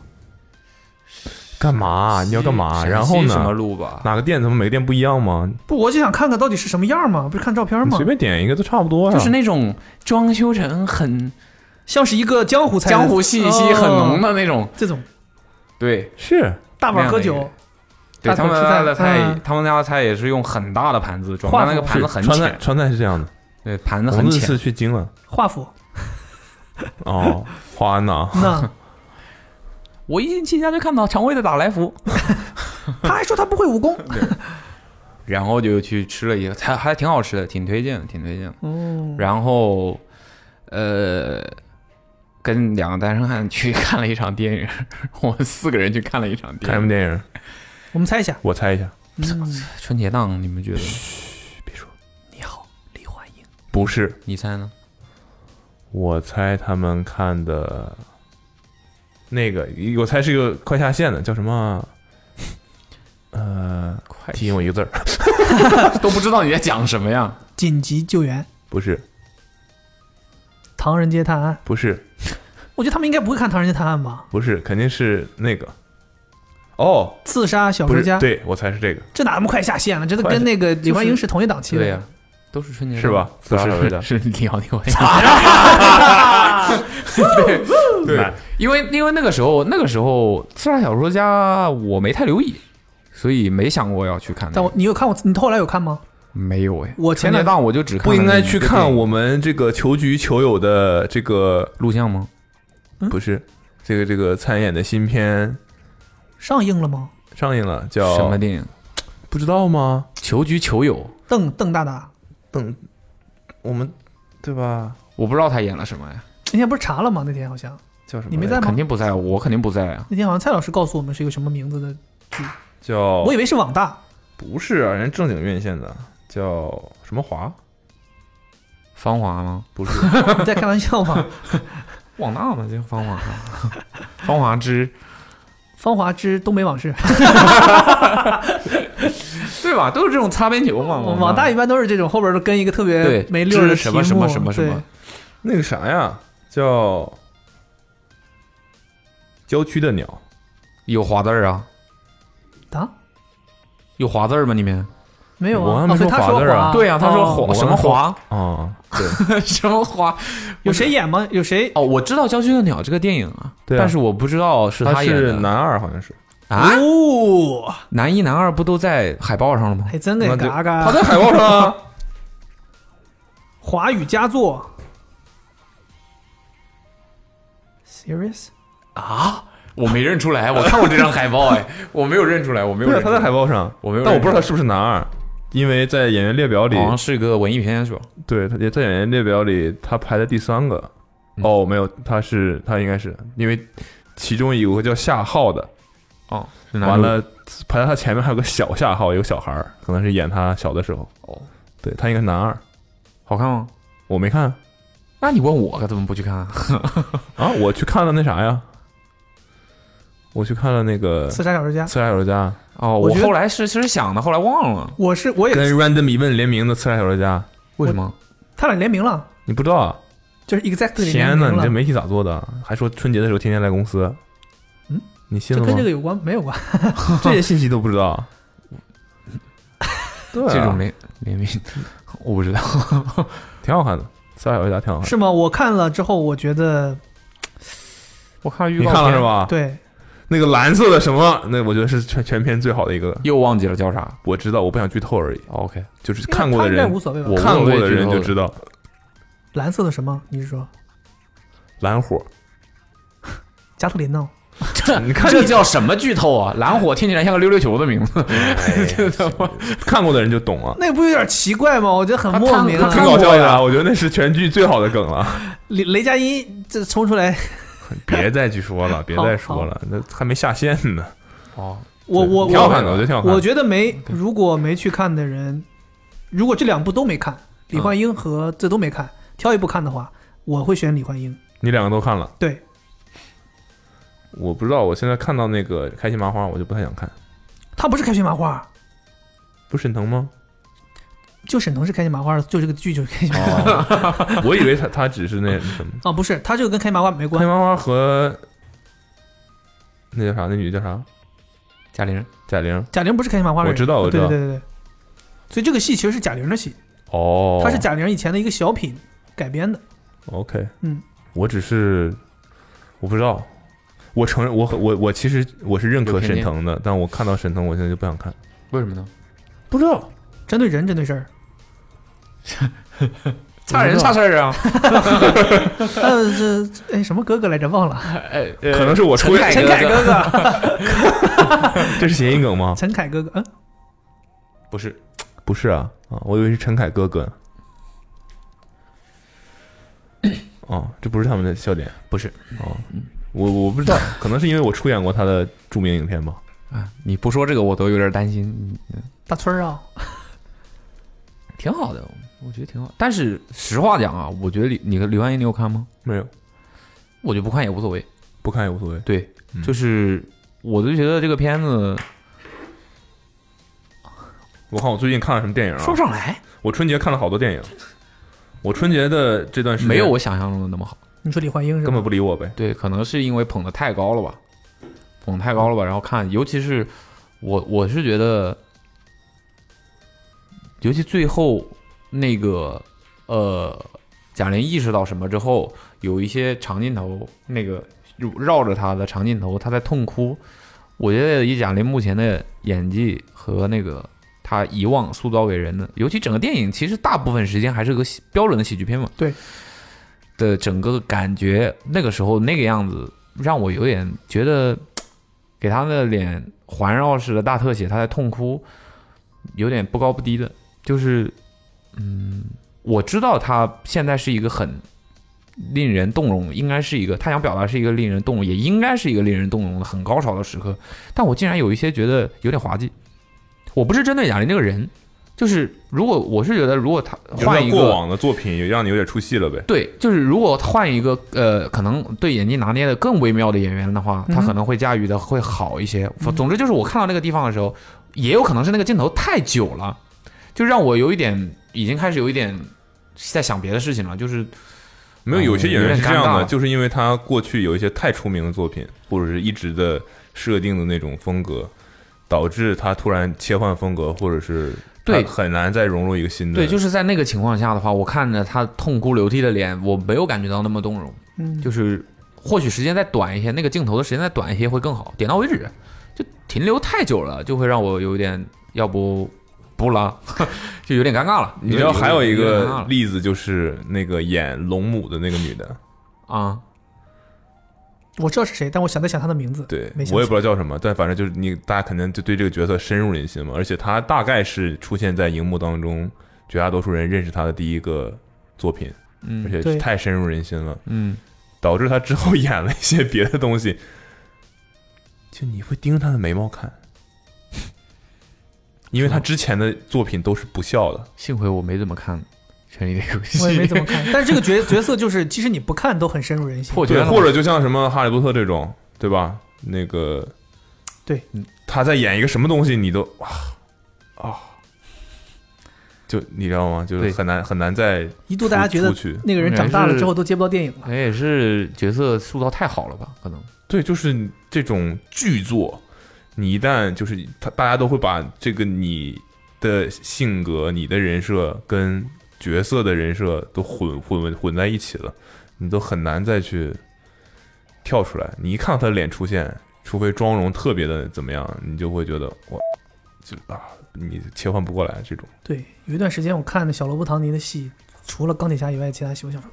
Speaker 2: 干嘛？你要干嘛？
Speaker 4: 陕西
Speaker 2: 然后
Speaker 4: 嗯什么
Speaker 2: 呢？
Speaker 4: 路吧？
Speaker 2: 哪个店怎么每个店不一样吗？
Speaker 3: 不，我就想看看到底是什么样嘛，不是看照片
Speaker 2: 你
Speaker 3: 吗
Speaker 2: 随？便点一个都差不多啊呀。
Speaker 4: 就是那种装修成很
Speaker 3: 像是一个江湖菜，
Speaker 4: 江湖气息很浓
Speaker 3: 的、
Speaker 4: 的那种，
Speaker 3: 这种
Speaker 4: 对，
Speaker 2: 是
Speaker 3: 大碗喝酒，
Speaker 4: 对
Speaker 3: 大
Speaker 4: 他
Speaker 3: 口
Speaker 4: 们
Speaker 3: 吃菜
Speaker 4: 家的菜
Speaker 3: 嗯，
Speaker 4: 他们家的菜也是用很大的盘子装，
Speaker 3: 画
Speaker 4: 但那个
Speaker 3: 幅
Speaker 4: 盘
Speaker 2: 是
Speaker 4: 子很
Speaker 2: 川菜
Speaker 4: 浅，
Speaker 2: 川菜是这样的。
Speaker 4: 对，盘子
Speaker 2: 我
Speaker 4: 很
Speaker 2: 们这
Speaker 4: 浅
Speaker 2: 次。去京了
Speaker 3: 华府 [LAUGHS]
Speaker 2: 哦，华安呐，
Speaker 4: [LAUGHS]
Speaker 3: 那
Speaker 4: 我一进家就看到常威的打来福，
Speaker 3: 他还说他不会武功，
Speaker 4: 然后就去吃了一个，还还挺好吃的，挺推荐的，挺推荐的。
Speaker 3: 嗯，
Speaker 4: 然后，呃，跟两个单身汉去看了一场电影， [LAUGHS] 我们四个人去看了一场
Speaker 2: 看
Speaker 4: 电
Speaker 2: 什么
Speaker 4: 影。
Speaker 2: 电影？
Speaker 3: 我们猜
Speaker 4: [LAUGHS]
Speaker 3: 一下，嗯
Speaker 2: 我猜一下，
Speaker 4: 春节档，你们觉得？
Speaker 2: 别说，
Speaker 3: 你好，李焕英，
Speaker 2: 不是，
Speaker 4: 你猜呢？
Speaker 2: 我猜他们看的那个，我猜是一个快下线的，叫什
Speaker 3: 哎
Speaker 2: 么？呃，
Speaker 4: 快
Speaker 2: 提醒我一个字儿，
Speaker 4: 都不知道你在讲什么呀？
Speaker 3: 紧急救援，
Speaker 2: 不是，
Speaker 3: 唐人街探案，
Speaker 2: 不是，
Speaker 3: 我觉得他们应该不会看唐人街探案吧？
Speaker 2: 不是，肯定是那个。哦，
Speaker 3: 刺杀小
Speaker 2: 不
Speaker 3: 说
Speaker 2: 是
Speaker 3: 家，，
Speaker 2: 对我猜是这个，
Speaker 3: 这哪那么快下线了？这都
Speaker 2: 快
Speaker 3: 跟那个李焕英
Speaker 4: 就是
Speaker 3: 同一档期的
Speaker 4: 对呀、都是春节档
Speaker 2: 是吧
Speaker 4: 不
Speaker 2: 刺杀小说家
Speaker 4: 是 [LAUGHS] 是李敖李敖。
Speaker 2: 对
Speaker 4: 买因为因为那个时候那个时候刺杀小说家我没太留意，所以没想过要去看那个、
Speaker 3: 但我你有看过？你后来有看吗？
Speaker 4: 没有哎，
Speaker 3: 我前
Speaker 4: 春节
Speaker 3: 两
Speaker 4: 档我就只看
Speaker 2: 不
Speaker 4: 了
Speaker 2: 应该
Speaker 4: 那
Speaker 2: 去
Speaker 4: 个
Speaker 2: 看
Speaker 4: 电影
Speaker 2: 我们这个球局球友的这个，
Speaker 4: 录像吗？
Speaker 2: 不是这个这个参演的新片
Speaker 3: 上映了吗？
Speaker 2: 上映了，叫
Speaker 4: 什么电影？
Speaker 2: 不知道吗？
Speaker 4: 球局球友，
Speaker 3: 邓邓大大，
Speaker 2: 等我们对吧？
Speaker 4: 我不知道他演了什么呀，
Speaker 3: 那天不是查了吗？那天好像，
Speaker 2: 叫什么来着？
Speaker 3: 你没在吗
Speaker 4: 肯定不在，我肯定不在啊。
Speaker 3: 那天好像蔡老师告诉我们是一个什么名字的，
Speaker 2: 叫
Speaker 3: 我以为是网大，
Speaker 2: 不是啊，人家正经院线的叫什么华？
Speaker 4: 芳华吗？
Speaker 2: 不是
Speaker 4: 哦
Speaker 3: 你在开玩笑
Speaker 4: [LAUGHS]
Speaker 3: 吗？
Speaker 4: 网大吗？这芳华，芳华之
Speaker 3: 芳华之东北往事，
Speaker 4: 对吧？都是这种擦边球嘛。
Speaker 3: 网大一般都是这种后边都跟一个特别
Speaker 4: 哦对
Speaker 3: 没溜儿的
Speaker 4: 知什么
Speaker 3: 题
Speaker 4: 什么
Speaker 3: 目
Speaker 4: 什么什
Speaker 3: 对
Speaker 4: 么
Speaker 2: 那个啥呀，叫郊区的鸟，
Speaker 4: 有华字儿啊？
Speaker 3: 啊？
Speaker 4: 有华字儿吗？里面？
Speaker 3: 没有
Speaker 2: 我
Speaker 3: 啊？
Speaker 2: 还没
Speaker 3: 哦对
Speaker 2: 说
Speaker 3: 他
Speaker 2: 华
Speaker 3: 说
Speaker 2: 字儿啊
Speaker 4: 对呀、他说
Speaker 3: 哦
Speaker 4: 华、
Speaker 2: 我
Speaker 4: 什么华
Speaker 2: 啊，对
Speaker 4: [LAUGHS] 什么华？
Speaker 3: 有谁演吗？有谁？
Speaker 4: 哦，我知道《郊区的鸟》这个电影啊，
Speaker 2: 对啊
Speaker 4: 但是我不知道是
Speaker 2: 他
Speaker 4: 演
Speaker 2: 是
Speaker 4: 的。
Speaker 2: 男二好像是，
Speaker 4: 啊，
Speaker 3: 哦，
Speaker 4: 男一、男二不都在海报上了吗？
Speaker 3: 还真给
Speaker 2: 那就
Speaker 3: 嘎嘎。
Speaker 2: 他在海报上啊， [LAUGHS]
Speaker 3: 华语佳作，serious
Speaker 4: 啊，我没认出来，我看过这张海报，哎， [LAUGHS] 我没有认出来，我没有
Speaker 2: 对啊，
Speaker 4: 认出
Speaker 2: 他
Speaker 4: 来。
Speaker 2: 在海报上，
Speaker 4: 我没有
Speaker 2: 但我
Speaker 4: 认
Speaker 2: 不知
Speaker 4: 出来
Speaker 2: 道他是不是男二，因为在演员列表里，
Speaker 4: 好像是个文艺片是吧？
Speaker 2: 对，他也在演员列表里他排的第三个。
Speaker 4: 嗯
Speaker 2: 哦，没有，他是他应该是因为其中有个叫夏浩的，
Speaker 4: 哦，是男
Speaker 2: 完
Speaker 4: 主
Speaker 2: 了，排在他前面还有个小夏浩，有个小孩儿，可能是演他小的时候。
Speaker 4: 哦，
Speaker 2: 对他应该是男二，
Speaker 4: 好看吗？
Speaker 2: 我没看
Speaker 4: 那你问我可怎么不去看啊？
Speaker 2: 啊，我去看了那啥呀，我去看了那个《
Speaker 3: 刺杀小说家，
Speaker 2: 刺杀小说家
Speaker 4: 哦，
Speaker 3: 我
Speaker 4: 我
Speaker 3: 觉得
Speaker 4: 后来是其实想的，后来忘了。
Speaker 3: 我是我》，也
Speaker 2: 跟 Random 疑问联名的《刺杀小说家》，
Speaker 4: 为什么？
Speaker 3: 他俩联名了，
Speaker 2: 你不知道啊？
Speaker 3: 就是 exactly 联
Speaker 2: 天
Speaker 3: 名
Speaker 2: 呐，你
Speaker 3: 了
Speaker 2: 这，媒体咋做的？还说春节的时候天天来公司，
Speaker 3: 嗯，
Speaker 2: 你信
Speaker 3: 这
Speaker 2: 了
Speaker 3: 跟
Speaker 2: 吗
Speaker 3: 这？个有关没有关？ [LAUGHS]
Speaker 2: 这些信息都不知道，对、啊，
Speaker 4: 这种联联名， [LAUGHS] 我不知道。
Speaker 2: 挺好看的，《刺杀小说家》挺好看的。
Speaker 3: 是吗？我看了之后，我觉得
Speaker 4: 我看预
Speaker 2: 你
Speaker 4: 告
Speaker 2: 看了
Speaker 4: 片
Speaker 2: 是？吧？
Speaker 3: 对，
Speaker 2: 那个蓝色的什么？那我觉得是全全片最好的一个。
Speaker 4: 又忘记了叫啥
Speaker 2: 我知道，我不想剧透而已。
Speaker 4: 哦？OK，
Speaker 2: 就是看过的
Speaker 3: 因为他应
Speaker 2: 人
Speaker 3: 该无，所谓吧
Speaker 4: 我？
Speaker 2: 看过的人就知道
Speaker 3: 蓝色的什么？你是说 [LAUGHS]
Speaker 2: 蓝火。
Speaker 3: 加特林呢？
Speaker 4: [LAUGHS] 这
Speaker 2: 你看
Speaker 4: 这
Speaker 2: 你
Speaker 4: 叫什么剧透啊？蓝火听起来像个溜溜球的名字。
Speaker 2: 看过的人就懂
Speaker 3: [LAUGHS]
Speaker 2: 了，
Speaker 3: 那不有点奇怪吗？我觉得很莫名
Speaker 4: 他
Speaker 2: 挺
Speaker 4: 看
Speaker 3: 啊。
Speaker 4: 过
Speaker 2: 搞笑的
Speaker 4: 呀
Speaker 2: 啊！我觉得那是全剧最好的
Speaker 3: [LAUGHS]
Speaker 2: 梗了。
Speaker 3: 雷雷佳音这冲出来，
Speaker 2: 别再去说了，别再说了，那还没下线呢。
Speaker 4: [LAUGHS] 哦，
Speaker 3: 我我
Speaker 2: 挺好看的，
Speaker 3: 我
Speaker 2: 我觉得挺好看的。
Speaker 3: 我觉得没，如果没去看的人，如果这两部都没看，李焕英和这都没看，挑一部看的话，我会选李焕英。
Speaker 2: 你两个都看了，
Speaker 3: 对，
Speaker 2: 我不知道。我现在看到那个开心麻花，我就不太想看。
Speaker 3: 他不是开心麻花，
Speaker 2: 不是沈
Speaker 3: [LAUGHS]
Speaker 2: 腾吗？
Speaker 3: 就沈腾是开心麻花的，就这个剧就是开心麻花
Speaker 2: 哦，我以为他他只是那什么。
Speaker 3: 啊，不是，他这个跟开心麻花没
Speaker 2: 开
Speaker 3: 关
Speaker 2: 心
Speaker 3: 系。
Speaker 2: 麻花和那叫啥？那女的叫啥？
Speaker 4: 贾玲，
Speaker 2: 贾玲。
Speaker 3: 贾玲不是开心麻花的人，
Speaker 2: 我知道我知道
Speaker 3: 对对对对。所以这个戏其实是贾玲的戏，
Speaker 2: 哦，
Speaker 3: 它是贾玲以前的一个小品改编的。
Speaker 2: OK，
Speaker 3: 嗯，
Speaker 2: 我只是我不知道，我承认我我我其实我是认可
Speaker 4: 有偏
Speaker 2: 沈
Speaker 4: 见
Speaker 2: 腾的，但我看到沈腾，我现在就不想看，
Speaker 4: 为什么呢？
Speaker 2: 不知道
Speaker 3: 针对人，针对事
Speaker 2: [LAUGHS]
Speaker 3: 儿。
Speaker 4: 差人差事儿啊！
Speaker 3: 呃，这这哎什么哥哥来着？忘
Speaker 2: 哦
Speaker 3: 了，
Speaker 4: 哎，
Speaker 2: 可能是我出
Speaker 4: [LAUGHS] 陈凯啊
Speaker 3: 陈凯哥
Speaker 4: [LAUGHS]
Speaker 3: 哥，
Speaker 2: [LAUGHS] 这是谐音梗吗？
Speaker 3: 陈凯哥哥，嗯，
Speaker 4: 不是
Speaker 2: 不是啊啊，我以为是陈凯歌歌。
Speaker 4: [COUGHS]
Speaker 2: 哦，这不是他们的笑点
Speaker 4: 不是
Speaker 2: 哦，我我不知
Speaker 4: [COUGHS]
Speaker 2: 道，可能是因为我出演过他的著名影片吧。
Speaker 4: 啊，你不说这个我都有点担心。嗯
Speaker 3: 大村儿啊，
Speaker 2: 哦
Speaker 4: 挺好的，我觉得挺好。但是实话讲啊，我觉得李你和李焕英你有看吗？
Speaker 2: 没有，
Speaker 4: 我就不看也无所谓。
Speaker 2: 不看也无所谓。
Speaker 4: 对，
Speaker 2: 嗯
Speaker 4: 就是我就觉得这个片子
Speaker 2: 我看我最近看了什么电影啊？
Speaker 4: 说不上来，
Speaker 2: 我春节看了好多电影。我春节的这段时间
Speaker 4: 没有我想象中的那么好。
Speaker 3: 你说李焕英是吧
Speaker 2: 根本不理我呗。
Speaker 4: 对，可能是因为捧得太高了吧，捧得太高了吧。然后看，尤其是我，我是觉得，尤其最后那个呃，贾玲意识到什么之后，有一些长镜头，那个绕着她的长镜头，她在痛哭。我觉得以贾玲目前的演技和那个她以往塑造给人的，尤其整个电影，其实大部分时间还是个喜标准的喜剧片嘛。
Speaker 3: 对
Speaker 4: 的整个感觉，那个时候那个样子，让我有点觉得，给她的脸环绕式的大特写，她在痛哭，有点不高不低的。就是，嗯，我知道她现在是一个很令人动容，应该是一个她想表达是一个令人动容，也应该是一个令人动容的很高潮的时刻。但我竟然有一些觉得有点滑稽。我不是针对贾玲这个人，就是如果我是觉得，如果她
Speaker 2: 就是
Speaker 4: 换一个
Speaker 2: 过往的作品也让你有点出戏了呗。
Speaker 4: 对，就是如果换一个呃，可能对演技拿捏的更微妙的演员的话，他
Speaker 3: 嗯
Speaker 4: 可能会驾驭的会好一些。总之就是我看到那个地方的时候，也有可能是那个镜头太久了，就让我有一点已经开始有一点在想别的事情了，就是
Speaker 2: 没有，有些演员是这
Speaker 4: 哦有
Speaker 2: 样
Speaker 4: 点尴
Speaker 2: 的，
Speaker 4: 尬
Speaker 2: 就是因为他过去有一些太出名的作品，或者是一直的设定的那种风格，导致他突然切换风格，或者是他
Speaker 4: 对
Speaker 2: 很难再融入一个新的。
Speaker 4: 对，就是在那个情况下的话，我看着他痛哭流涕的脸，我没有感觉到那么动容。
Speaker 3: 嗯，
Speaker 4: 就是或许时间再短一些，那个镜头的时间再短一些会更好，点到为止，就停留太久了，就会让我有点要不不了， [LAUGHS] 就有点尴尬了。
Speaker 2: 你知道还有一
Speaker 4: 有点尴
Speaker 2: 个
Speaker 4: 尬了
Speaker 2: 例子，就是那个演龙母的那个女的，
Speaker 4: 啊，
Speaker 3: 我知道是谁，但我想在想她的名字，
Speaker 2: 对
Speaker 3: 没想起
Speaker 2: 我也不知道叫什么，但反正就是你大家肯定就对这个角色深入人心嘛，而且她大概是出现在荧幕当中，绝大多数人认识她的第一个作品，而
Speaker 4: 嗯
Speaker 2: 且
Speaker 3: 对
Speaker 2: 是太深入人心了。
Speaker 4: 嗯，
Speaker 2: 导致他之后演了一些别的东西，就你会盯着他的眉毛看，因为他之前的作品都是不笑的。
Speaker 4: 幸亏我没怎么看《权力的游戏》，
Speaker 3: 我也没怎么看。但是这个角角色就是，即使你不看都很深入人
Speaker 2: [LAUGHS]
Speaker 3: 心。
Speaker 4: 破圈
Speaker 2: 对，
Speaker 4: 了嘛，
Speaker 2: 或者就像什么《哈利波特》这种，对吧？那个，
Speaker 3: 对，
Speaker 2: 他在演一个什么东西，你都哇啊，就你知道吗？就是
Speaker 4: 对
Speaker 2: 很难很难再
Speaker 3: 一度大家觉得
Speaker 2: 出去。
Speaker 3: 那个人长大了之后都接不到电影
Speaker 4: 可
Speaker 3: 了。
Speaker 4: 能哎也是角色塑造太好了吧，可能 [LAUGHS]
Speaker 2: 对，就是这种巨作，你一旦就是他，大家都会把这个你的性格、你的人设跟角色的人设都混混混在一起了，你都很难再去跳出来。你一看到他的脸出现，除非妆容特别的怎么样，你就会觉得我就啊，你切换不过来这种。
Speaker 3: 对，有一段时间我看的小罗伯·唐尼的戏，除了钢铁侠以外，其他戏我想说。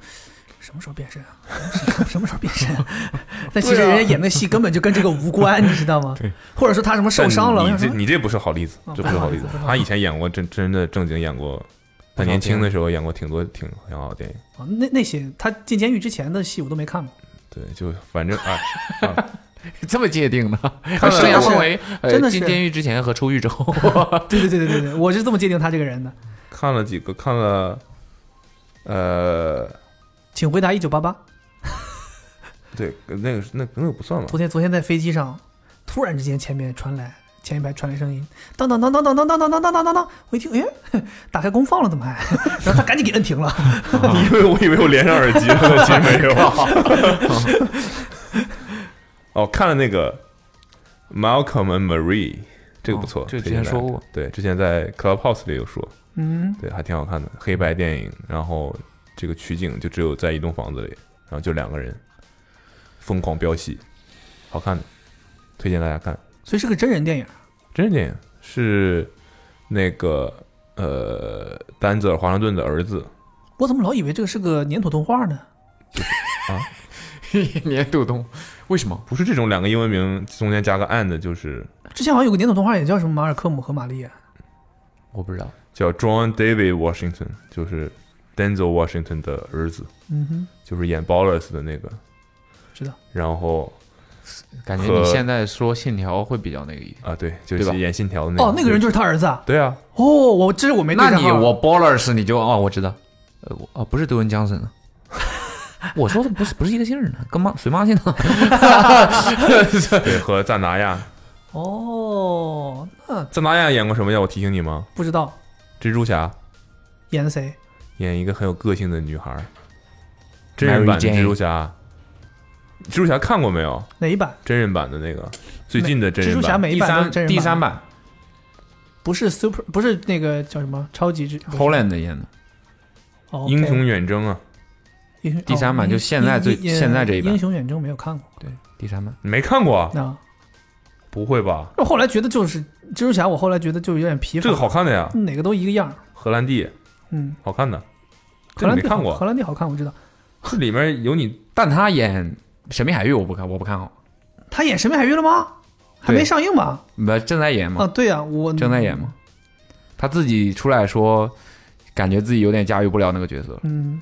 Speaker 3: 什么时候变身啊？什么时候变身、啊？ [LAUGHS] 但其实人家演的戏根本就跟这个无关，你知道吗？
Speaker 4: 对，
Speaker 3: 或者说他什么受伤了？我
Speaker 2: 但
Speaker 3: 想
Speaker 2: 你
Speaker 3: 说
Speaker 2: 你这你这不是好例子
Speaker 3: 哦，
Speaker 2: 这不是好例子
Speaker 3: 不好意思不。好
Speaker 2: 他
Speaker 3: 意思
Speaker 2: 以前演过真真的正经演过，他年轻的时候演过挺多挺很好的电影。
Speaker 3: 啊那那些他进监狱之前的戏我都没看过，
Speaker 2: 对，就反正啊，啊
Speaker 4: 这么界定的，
Speaker 2: 看了
Speaker 4: 生涯
Speaker 3: 我
Speaker 4: 范围呃
Speaker 3: 真的是
Speaker 4: 进监狱之前和出狱之后，
Speaker 3: 对对对对对对，我是这么界定他这个人的。
Speaker 2: 看了几个，看了，呃，
Speaker 3: 请回答一九八八。
Speaker 2: 对，那个是那那个不算吧？
Speaker 3: 昨天昨天在飞机上，突然之间前面传来前一排传来声音，当当当当当当当当当当当当当，我一听，哎， [LAUGHS] 打开功放了怎么还？ [LAUGHS] 然后他赶紧给摁停了。 [LAUGHS]
Speaker 4: 啊
Speaker 2: [LAUGHS] 你以为我以为我连上耳机了，其实没有。 [LAUGHS] 哦，看了那个 Malcolm and Marie，这个不错，
Speaker 4: 哦这个
Speaker 2: 推荐
Speaker 4: 之前说
Speaker 2: 大家
Speaker 4: 过，
Speaker 2: 对，之前在 Clubhouse 里有说，
Speaker 3: 嗯，
Speaker 2: 对，还挺好看的，黑白电影，然后这个取景就只有在一栋房子里，然后就两个人疯狂飙戏，好看的，推荐大家看。
Speaker 3: 所以是个真人电影。
Speaker 2: 真人电影是那个呃丹泽尔华盛顿的儿子
Speaker 3: 我怎么老以为这个是个粘土动画呢？
Speaker 4: [LAUGHS] 年度东，为什么？
Speaker 2: 不是这种两个英文名中间加个 and，就是
Speaker 3: 之前好像有个粘土动画也叫什么马尔科姆和玛丽，
Speaker 4: 我不知道，
Speaker 2: 叫 John David Washington，就是 Denzel Washington 的儿子，
Speaker 3: 嗯哼，
Speaker 2: 就是演 Ballers 的那个。
Speaker 3: 知道。
Speaker 2: 然后
Speaker 4: 感觉
Speaker 2: 和
Speaker 4: 你现在说信条会比较那个一点。
Speaker 2: 啊，对，就
Speaker 4: 对吧
Speaker 2: 是演《信条》的那个。
Speaker 3: 哦，那个人就是他儿子啊。[LAUGHS]
Speaker 2: 对啊，
Speaker 3: 哦，我这是我没对
Speaker 4: 哎
Speaker 3: 啊
Speaker 4: 那
Speaker 3: 上
Speaker 4: 你
Speaker 3: 号
Speaker 4: 我 ballers 你就哦，我知道，呃，我哦不是德文江森啊。 [LAUGHS] 我说的不是不是一个姓儿呢，跟妈随妈 [LAUGHS] 姓呢。
Speaker 2: 对，和赞达亚，
Speaker 3: 哦，那
Speaker 2: 赞达亚演过什么呀？我提醒你吗？
Speaker 3: 不知道
Speaker 2: 蜘蛛侠
Speaker 3: 演谁？
Speaker 2: 演一个很有个性的女孩儿，真人版的
Speaker 4: Jane
Speaker 2: 蜘蛛侠。蜘蛛侠看过没有？
Speaker 3: 哪一版？
Speaker 2: 真人版的那个最近的真
Speaker 3: 蜘
Speaker 2: 人
Speaker 3: 蛛侠
Speaker 2: 版
Speaker 3: 每一版都是真人版吗
Speaker 4: 版
Speaker 3: 不是 super，不是那个叫什么超级之
Speaker 4: Holland 演的，
Speaker 3: 哦
Speaker 2: 《
Speaker 3: ，OK
Speaker 2: 英雄远征》啊，
Speaker 3: 英雄
Speaker 4: 第三版
Speaker 3: 哦
Speaker 4: 就现在最
Speaker 3: 英英
Speaker 4: 现在这一版
Speaker 3: 英雄远征没有看过。
Speaker 4: 对第三版。
Speaker 2: 你没看过啊？
Speaker 3: 那
Speaker 2: 不会吧？
Speaker 3: 后来觉得就是蜘蛛侠，我后来觉得就有点疲乏，
Speaker 2: 这个好看的呀，
Speaker 3: 哪个都一个样儿。
Speaker 2: 荷兰弟
Speaker 3: 嗯，
Speaker 2: 好看的，
Speaker 3: 荷
Speaker 2: 这你
Speaker 3: 兰
Speaker 2: 没
Speaker 3: 弟
Speaker 2: 看
Speaker 3: 荷
Speaker 2: 过？
Speaker 3: 兰弟好看，我知道。
Speaker 2: 这里面有你
Speaker 4: 但他演神秘海域我不看，我不看好，
Speaker 3: 他演《神秘海域》了吗？还
Speaker 4: 对
Speaker 3: 没上映吧？
Speaker 4: 不正在演
Speaker 3: 啊，
Speaker 4: 嘛，
Speaker 3: 对呀，我
Speaker 4: 正在演嘛。他自己出来说，感觉自己有点驾驭不了那个角色
Speaker 3: 嗯，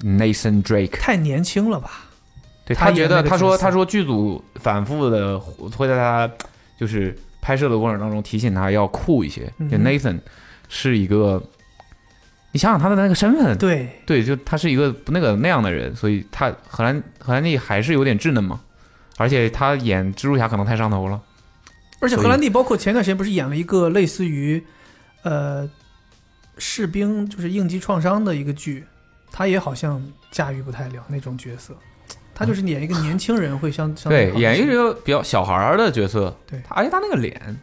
Speaker 4: Nathan Drake。
Speaker 3: 太年轻了吧？
Speaker 4: 对
Speaker 3: 他
Speaker 4: 他
Speaker 3: 演
Speaker 4: 觉
Speaker 3: 那
Speaker 4: 得，
Speaker 3: 个
Speaker 4: 他
Speaker 3: 角
Speaker 4: 说
Speaker 3: 色
Speaker 4: 他说剧组反复的会在他就是拍摄的过程当中提醒他要酷一些。
Speaker 3: 嗯
Speaker 4: 就 Nathan 是一个，你想想他的那个身份，
Speaker 3: 对，
Speaker 4: 对，就他是一个不那个那样的人，所以他荷兰荷兰弟还是有点稚嫩嘛。而且他演蜘蛛侠可能太上头了，
Speaker 3: 而且
Speaker 4: 所以
Speaker 3: 荷兰弟包括前段时间不是演了一个类似于，呃，士兵就是应激创伤的一个剧，他也好像驾驭不太了那种角色，他就是演一个年轻人会相相
Speaker 4: 对，
Speaker 3: 好
Speaker 4: 演一
Speaker 3: 些
Speaker 4: 个比较小孩儿的角色，
Speaker 3: 对
Speaker 4: 他而且他那个脸，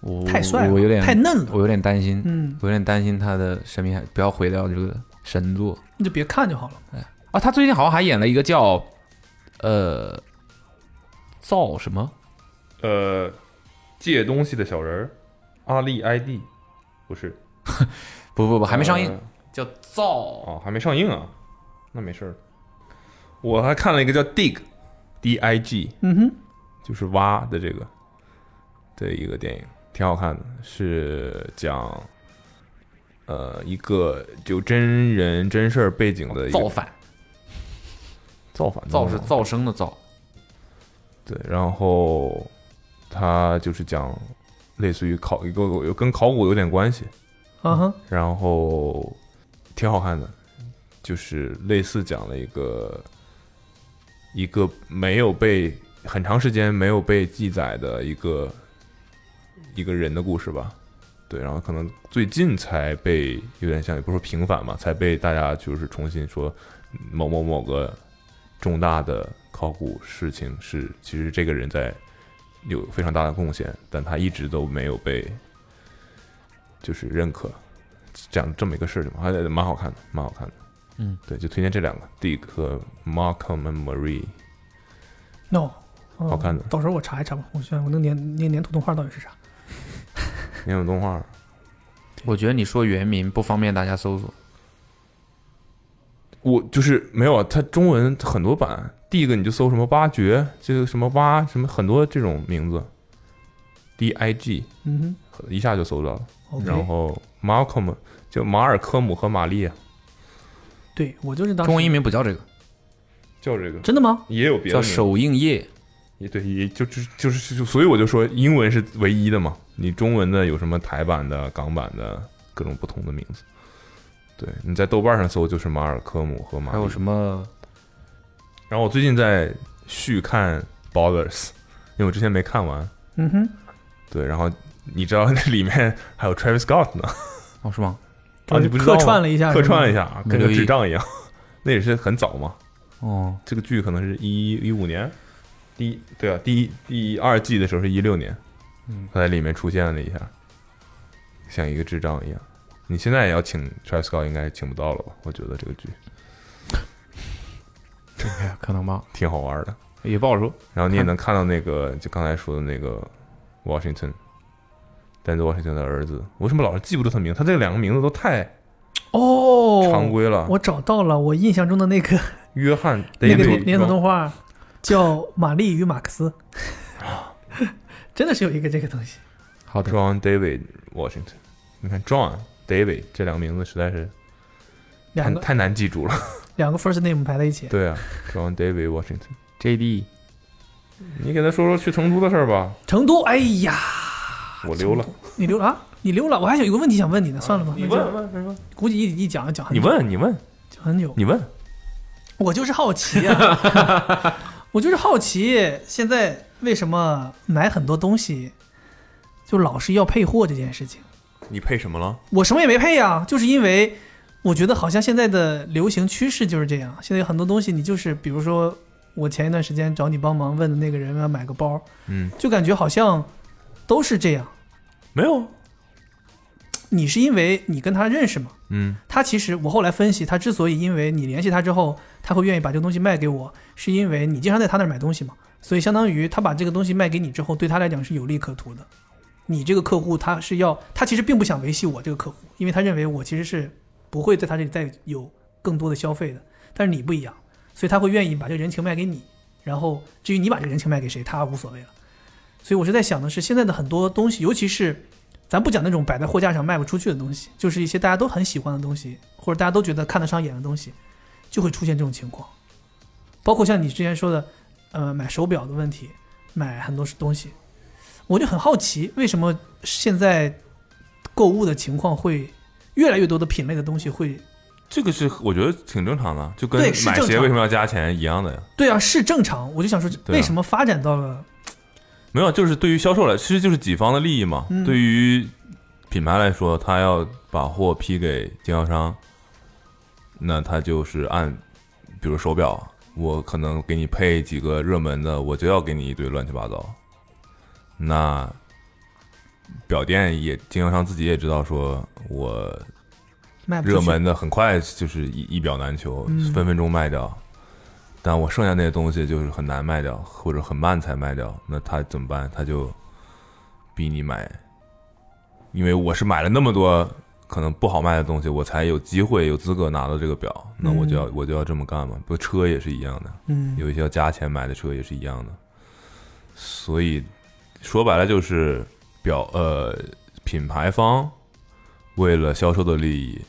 Speaker 4: 我
Speaker 3: 太帅了，
Speaker 4: 我有点
Speaker 3: 太嫩了，
Speaker 4: 我有点担心，
Speaker 3: 嗯，
Speaker 4: 我有点担心他的神秘海不要毁掉这个神作。
Speaker 3: 你就别看就好了。
Speaker 4: 啊，他最近好像还演了一个叫呃造什么
Speaker 2: 呃借东西的小人儿，阿力 ID 不是
Speaker 4: 不不不哦还没上映，
Speaker 2: 呃
Speaker 4: 叫造
Speaker 2: 哦，还没上映啊，那没事儿。我还看了一个叫 Dig，D I G，
Speaker 3: 嗯哼，
Speaker 2: 就是蛙的这个的一个电影，挺好看的，是讲呃一个有真人真事儿背景的一
Speaker 4: 造
Speaker 2: 个嗯
Speaker 4: 反，
Speaker 2: 造反
Speaker 4: 造是噪声的噪，
Speaker 2: 对，然后他就是讲类似于考一个有跟考古有点关系，
Speaker 3: 啊哈，
Speaker 2: 然后挺好看的，就是类似讲了一个一个没有被很长时间没有被记载的一个一个人的故事吧。对，然后可能最近才被有点像，也不是说平反嘛，才被大家就是重新说某某某个重大的考古事情是，其实这个人在有非常大的贡献，但他一直都没有被就是认可。讲这么一个事情嘛，还蛮好看的，蛮好看的。
Speaker 4: 嗯，
Speaker 2: 对，就推荐这两个 Dig 和 Markham and Marie，
Speaker 3: no，嗯
Speaker 4: 哦
Speaker 2: 好看的
Speaker 3: 到时候我查一查吧，我想我那年那年土动画到底是啥？
Speaker 2: 年有动画。
Speaker 4: 我觉得你说原名不方便大家搜索，
Speaker 2: 我就是没有啊，它中文很多版，Dig 你就搜什么挖掘，这个什么挖什么很多这种名字，D I G
Speaker 3: 嗯
Speaker 2: 一下就搜到了。
Speaker 3: 哼，OK，
Speaker 2: 然后 Malcolm 就马尔科姆和玛丽
Speaker 3: 对我就是当时
Speaker 4: 中文译名不叫这个，
Speaker 2: 叫这个
Speaker 3: 真的吗？
Speaker 2: 也有别的
Speaker 4: 叫
Speaker 2: 名字
Speaker 4: 首映夜。
Speaker 2: 也对，也就就就是就，所以我就说英文是唯一的嘛，你中文的有什么台版的、港版的各种不同的名字。对，你在豆瓣上搜就是马尔科姆和马
Speaker 4: 还有什
Speaker 2: 么？
Speaker 4: 么
Speaker 2: 然后我最近在续看《Ballers》，因为我之前没看完。
Speaker 3: 嗯哼，
Speaker 2: 对，然后你知道 [LAUGHS] 那里面还有 Travis Scott 呢，
Speaker 4: 哦是吗？
Speaker 2: 啊，你不知道
Speaker 3: 客
Speaker 2: 吗
Speaker 3: 串了一下，
Speaker 2: 客串了一
Speaker 3: 下，
Speaker 2: 下，啊，
Speaker 4: 没
Speaker 2: 跟个
Speaker 4: 留意
Speaker 2: 智障一样。 [LAUGHS] 那也是很早嘛，
Speaker 4: 哦，
Speaker 2: 这个剧可能是一一五年，第一对啊，第一第二季的时候是一六年，
Speaker 4: 嗯，
Speaker 2: 他在里面出现了一下，像一个智障一样。你现在也要请 Travis Scott，应该请不到了吧？我觉得这个剧
Speaker 4: 哎呀可能吧，
Speaker 2: 挺好玩的。
Speaker 4: 也不好说。
Speaker 2: 然后
Speaker 3: [LAUGHS]
Speaker 2: 你也能看到那个，就刚才说的那个 Washington，丹泽 Washington 的儿子，我为什么老是记不住他名字？他这两个名字都太
Speaker 3: 哦，
Speaker 2: 常规了。
Speaker 3: 我找到了我印象中的那 [LAUGHS] 个
Speaker 2: 约翰
Speaker 3: 那个
Speaker 2: David
Speaker 3: 连连锁动画， [LAUGHS] 叫《玛丽与马克思》，啊 [LAUGHS] 真的是有一个这个东西。
Speaker 4: 好的，
Speaker 2: John David Washington，你看 John David 这两个名字实在是太
Speaker 3: 两个
Speaker 2: 太难记住了。
Speaker 3: 两个 first name 排在一起，
Speaker 2: 对啊，John David Washington， [LAUGHS]
Speaker 4: JD
Speaker 2: 你给他说说去成都的事儿吧，
Speaker 3: 成都，哎呀，啊
Speaker 2: 我溜了。
Speaker 3: 你溜了啊？你溜了，我还有一个问题想啊问你呢，算了吧，那就
Speaker 2: 问什么？
Speaker 3: 估计一一讲要讲很
Speaker 2: 你
Speaker 3: 久，
Speaker 2: 问你问
Speaker 3: 讲很久，
Speaker 2: 你问，
Speaker 3: 我就是好奇啊， [LAUGHS] 我就是好奇，现在为什么买很多东西就老是要配货这件事情？
Speaker 2: 你配什么了？
Speaker 3: 我什么也没配啊，就是因为我觉得好像现在的流行趋势就是这样。现在有很多东西，你就是比如说我前一段时间找你帮忙问的那个人要啊买个包，
Speaker 2: 嗯，
Speaker 3: 就感觉好像都是这样。
Speaker 2: 没有，
Speaker 3: 你是因为你跟他认识吗？
Speaker 2: 嗯，
Speaker 3: 他其实我后来分析，他之所以因为你联系他之后，他会愿意把这个东西卖给我，是因为你经常在他那儿买东西嘛，所以相当于他把这个东西卖给你之后，对他来讲是有利可图的。你这个客户他是要，他其实并不想维系我这个客户，因为他认为我其实是不会在他这里再有更多的消费的。但是你不一样，所以他会愿意把这个人情卖给你，然后至于你把这个人情卖给谁，他无所谓了。所以我是在想的是，现在的很多东西，尤其是咱不讲那种摆在货架上卖不出去的东西，就是一些大家都很喜欢的东西，或者大家都觉得看得上眼的东西，就会出现这种情况。包括像你之前说的，呃，买手表的问题，买很多东西，我就很好奇，为什么现在购物的情况会越来越多的品类的东西会？
Speaker 2: 这个是我觉得挺正常的，就跟
Speaker 3: 对是
Speaker 2: 买
Speaker 3: 正
Speaker 2: 鞋
Speaker 3: 常
Speaker 2: 为什么要加钱一样的呀。
Speaker 3: 对啊，是正常。我就想说，
Speaker 2: 对啊
Speaker 3: 为什么发展到了
Speaker 2: 没有，就是对于销售来，其实就是己方的利益嘛。
Speaker 3: 嗯
Speaker 2: 对于品牌来说，他要把货批给经销商，那他就是按，比如手表，我可能给你配几个热门的，我就要给你一堆乱七八糟。那表店也经销商自己也知道说，我
Speaker 3: 卖不出去
Speaker 2: 热？门的很快就是一一表难求，
Speaker 3: 嗯
Speaker 2: 分分钟卖掉。但我剩下那些东西就是很难卖掉，或者很慢才卖掉，那他怎么办？他就逼你买，因为我是买了那么多可能不好卖的东西，我才有机会有资格拿到这个表，那我就要、我就要这么干嘛？不，车也是一样的，
Speaker 3: 嗯，
Speaker 2: 有一些要加钱买的车也是一样的。所以说白了就是表呃品牌方为了销售的利益，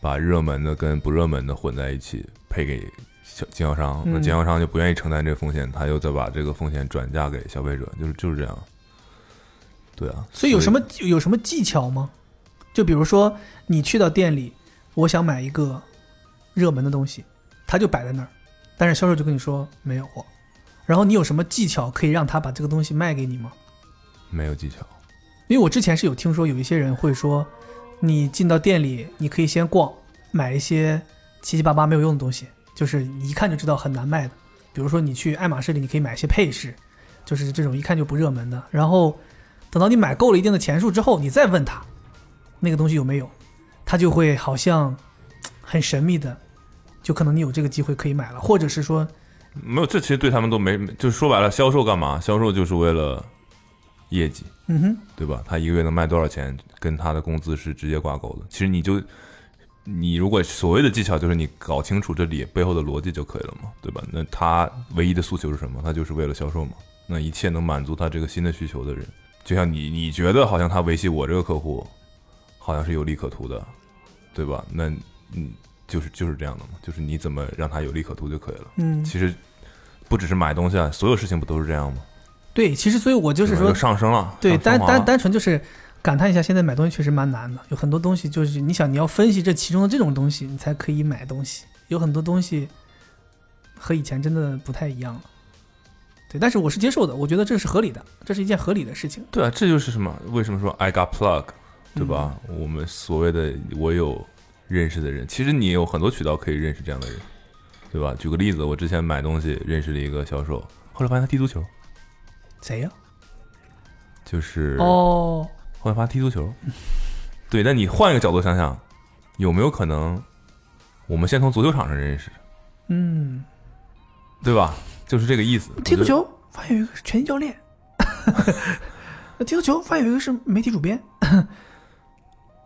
Speaker 2: 把热门的跟不热门的混在一起配给小经销商，那
Speaker 3: 嗯
Speaker 2: 经销商就不愿意承担这个风险，他又再把这个风险转嫁给消费者，就是就是这样。对啊，
Speaker 3: 所以有什么有什么技巧吗？就比如说你去到店里，我想买一个热门的东西，它就摆在那儿，但是销售就跟你说没有货，然后你有什么技巧可以让他把这个东西卖给你吗？
Speaker 2: 没有技巧？
Speaker 3: 因为我之前是有听说有一些人会说，你进到店里，你可以先逛，买一些七七八八没有用的东西，就是你一看就知道很难卖的。比如说你去爱马仕里，你可以买一些配饰，就是这种一看就不热门的。然后等到你买够了一定的钱数之后，你再问他那个东西有没有，他就会好像嘖很神秘的，就可能你有这个机会可以买了，或者是说
Speaker 2: 没有，这其实对他们都没，就是说白了，销售干嘛？销售就是为了业绩。
Speaker 3: 嗯哼，
Speaker 2: 对吧？他一个月能卖多少钱，跟他的工资是直接挂钩的。其实你就，你如果所谓的技巧就是你搞清楚这里背后的逻辑就可以了嘛，对吧？那他唯一的诉求是什么？他就是为了销售嘛。那一切能满足他这个新的需求的人，就像你，你觉得好像他维系我这个客户，好像是有利可图的，对吧？那嗯，就是就是这样的嘛，就是你怎么让他有利可图就可以了。
Speaker 3: 嗯，
Speaker 2: 其实不只是买东西啊，所有事情不都是这样吗？
Speaker 3: 对，其实所以我就是
Speaker 2: 对吧
Speaker 3: 说
Speaker 2: 就上升了，
Speaker 3: 对，
Speaker 2: 上升
Speaker 3: 单
Speaker 2: 华
Speaker 3: 单
Speaker 2: 了
Speaker 3: 单纯就是感叹一下，现在买东西确实蛮难的，有很多东西就是你想你要分析这其中的这种东西，你才可以买东西。有很多东西和以前真的不太一样了。对，但是我是接受的，我觉得这是合理的，这是一件合理的事情。
Speaker 2: 对啊，这就是什么？为什么说 I got plug，对吧？
Speaker 3: 嗯
Speaker 2: 我们所谓的我有认识的人，其实你有很多渠道可以认识这样的人，对吧？举个例子，我之前买东西认识了一个销售，后来发现他踢足球，
Speaker 3: 谁呀、
Speaker 2: 就是
Speaker 3: 哦，
Speaker 2: 后来发现踢足球。对，那你换一个角度想想，有没有可能我们先从足球场上认识，
Speaker 3: 嗯，
Speaker 2: 对吧？就是这个意思。
Speaker 3: 踢足
Speaker 2: 我觉得，
Speaker 3: 球发现有一个是拳击教练， [LAUGHS] 踢足球发现有一个是媒体主编，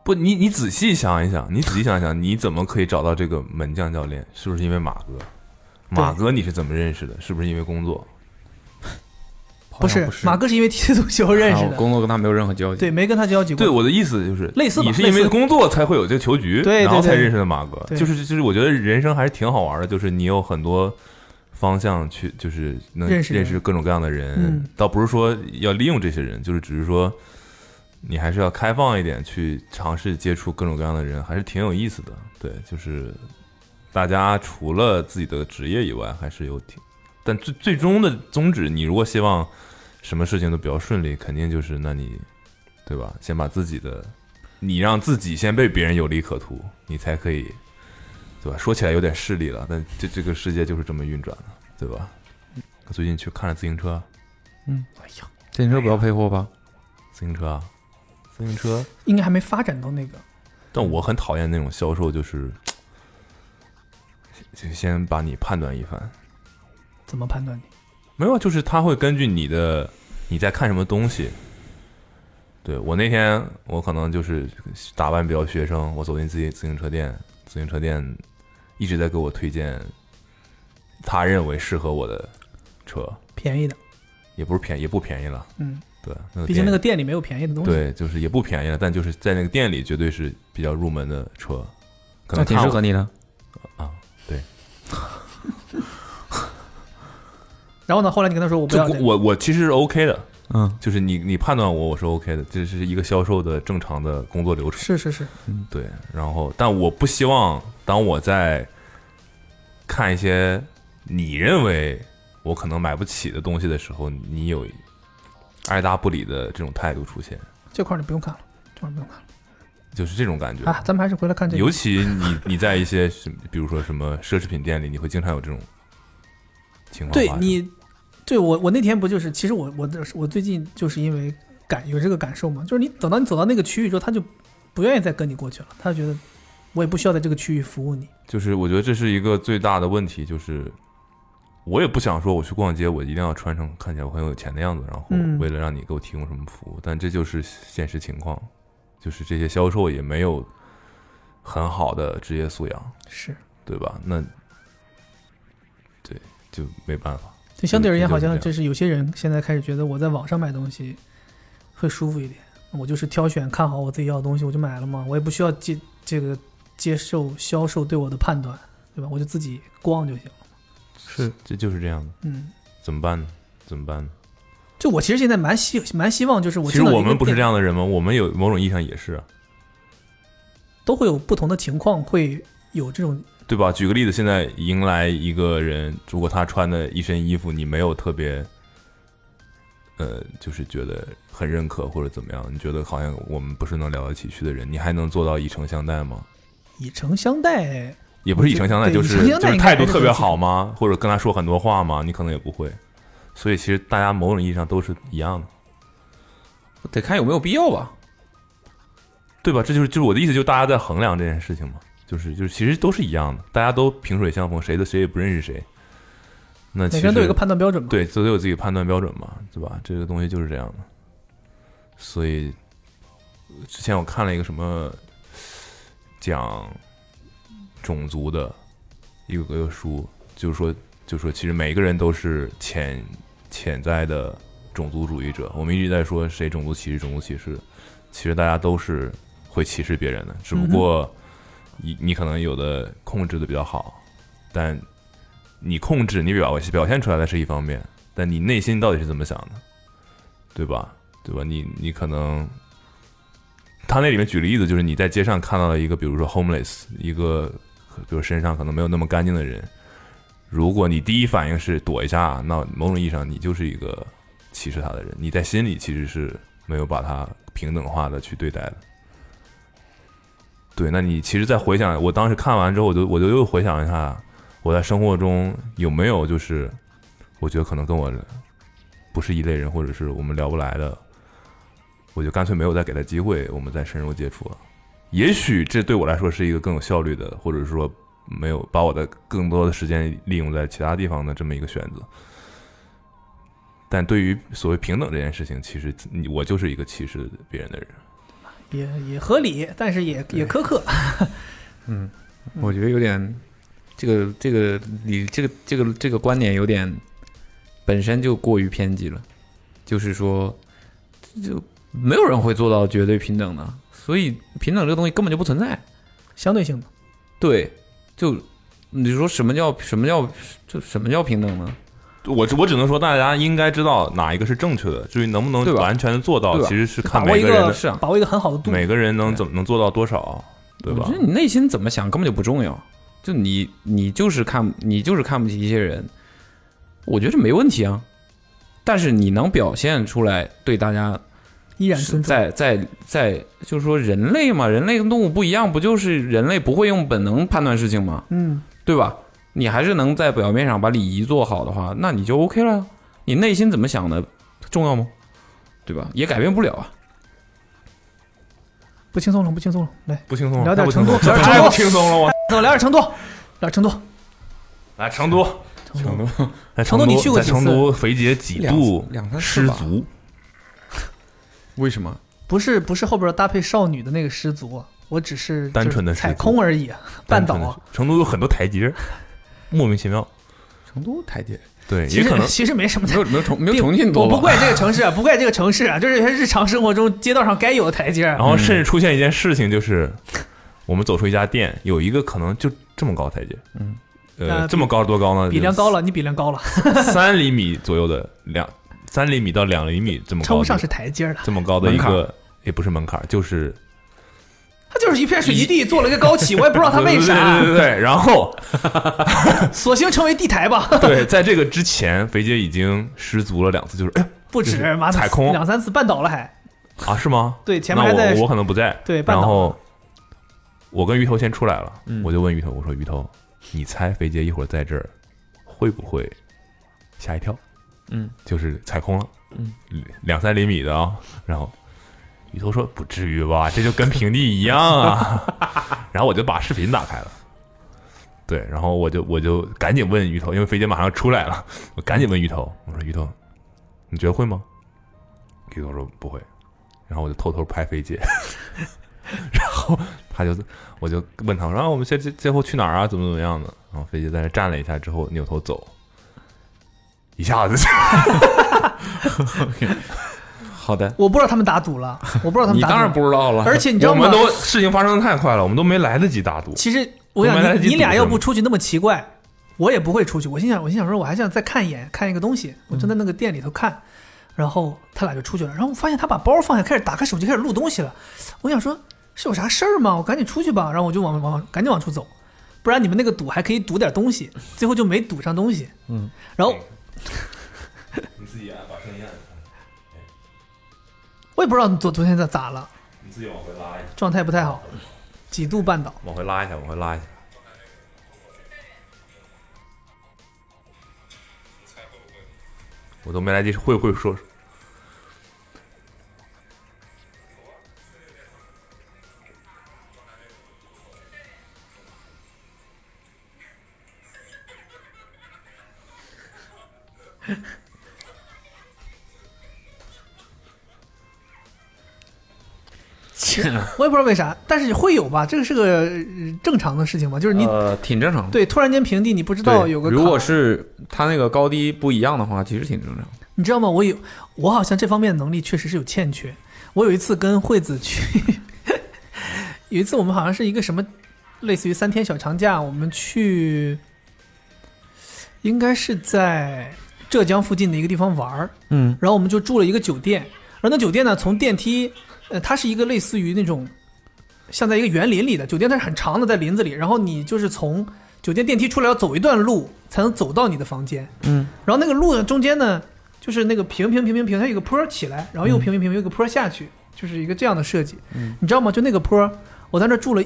Speaker 2: 不，你你仔细想一想，你仔细想一想，你怎么可以找到这个门将教练？是不是因为马哥？马哥你是怎么认识的？是不是因为工作？
Speaker 3: 不
Speaker 2: 像
Speaker 3: 是
Speaker 2: 不是啊
Speaker 3: 马哥是因为踢足球认识
Speaker 4: 然后
Speaker 3: 的，
Speaker 4: 啊工作跟他没有任何交集。
Speaker 3: 对，没跟他交集过。
Speaker 2: 对，我的意思就是，
Speaker 3: 类似吧
Speaker 2: 你是
Speaker 3: 类
Speaker 2: 因
Speaker 3: 似
Speaker 2: 为工作才会有这个球局，
Speaker 3: 对对
Speaker 2: 然后才
Speaker 3: 对
Speaker 2: 认识的马哥。
Speaker 3: 对
Speaker 2: 就是就是，我觉得人生还是挺好玩的，就是你有很多方向去，就是能
Speaker 3: 认识人
Speaker 2: 各种各样的人，
Speaker 3: 嗯
Speaker 2: 倒不是说要利用这些人，就是只是说你还是要开放一点，去尝试接触各种各样的人，还是挺有意思的。对，就是大家除了自己的职业以外，还是有挺，但最最终的宗旨，你如果希望什么事情都比较顺利，肯定就是那你对吧？先把自己的，你让自己先被别人有利可图，你才可以，对吧？说起来有点势利了，但这这个世界就是这么运转的，对吧？我最近去看了自行车，
Speaker 3: 哎
Speaker 4: 自行车不要配货吧？
Speaker 2: 自行车，啊，自行车，
Speaker 3: 应该还没发展到那个。嗯
Speaker 2: 但我很讨厌那种销售，就是就先把你判断一番，
Speaker 3: 怎么判断你？
Speaker 2: 没有，就是他会根据你的你在看什么东西。对我那天我可能就是打扮比较学生，我走进自己自行车店，自行车店一直在给我推荐他认为适合我的车，
Speaker 3: 便宜的，
Speaker 2: 也不是便宜也不便宜了，
Speaker 3: 嗯，
Speaker 2: 对，那个
Speaker 3: 毕竟那
Speaker 2: 店
Speaker 3: 个店里没有便宜的东西。
Speaker 2: 对就是也不便宜了，但就是在那个店里绝对是比较入门的车，可
Speaker 4: 那
Speaker 2: 能
Speaker 4: 挺
Speaker 2: 看
Speaker 4: 适
Speaker 2: 我
Speaker 4: 合你的。
Speaker 2: 啊，对，
Speaker 3: 然后呢，后来你跟他说我不
Speaker 2: 就
Speaker 3: 要这个，
Speaker 2: 我我其实是 OK 的，
Speaker 4: 嗯，
Speaker 2: 就是你你判断我我是 OK 的，这是一个销售的正常的工作流程。
Speaker 3: 是是是，
Speaker 2: 对，然后但我不希望当我在看一些你认为我可能买不起的东西的时候，你有爱答不理的这种态度出现，
Speaker 3: 这块儿你不用看了，这块儿不用看了
Speaker 2: 就是这种感觉。
Speaker 3: 啊。咱们还是回来看这
Speaker 2: 尤
Speaker 3: 个。
Speaker 2: 其你你在一些什么比如说什么奢侈品店里，你会经常有这种情况发
Speaker 3: 对
Speaker 2: 生。
Speaker 3: 你，对我我那天不就是，其实我我我最近就是因为感有这个感受嘛，就是你等到你走到那个区域之后，他就不愿意再跟你过去了，他就觉得我也不需要在这个区域服务你。
Speaker 2: 就是我觉得这是一个最大的问题，就是我也不想说我去逛街，我一定要穿成看起来我很有钱的样子，然后
Speaker 3: 嗯
Speaker 2: 为了让你给我提供什么服务，但这就是现实情况，就是这些销售也没有很好的职业素养，
Speaker 3: 是，
Speaker 2: 对吧？那对就没办法，
Speaker 3: 就相对而言，
Speaker 2: 就
Speaker 3: 好
Speaker 2: 是这样
Speaker 3: 像就是有些人现在开始觉得我在网上买东西会舒服一点，我就是挑选看好我自己要的东西，我就买了嘛，我也不需要接这个接受销售对我的判断，对吧？我就自己逛就行了。
Speaker 2: 是这就是这样的，
Speaker 3: 嗯，
Speaker 2: 怎么办呢？怎么办呢？
Speaker 3: 就我其实现在蛮希蛮希望，就是我
Speaker 2: 其实
Speaker 3: 进到
Speaker 2: 我
Speaker 3: 一个
Speaker 2: 们不是
Speaker 3: 店
Speaker 2: 这，样的人吗？我们有某种意义上也是啊，
Speaker 3: 都会有不同的情况，会有这种
Speaker 2: 对吧？举个例子，现在迎来一个人，如果他穿的一身衣服，你没有特别，呃，就是觉得很认可或者怎么样，你觉得好像我们不是能聊得起去的人，你还能做到以诚相待吗？
Speaker 3: 以诚相待。
Speaker 2: 也不是以诚相待，
Speaker 3: 对
Speaker 2: 就是
Speaker 3: 以诚相待
Speaker 2: 就是
Speaker 3: 应该
Speaker 2: 态度
Speaker 3: 还是
Speaker 2: 特别
Speaker 3: 很
Speaker 2: 好吗？或者跟他说很多话吗？你可能也不会。所以其实大家某种意义上都是一样的，
Speaker 4: 得看有没有必要吧。
Speaker 2: 对吧？这就是就是我的意思，就是大家在衡量这件事情嘛，就是就是其实都是一样的，大家都萍水相逢，谁的谁也不认识谁。那其
Speaker 3: 每
Speaker 2: 实
Speaker 3: 个人都有一个判断标准嘛。，
Speaker 2: 对，都有自己的判断标准嘛，对吧？这个东西就是这样的。所以呃之前我看了一个什么讲种族的一个个书，就是说，就是说，其实每个人都是潜潜在的种族主义者。我们一直在说谁种族歧视，种族歧视，其实大家都是会歧视别人的，只不过你你可能有的控制的比较好，但你控制你表表现出来的是一方面，但你内心到底是怎么想的，对吧？对吧？你你可能，他那里面举例子就是你在街上看到了一个，比如说 homeless，一个比如身上可能没有那么干净的人，如果你第一反应是躲一下，那某种意义上你就是一个歧视他的人，你在心里其实是没有把他平等化的去对待的。对，那你其实再回想，我当时看完之后，我就我就又回想一下，我在生活中有没有就是，我觉得可能跟我不是一类人，或者是我们聊不来的，我就干脆没有再给他机会，我们再深入接触了。也许这对我来说是一个更有效率的，或者说没有把我的更多的时间利用在其他地方的这么一个选择。但对于所谓平等这件事情，其实你我就是一个歧视别人的人。
Speaker 3: 也也合理，但是也也苛刻。
Speaker 4: 我觉得有点，这个这个你这个这个这个观点有点，本身就过于偏激了。就是说，就没有人会做到绝对平等的，所以平等这个东西根本就不存在。
Speaker 3: 相对性的，
Speaker 4: 对，就你说什么叫什么叫这什么叫平等呢？
Speaker 2: 我只我只能说，大家应该知道哪一个是正确的，至于能不能
Speaker 4: 对吧
Speaker 2: 完全做到
Speaker 4: 对，吧
Speaker 2: 其实是
Speaker 3: 把
Speaker 2: 看
Speaker 3: 握
Speaker 2: 每
Speaker 3: 一
Speaker 2: 个人
Speaker 3: 个
Speaker 2: 的
Speaker 4: 是啊
Speaker 3: 把握一个很好的度，
Speaker 2: 每个人能怎么能做到多少，对吧
Speaker 4: 我觉？得你内心怎么想根本就不重要，就你你就是看你就是看不起一些人，我觉得这没问题啊。但是你能表现出来对大家
Speaker 3: 依然
Speaker 4: 是
Speaker 3: 尊重。
Speaker 4: 在在在，就是说人类嘛，人类跟动物不一样，不就是人类不会用本能判断事情吗？
Speaker 3: 嗯，
Speaker 4: 对吧？你还是能在表面上把礼仪做好的话，那你就 OK 了。你内心怎么想的重要吗？对吧？也改变不了啊。
Speaker 3: 不轻松了，不轻松了，来，
Speaker 2: 不轻松，啊
Speaker 3: 聊点
Speaker 2: 太不轻松
Speaker 3: 程度聊点
Speaker 2: 了太
Speaker 3: 程
Speaker 2: 不
Speaker 3: 度
Speaker 2: 轻
Speaker 3: [LAUGHS]
Speaker 2: 松了，我
Speaker 3: 走，聊点成都，聊点成都，
Speaker 2: 来成都，成都，在
Speaker 3: 成都你去过
Speaker 2: 在
Speaker 3: 几
Speaker 2: 成
Speaker 3: 次
Speaker 2: 都肥姐几度
Speaker 4: 两三
Speaker 2: 失足？
Speaker 4: 为什么？
Speaker 3: 不是不是后边搭配少女的那个失足啊，我只是
Speaker 2: 单纯的
Speaker 3: 就是踩
Speaker 2: 失足
Speaker 3: 空而已啊，绊倒啊。
Speaker 2: 成都有很多台
Speaker 3: [LAUGHS]
Speaker 2: 阶，莫名其妙。
Speaker 4: 成都台阶
Speaker 2: 对，
Speaker 3: 其
Speaker 2: 也可
Speaker 3: 实
Speaker 2: 能
Speaker 3: 其实没什么
Speaker 4: 没
Speaker 3: 的
Speaker 4: 有没有重没有
Speaker 3: 并
Speaker 4: 重庆多
Speaker 3: 我
Speaker 4: 吧？
Speaker 3: 不怪这个城市啊，不怪这个城市啊，就是有些日常生活中街道上该有的台阶儿。
Speaker 2: 然后甚至出现一件事情，就是我们走出一家店，有一个可能就这么高台阶，
Speaker 4: 嗯，
Speaker 2: 呃，
Speaker 3: 呃
Speaker 2: 这么高是多高呢？
Speaker 3: 比量高了，你比量高了，
Speaker 2: 就三厘米左右的两三厘米到两厘米这么
Speaker 3: 称
Speaker 2: 高
Speaker 3: 不上
Speaker 2: 的
Speaker 3: 是台阶儿了，
Speaker 2: 这么高的一
Speaker 4: 门
Speaker 2: 个，也不是门槛，就是
Speaker 3: 它就是一片水泥地，做了一个高起，我也不知道它为啥
Speaker 2: [LAUGHS] 对，对对对对，然
Speaker 3: [LAUGHS]
Speaker 2: 后
Speaker 3: 索性称为地台吧，
Speaker 2: 对，在这个之前，肥姐已经失足了两次，就是哎
Speaker 3: 不止，妈的
Speaker 2: 踩空
Speaker 3: 两三次绊倒了还，
Speaker 2: 啊是吗？
Speaker 3: 对，前
Speaker 2: 那
Speaker 3: 面还在
Speaker 2: 我我可能不在，
Speaker 3: 对绊
Speaker 2: 然
Speaker 3: 倒
Speaker 2: 后我跟鱼头先出来了，
Speaker 4: 嗯
Speaker 2: 我就问鱼头，我说鱼头，你猜肥姐一会儿在这儿会不会吓一跳？
Speaker 4: 嗯，
Speaker 2: 就是踩空了，
Speaker 4: 嗯，
Speaker 2: 两三厘米的啊、然后鱼头说不至于吧，这就跟平地一样啊。 [LAUGHS] 然后我就把视频打开了。对，然后我就我就赶紧问鱼头，因为肥姐马上出来了，我赶紧问鱼头，我说鱼头，你觉得会吗？鱼头说不会，然后我就偷偷拍肥姐，然后他就我就问他，我说、啊、我们先最最后去哪儿啊？怎么怎么样的？然后肥姐在那站了一下之后，扭头走，一下 [LAUGHS] 子就
Speaker 4: 好的，
Speaker 3: 我不知道他们打赌了，我不知道他
Speaker 4: 你
Speaker 3: 们打赌，
Speaker 4: 当然不知道了。 [LAUGHS]
Speaker 3: 而且你知道
Speaker 2: 我
Speaker 3: 吗
Speaker 2: 们？都事情发生的太快了，我们都没来得及打赌。
Speaker 3: 其实我想
Speaker 2: 我们来得
Speaker 3: 你
Speaker 2: 及
Speaker 3: 你俩
Speaker 2: 赌
Speaker 3: 要
Speaker 2: 什么
Speaker 3: 不出去那么奇怪，我也不会出去。我心想，我心想说，我还想再看一眼，看一个东西。我就在那个店里头看，然后他俩就出去了。然后我发现他把包放下，开始打开手机，开始录东西了。我想说，是有啥事儿吗？我赶紧出去吧。然后我就往往赶紧往出走，不然你们那个赌还可以赌点东西，最后就没赌上东西。
Speaker 4: 嗯，
Speaker 3: 然后
Speaker 2: 你自己按，啊把声音按，
Speaker 3: 我也不知道昨昨天咋咋了，
Speaker 2: 你自己往回拉一下，
Speaker 3: 状态不太好，几度绊倒。
Speaker 2: 往回拉一下，往回拉一下。我都没来及会不会说，
Speaker 4: 呃
Speaker 3: 我也不知道为啥，但是会有吧？这个是个呃正常的事情嘛，就是你、
Speaker 4: 呃挺正常的。
Speaker 3: 对突然间平地，你不知
Speaker 4: 对
Speaker 3: 道有个
Speaker 4: 如
Speaker 3: 坎
Speaker 4: 果是他那个高低不一样的话，其实挺正常。
Speaker 3: 你知道吗？我有，我好像这方面的能力确实是有欠缺。我有一次跟惠子去，有一次我们好像是一个什么，类似于三天小长假，我们去，应该是在浙江附近的一个地方玩儿，
Speaker 4: 嗯，
Speaker 3: 然后我们就住了一个酒店，然后那酒店呢，从电梯，呃，它是一个类似于那种像在一个园林里的酒店，它是很长的，在林子里，然后你就是从酒店电梯出来要走一段路才能走到你的房间，
Speaker 4: 嗯，
Speaker 3: 然后那个路呢中间呢，就是那个平平平平平，它有个坡起
Speaker 4: 嗯
Speaker 3: 来，然后又平平平平，有个坡下去，就是一个这样的设计，嗯，你知道吗？就那个坡，我在那住了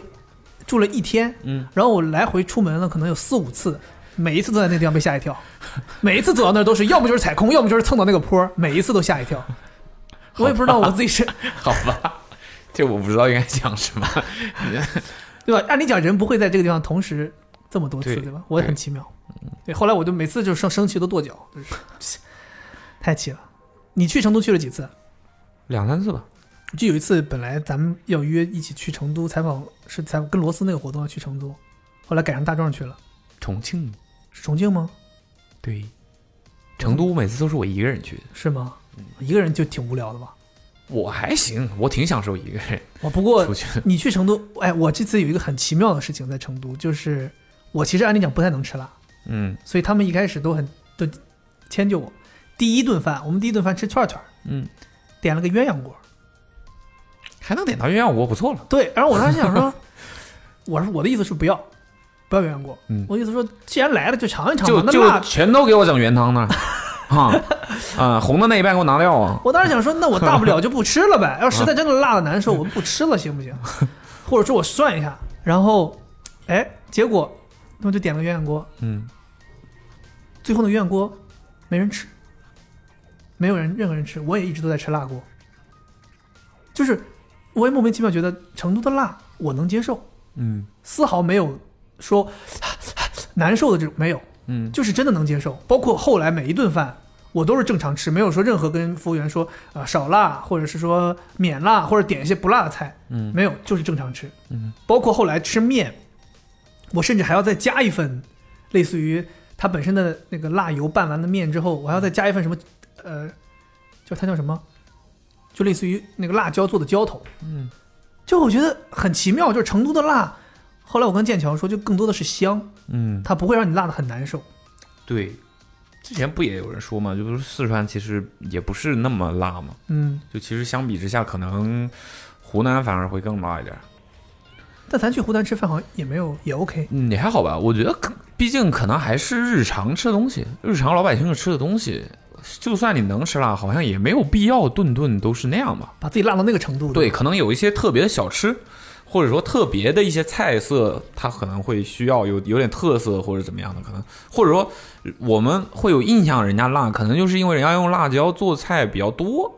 Speaker 3: 住了一天，
Speaker 4: 嗯，
Speaker 3: 然后我来回出门了，可能有四五次。每一次都在那地方被吓一跳，每一次走到那儿都是要么就是踩空，要么就是蹭到那个坡儿，每一次都吓一 [LAUGHS] 跳。我也不知道我自己是
Speaker 4: 好吧，这我不知道应该讲什么。
Speaker 3: 对吧？按理讲人不会在这个地方同时这么多次，
Speaker 4: 对
Speaker 3: 对嗯吧？我也很奇妙。对，后来我就每次就生生气都跺脚，就是 [LAUGHS] 太气了。你去成都去了几次？
Speaker 4: 两三次吧，
Speaker 3: 就有一次本来咱们要约一起去成都采访，是采跟罗斯那个活动要去成都，后来改成大壮去了，
Speaker 4: 重庆
Speaker 3: 是重庆吗？
Speaker 4: 对，成都每次都是我一个人去的。
Speaker 3: 是吗？一个人就挺无聊的吧？
Speaker 4: 我还行，我挺享受一个人
Speaker 3: 我不过
Speaker 4: 出去。
Speaker 3: 你去成都，哎，我这次有一个很奇妙的事情在成都，就是我其实按理讲不太能吃辣，
Speaker 4: 嗯
Speaker 3: 所以他们一开始都很都迁就我。第一顿饭，我们第一顿饭吃串串，
Speaker 4: 嗯，
Speaker 3: 点了个鸳鸯锅。
Speaker 4: 还能点到鸳鸯锅，不错了。
Speaker 3: 对，然后我当时想
Speaker 4: [LAUGHS]
Speaker 3: 说，我说我的意思是不要，不要鸳鸯锅。
Speaker 4: 嗯
Speaker 3: 我的意思说，既然来了就尝一尝
Speaker 4: 就
Speaker 3: 吧。那
Speaker 4: 就
Speaker 3: 辣，
Speaker 4: 全都给我整原汤 [LAUGHS] 的，啊啊，红的那一半给我拿掉啊！
Speaker 3: 我当时想说，那我大不了就不吃了
Speaker 4: [LAUGHS]
Speaker 3: 呗。要实在真的辣的难受，我不吃了行不行？或者说我涮一下，然后，哎，结果他们就点了鸳鸯锅，
Speaker 4: 嗯，
Speaker 3: 最后的鸳鸯锅没人吃，没有人任何人吃，我也一直都在吃辣锅，就是我也莫名其妙觉得成都的辣我能接受，
Speaker 4: 嗯，
Speaker 3: 丝毫没有说 [SIGHS] 难受的这种没有，
Speaker 4: 嗯，
Speaker 3: 就是真的能接受。包括后来每一顿饭我都是正常吃，没有说任何跟服务员说啊、呃少辣，或者是说免辣，或者点一些不辣的菜，
Speaker 4: 嗯，
Speaker 3: 没有，就是正常吃，
Speaker 4: 嗯，
Speaker 3: 包括后来吃面，我甚至还要再加一份，类似于它本身的那个辣油拌完的面之后，我还要再加一份什么，呃，叫它叫什么，就类似于那个辣椒做的浇头，嗯，就我觉得很奇妙，就是成都的辣，后来我跟剑桥说，就更多的是香，
Speaker 4: 嗯，
Speaker 3: 它不会让你辣的很难受，
Speaker 4: 对，之前不也有人说嘛，就不是四川其实也不是那么辣嘛，
Speaker 3: 嗯，
Speaker 4: 就其实相比之下，可能湖南反而会更辣一点。
Speaker 3: 但咱去湖南吃饭好像也没有也 OK，
Speaker 4: 嗯，也还好吧，我觉得可毕竟可能还是日常吃的东西，日常老百姓吃的东西，就算你能吃辣，好像也没有必要顿顿都是那样吧。
Speaker 3: 把自己辣到那个程度，
Speaker 4: 对，，可能有一些特别的小吃，或者说特别的一些菜色，它可能会需要有有点特色或者怎么样的，可能或者说呃我们会有印象，人家辣，可能就是因为人家用辣椒做菜比较多，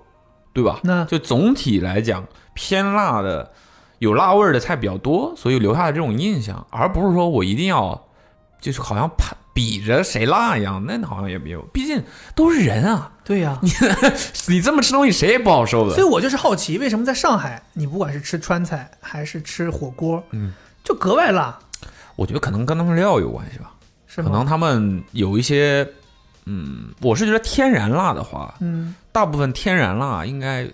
Speaker 4: 对吧？
Speaker 3: 那
Speaker 4: 就总体来讲，偏辣的有辣味儿的菜比较多，所以留下的这种印象，而不是说我一定要就是好像攀比着谁辣一样，那好像也没有，毕竟都是人啊，
Speaker 3: 对呀、
Speaker 4: 你这么吃东西谁也不好受的。
Speaker 3: 所以我就是好奇，为什么在上海，你不管是吃川菜还是吃火锅，
Speaker 4: 嗯，
Speaker 3: 就格外辣，
Speaker 4: 我觉得可能跟他们料有关系吧，
Speaker 3: 是
Speaker 4: 可
Speaker 3: 吗？
Speaker 4: 能他们有一些，嗯，我是觉得天然辣的话，
Speaker 3: 嗯
Speaker 4: 大部分天然辣应该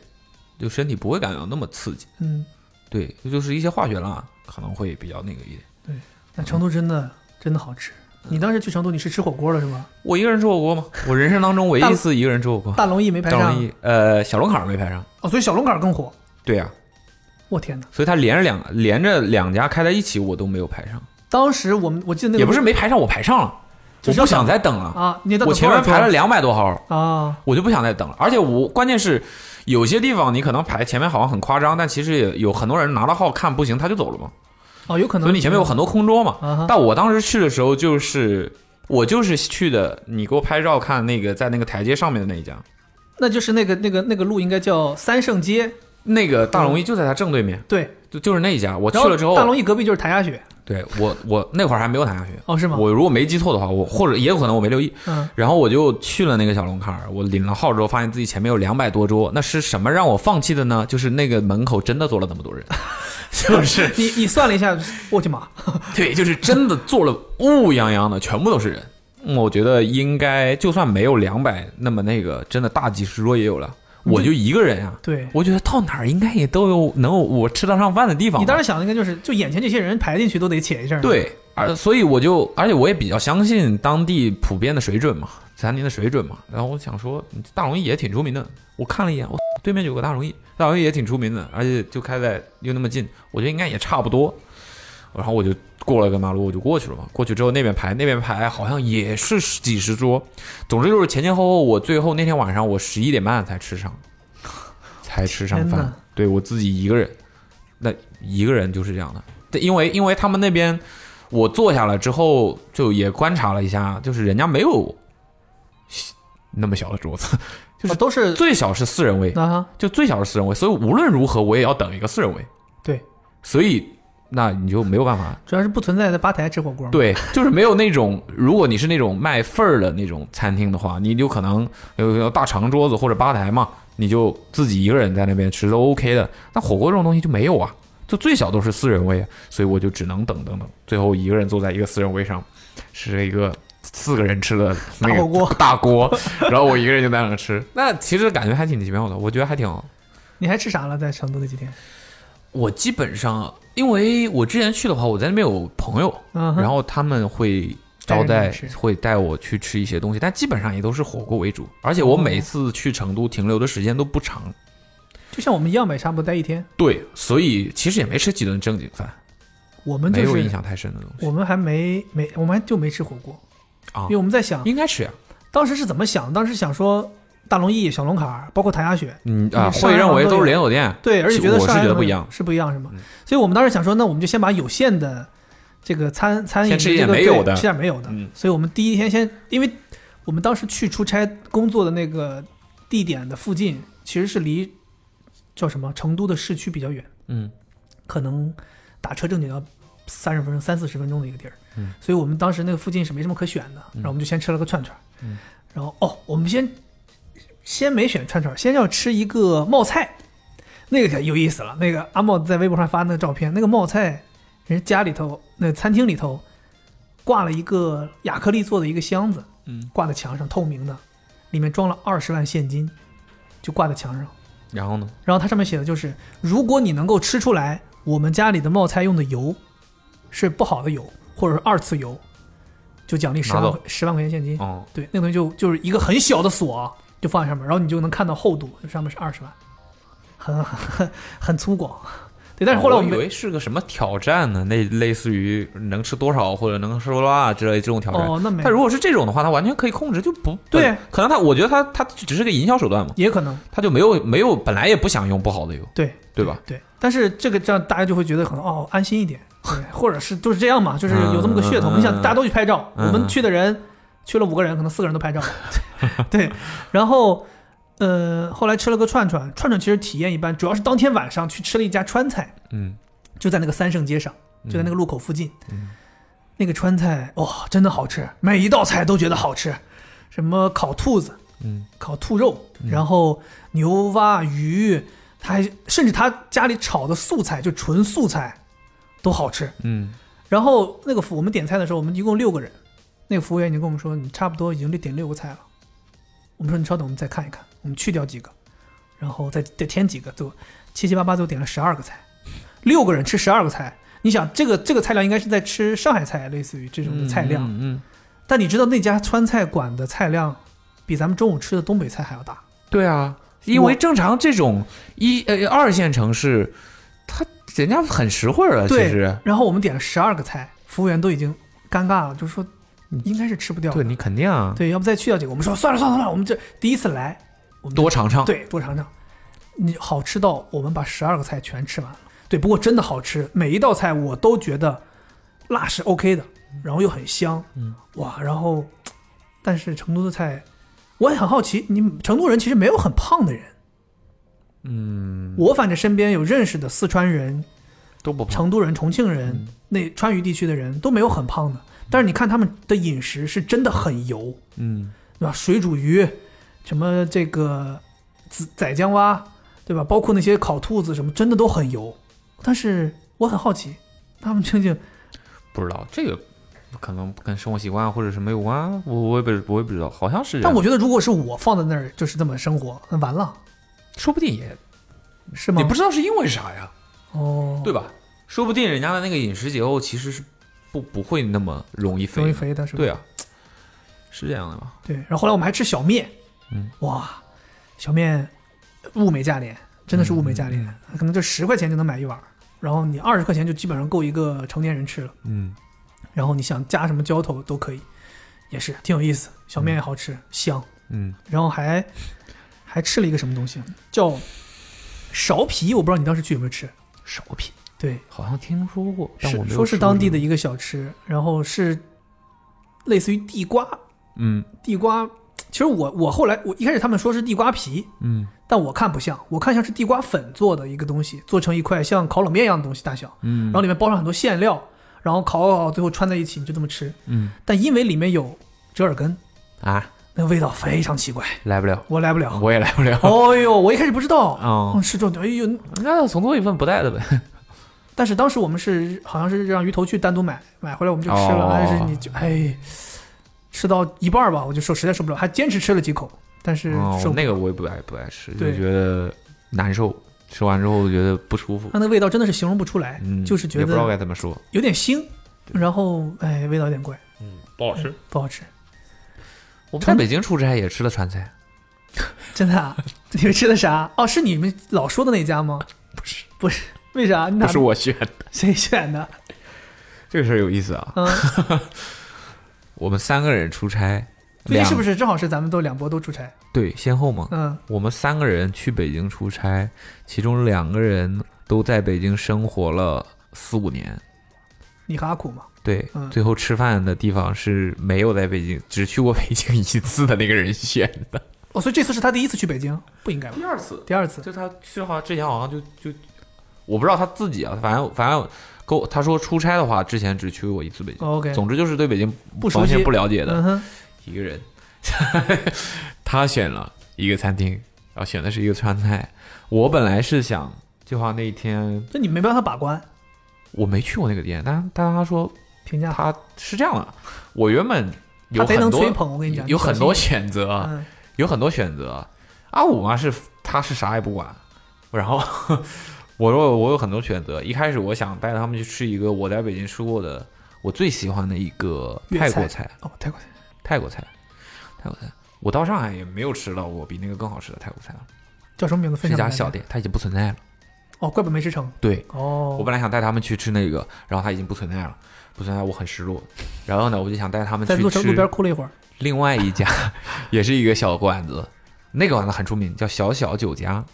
Speaker 4: 就身体不会感觉到那么刺激，
Speaker 3: 嗯，
Speaker 4: 对，就是一些化学辣可能会比较那个一点。
Speaker 3: 那成都真的真的好吃。你当时去成都，你是吃火锅了是吗？
Speaker 4: 我一个人吃火锅吗？我人生当中唯一一次一个人吃火锅，
Speaker 3: 大龙燚没排
Speaker 4: 张
Speaker 3: 上
Speaker 4: 龙一呃小龙坎儿没排上，
Speaker 3: 哦，所以小龙坎儿更火。
Speaker 4: 对呀、
Speaker 3: 我天哪！
Speaker 4: 所以他连着两连着两家开在一起，我都没有排上，
Speaker 3: 当时我们我记得那个
Speaker 4: 也不是没排上，我排上了，
Speaker 3: 就
Speaker 4: 我
Speaker 3: 是
Speaker 4: 不想再等了，
Speaker 3: 啊，你到
Speaker 4: 我前面排了
Speaker 3: 两
Speaker 4: 两百多号。
Speaker 3: 啊，
Speaker 4: 我就不想再等了。而且我关键是有些地方你可能排前面好像很夸张，但其实也有很多人拿到号看不行他就走了嘛，
Speaker 3: 哦，有可能
Speaker 4: 所以你前面有很多空桌嘛。
Speaker 3: 啊哈
Speaker 4: 但我当时去的时候就是我就是去的，你给我拍照看那个在那个台阶上面的那一家，
Speaker 3: 那就是那个那个那个路应该叫三圣街，
Speaker 4: 那个大龙燚就在他正对面，
Speaker 3: 对，
Speaker 4: 就就是那一家。我去
Speaker 3: 然后
Speaker 4: 了之后，
Speaker 3: 大龙燚隔壁就是谭鸭血，
Speaker 4: 对我我那会儿还没有谈下去。
Speaker 3: 哦，是吗？
Speaker 4: 我如果没记错的话，我或者也有可能我没留意，
Speaker 3: 嗯，
Speaker 4: 然后我就去了那个小龙坎儿，我领了号之后，发现自己前面有两百多桌，那是什么让我放弃的呢？就是那个门口真的坐了那么
Speaker 3: [LAUGHS]
Speaker 4: 多人， [LAUGHS] 就是
Speaker 3: 你你算了一下，我去妈，
Speaker 4: 对，就是真的坐了乌泱泱的，全部都是人。嗯我觉得应该就算没有两百，那么那个真的大几十桌也有了，我就一个人啊，
Speaker 3: 对
Speaker 4: 我觉得到哪儿应该也都有能有我吃得上饭的地方吧。
Speaker 3: 你当时想的应该就是，就眼前这些人排进去都得且一哦阵儿。，
Speaker 4: 对，而所以我就，而且我也比较相信当地普遍的水准嘛，餐厅的水准嘛。然后我想说，大龙燚也挺出名的。我看了一眼，我对面有个大龙燚，大龙燚也挺出名的，而且就开在又那么近，我觉得应该也差不多。然后我就过了个马路，我就过去了嘛。过去之后那边排，那边排好像也是十几十桌，总之就是前前后后，我最后那天晚上我十一点半
Speaker 3: [LAUGHS]
Speaker 4: 才吃上，才吃上
Speaker 3: 天
Speaker 4: 饭
Speaker 3: 哪。
Speaker 4: 对我自己一个人，那一个人就是这样的。对因为因为他们那边我坐下了之后，就也观察了一下，就是人家没有那么小的桌子， [LAUGHS]
Speaker 3: 啊、都是
Speaker 4: 最小是四人位，
Speaker 3: 啊哈，
Speaker 4: 就最小是四人位，所以无论如何我也要等一个四人位，
Speaker 3: 对，
Speaker 4: 所以那你就没有办法。
Speaker 3: 主要是不存在在吧台吃火锅。，
Speaker 4: 对，就是没有那种，如果你是那种卖份儿的那种餐厅的话，你有可能有有大长桌子或者吧台嘛，你就自己一个人在那边吃都 OK 的。那火锅这种东西就没有啊，就最小都啊是四人位，所以我就只能等等等，最后一个人坐在一个四人位上，吃了一个四个人吃的那个
Speaker 3: 大火锅 [LAUGHS]
Speaker 4: 大锅，然后我一个人就在那儿吃，那其实感觉还挺奇妙的，我觉得还挺好。
Speaker 3: 你还吃啥了？在成都那几天，
Speaker 4: 我基本上，因为我之前去的话，我在那边有朋友，
Speaker 3: 嗯哼
Speaker 4: 然后他们会
Speaker 3: 带着
Speaker 4: 招
Speaker 3: 你
Speaker 4: 待
Speaker 3: 吃，哦
Speaker 4: 会带我去吃一些东西，但基本上也都是火锅为主。而且我每次去成都停留的时间都不长，
Speaker 3: 就像我们一样呗，差不多待一天。
Speaker 4: 对，所以其实也没吃几顿正经饭，
Speaker 3: 我们
Speaker 4: 没
Speaker 3: 就
Speaker 4: 有印
Speaker 3: 是哦
Speaker 4: 象太深的东西
Speaker 3: 我们还没没，我们还就没吃火锅，
Speaker 4: 啊
Speaker 3: 因为。我们在想
Speaker 4: 应该是呀，
Speaker 3: 当时是啊怎么想，当时想说大龙燚、小龙坎儿，包括谭鸭血，
Speaker 4: 嗯啊，
Speaker 3: 上
Speaker 4: 会
Speaker 3: 海
Speaker 4: 认为
Speaker 3: 杭州
Speaker 4: 都
Speaker 3: 有
Speaker 4: 是连锁店，
Speaker 3: 对，而且觉得
Speaker 4: 我是
Speaker 3: 上海
Speaker 4: 觉得
Speaker 3: 的
Speaker 4: 不一样，嗯
Speaker 3: 是不一样，是吗？所以我们当时想说，那我们就先把有限的这个餐餐饮
Speaker 4: 先吃
Speaker 3: 这
Speaker 4: 一点
Speaker 3: 个
Speaker 4: 没
Speaker 3: 对
Speaker 4: 有的
Speaker 3: 吃点没有的。
Speaker 4: 嗯
Speaker 3: 所以我们第一天先，因为我们当时去出差工作的那个地点的附近，其实是离叫什么成都的市区比较远，
Speaker 4: 嗯，
Speaker 3: 可能打车正经要三十分钟、三四十分钟的一个地儿。所以我们当时那个附近是没什么可选的，然后我们就先吃了个串串。然后哦，我们先先没选串串，先要吃一个冒菜，那个可有意思了。那个阿茂在微博上发那个照片，那个冒菜，人家家里头那餐厅里头挂了一个亚克力做的一个箱子，
Speaker 4: 嗯，
Speaker 3: 挂在墙上，透明的，里面装了二十万现金，就挂在墙上。
Speaker 4: 然后呢？
Speaker 3: 然后它上面写的就是，如果你能够吃出来我们家里的冒菜用的油是不好的油，或者是二次油，就奖励十
Speaker 4: 拿
Speaker 3: 万
Speaker 4: 走
Speaker 3: 十万块钱现金。
Speaker 4: 哦，
Speaker 3: 对，那个东西就就是一个很小的锁啊，就放在上面，然后你就能看到厚度，上面是二十万，很很很粗犷。对，但是后来我
Speaker 4: 哦我
Speaker 3: 们
Speaker 4: 以为是个什么挑战呢，那类似于能吃多少或者能吃多少啊之类这种挑战。
Speaker 3: 哦那没有
Speaker 4: 但如果是这种的话，他完全可以控制，就不
Speaker 3: 对
Speaker 4: 可能他我觉得他他只是个营销手段嘛，
Speaker 3: 也可能
Speaker 4: 他就没有没有本来也不想用不好的油，
Speaker 3: 对
Speaker 4: 对吧？
Speaker 3: 对，但是这个这样大家就会觉得可能哦安心一点，对，
Speaker 4: [LAUGHS]
Speaker 3: 或者是就是这样嘛，就是有这么个噱头。
Speaker 4: 嗯
Speaker 3: 你想，大家都去拍照，
Speaker 4: 嗯
Speaker 3: 我们去的人去了五个人，可能四个人都拍照了， [LAUGHS] 对。然后呃，后来吃了个串串，串串其实体验一般，主要是当天晚上去吃了一家川菜，
Speaker 4: 嗯，
Speaker 3: 就在那个三圣街上，就在那个路口附近。那个川菜哇、真的好吃，每一道菜都觉得好吃，什么烤兔子，
Speaker 4: 嗯，
Speaker 3: 烤兔肉，然后牛蛙鱼，他还甚至他家里炒的素菜就纯素菜都好吃。
Speaker 4: 嗯，
Speaker 3: 然后那个服我们点菜的时候，我们一共六个人，那个服务员已经跟我们说，你差不多已经点六个菜了。我们说你稍等，我们再看一看，我们去掉几个，然后再再添几个，就七七八八就点了十二个菜，六个人吃十二个菜。你想，这个这个菜量应该是在吃上海菜，类似于这种的菜量。
Speaker 4: 嗯，嗯，
Speaker 3: 但你知道那家川菜馆的菜量比咱们中午吃的东北菜还要大。
Speaker 4: 对啊，因为正常这种一呃二线城市，他人家很实惠啊，其
Speaker 3: 对，
Speaker 4: 实。
Speaker 3: 然后我们点了十二个菜，服务员都已经尴尬了，就说应该是吃不掉的。
Speaker 4: 对你肯定啊，
Speaker 3: 对，要不再去掉几个？我们说算了算了算了，我们这第一次来，我们
Speaker 4: 多尝尝。，
Speaker 3: 对多尝尝。你好吃到我们把十二个菜全吃完了，对，不过真的好吃，每一道菜我都觉得辣是 OK 的，然后又很香，嗯，哇，然后但是成都的菜，我也很好奇，你们成都人其实没有很胖的人，嗯，我反正身边有认识的四川人，
Speaker 4: 都不胖。
Speaker 3: 成都人、重庆人、那川渝地区的人都没有很胖的，但是你看他们的饮食是真的很油，
Speaker 4: 嗯，
Speaker 3: 对吧？水煮鱼，什么这个紫仔姜蛙，对吧？包括那些烤兔子什么，真的都很油。但是我很好奇，他们究竟
Speaker 4: 不知道这个可能跟生活习惯或者什么有关，啊我我也不我也不知道，好像是这样。
Speaker 3: 但我觉得如果是我放在那儿就是这么生活，那完了，
Speaker 4: 说不定也
Speaker 3: 是吗？
Speaker 4: 你不知道是因为啥呀，
Speaker 3: 嗯哦，
Speaker 4: 对吧？说不定人家的那个饮食结构其实是不不会那么容易肥，
Speaker 3: 容易肥的是吧？
Speaker 4: 对啊，是这样的吧？
Speaker 3: 对，然后后来我们还吃小面，
Speaker 4: 嗯，
Speaker 3: 哇，小面物美价廉，真的是物美价廉，
Speaker 4: 嗯
Speaker 3: 啊可能就十块钱就能买一碗儿，然后你二十块钱就基本上够一个成年人吃了，
Speaker 4: 嗯，
Speaker 3: 然后你想加什么浇头都可以，也是挺有意思，小面也好吃，香，
Speaker 4: 嗯，
Speaker 3: 然后还还吃了一个什么东西，叫苕皮，我不知道你当时去有没有吃，
Speaker 4: 苕皮
Speaker 3: 对，
Speaker 4: 好像听说过，但我
Speaker 3: 是
Speaker 4: 没有
Speaker 3: 说是当地的
Speaker 4: 吃
Speaker 3: 一个小吃，然后是类似于地瓜
Speaker 4: 过，嗯
Speaker 3: 地瓜，其实我我后来我一开始他们说是地瓜皮，
Speaker 4: 嗯
Speaker 3: 但我看不像，我看像是地瓜粉做的一个东西，做成一块像烤冷面一样的东西大小，
Speaker 4: 嗯，
Speaker 3: 然后里面包上很多馅料，然后烤烤烤，最后穿在一起，你就这么吃。
Speaker 4: 嗯
Speaker 3: 但因为里面有折耳根，
Speaker 4: 啊，
Speaker 3: 那个味道非常奇怪，
Speaker 4: 来不了，
Speaker 3: 我来不了。
Speaker 4: 我也来不了。
Speaker 3: 哦呦，我一开始不知道，
Speaker 4: [LAUGHS] 哦
Speaker 3: 嗯，是这种，哎呦，
Speaker 4: 那从多一份不带的呗，
Speaker 3: 但是当时我们是好像是让鱼头去单独买，买回来我们就吃了，
Speaker 4: 哦
Speaker 3: 但是你就哎，吃到一半儿吧，我就受实在受不了，还坚持吃了几口，但是
Speaker 4: 哦
Speaker 3: 受，不了。
Speaker 4: 那个我也不爱不爱吃，就
Speaker 3: 对
Speaker 4: 觉得难受，吃完之后觉得不舒服，
Speaker 3: 它那味道真的是形容不出来，
Speaker 4: 嗯，
Speaker 3: 啊就是觉
Speaker 4: 也不知道
Speaker 3: 得
Speaker 4: 该怎么说，
Speaker 3: 有点腥，然后哎，味道有点怪，
Speaker 5: 嗯不好吃。
Speaker 3: 不好吃。
Speaker 4: 我们在
Speaker 3: 川
Speaker 4: 北京出差也吃了川菜，
Speaker 3: 真的、
Speaker 4: [LAUGHS]
Speaker 3: 啊？你们吃的啥？哦，是你们老说的那家吗？
Speaker 4: 不是
Speaker 3: 不是，为啥？你哪
Speaker 4: 我选的，
Speaker 3: 谁选的？
Speaker 4: 这个事儿有意思啊。
Speaker 3: 嗯，
Speaker 4: 我们三个人出差，
Speaker 3: 最近
Speaker 4: 两
Speaker 3: 是不是正好是咱们都两波都出差？
Speaker 4: 对先后嘛？
Speaker 3: 嗯，
Speaker 4: 我们三个人去北京出差，其中两个人都在北京生活了四五年。
Speaker 3: 你和阿苦嘛，
Speaker 4: 对，
Speaker 3: 嗯
Speaker 4: 最后吃饭的地方是没有在北京，只去过北京一次的那个人选的。
Speaker 3: 哦，所以这次是他第一次去北京，不应该吧？
Speaker 4: 第二次，
Speaker 3: 第二次，
Speaker 4: 就他去好像之前好像就就，我不知道他自己啊，反正反正跟我他说出差的话，之前只去过一次北京。
Speaker 3: 哦 OK，
Speaker 4: 总之就是对北京
Speaker 3: 不熟
Speaker 4: 完全
Speaker 3: 悉
Speaker 4: 不了解的
Speaker 3: 嗯哼，
Speaker 4: 一个人， [LAUGHS] 他选了一个餐厅，然后选的是一个川菜。我本来是想，就好像那一天
Speaker 3: 那你没办法把关
Speaker 4: 我没去过那个店，但但他说
Speaker 3: 评价，
Speaker 4: 他是这样的，我原本有
Speaker 3: 他贼
Speaker 4: 很
Speaker 3: 能
Speaker 4: 多
Speaker 3: 吹捧，我跟你讲，
Speaker 4: 有
Speaker 3: 你小
Speaker 4: 很
Speaker 3: 心
Speaker 4: 多选择，啊
Speaker 3: 嗯，
Speaker 4: 有很多选择。啊阿五嘛是他是啥也不管， [LAUGHS] 然后我说我有很多选择。一开始我想带他们去吃一个我在北京吃过的我最喜欢的一个
Speaker 3: 粤
Speaker 4: 泰
Speaker 3: 菜
Speaker 4: 国菜，
Speaker 3: 哦，泰国菜
Speaker 4: 泰国菜，泰国菜。我到上海也没有吃到过比那个更好吃的泰国菜了，
Speaker 3: 叫什么名字？
Speaker 4: 是
Speaker 3: 分
Speaker 4: 一
Speaker 3: 享给
Speaker 4: 家
Speaker 3: 大
Speaker 4: 小
Speaker 3: 家
Speaker 4: 店，它已经不存在了。
Speaker 3: 哦，怪不得没吃成
Speaker 4: 对，
Speaker 3: 哦。
Speaker 4: 我本来想带他们去吃那个，然后它已经不存在了，不存在，我很失落。然后呢，我就想带他们
Speaker 3: 在路
Speaker 4: 去
Speaker 3: 上路边
Speaker 4: 吃
Speaker 3: 哭了一会儿，
Speaker 4: 另外一家，也是一个小馆子，那个馆子很出名，叫小小酒家，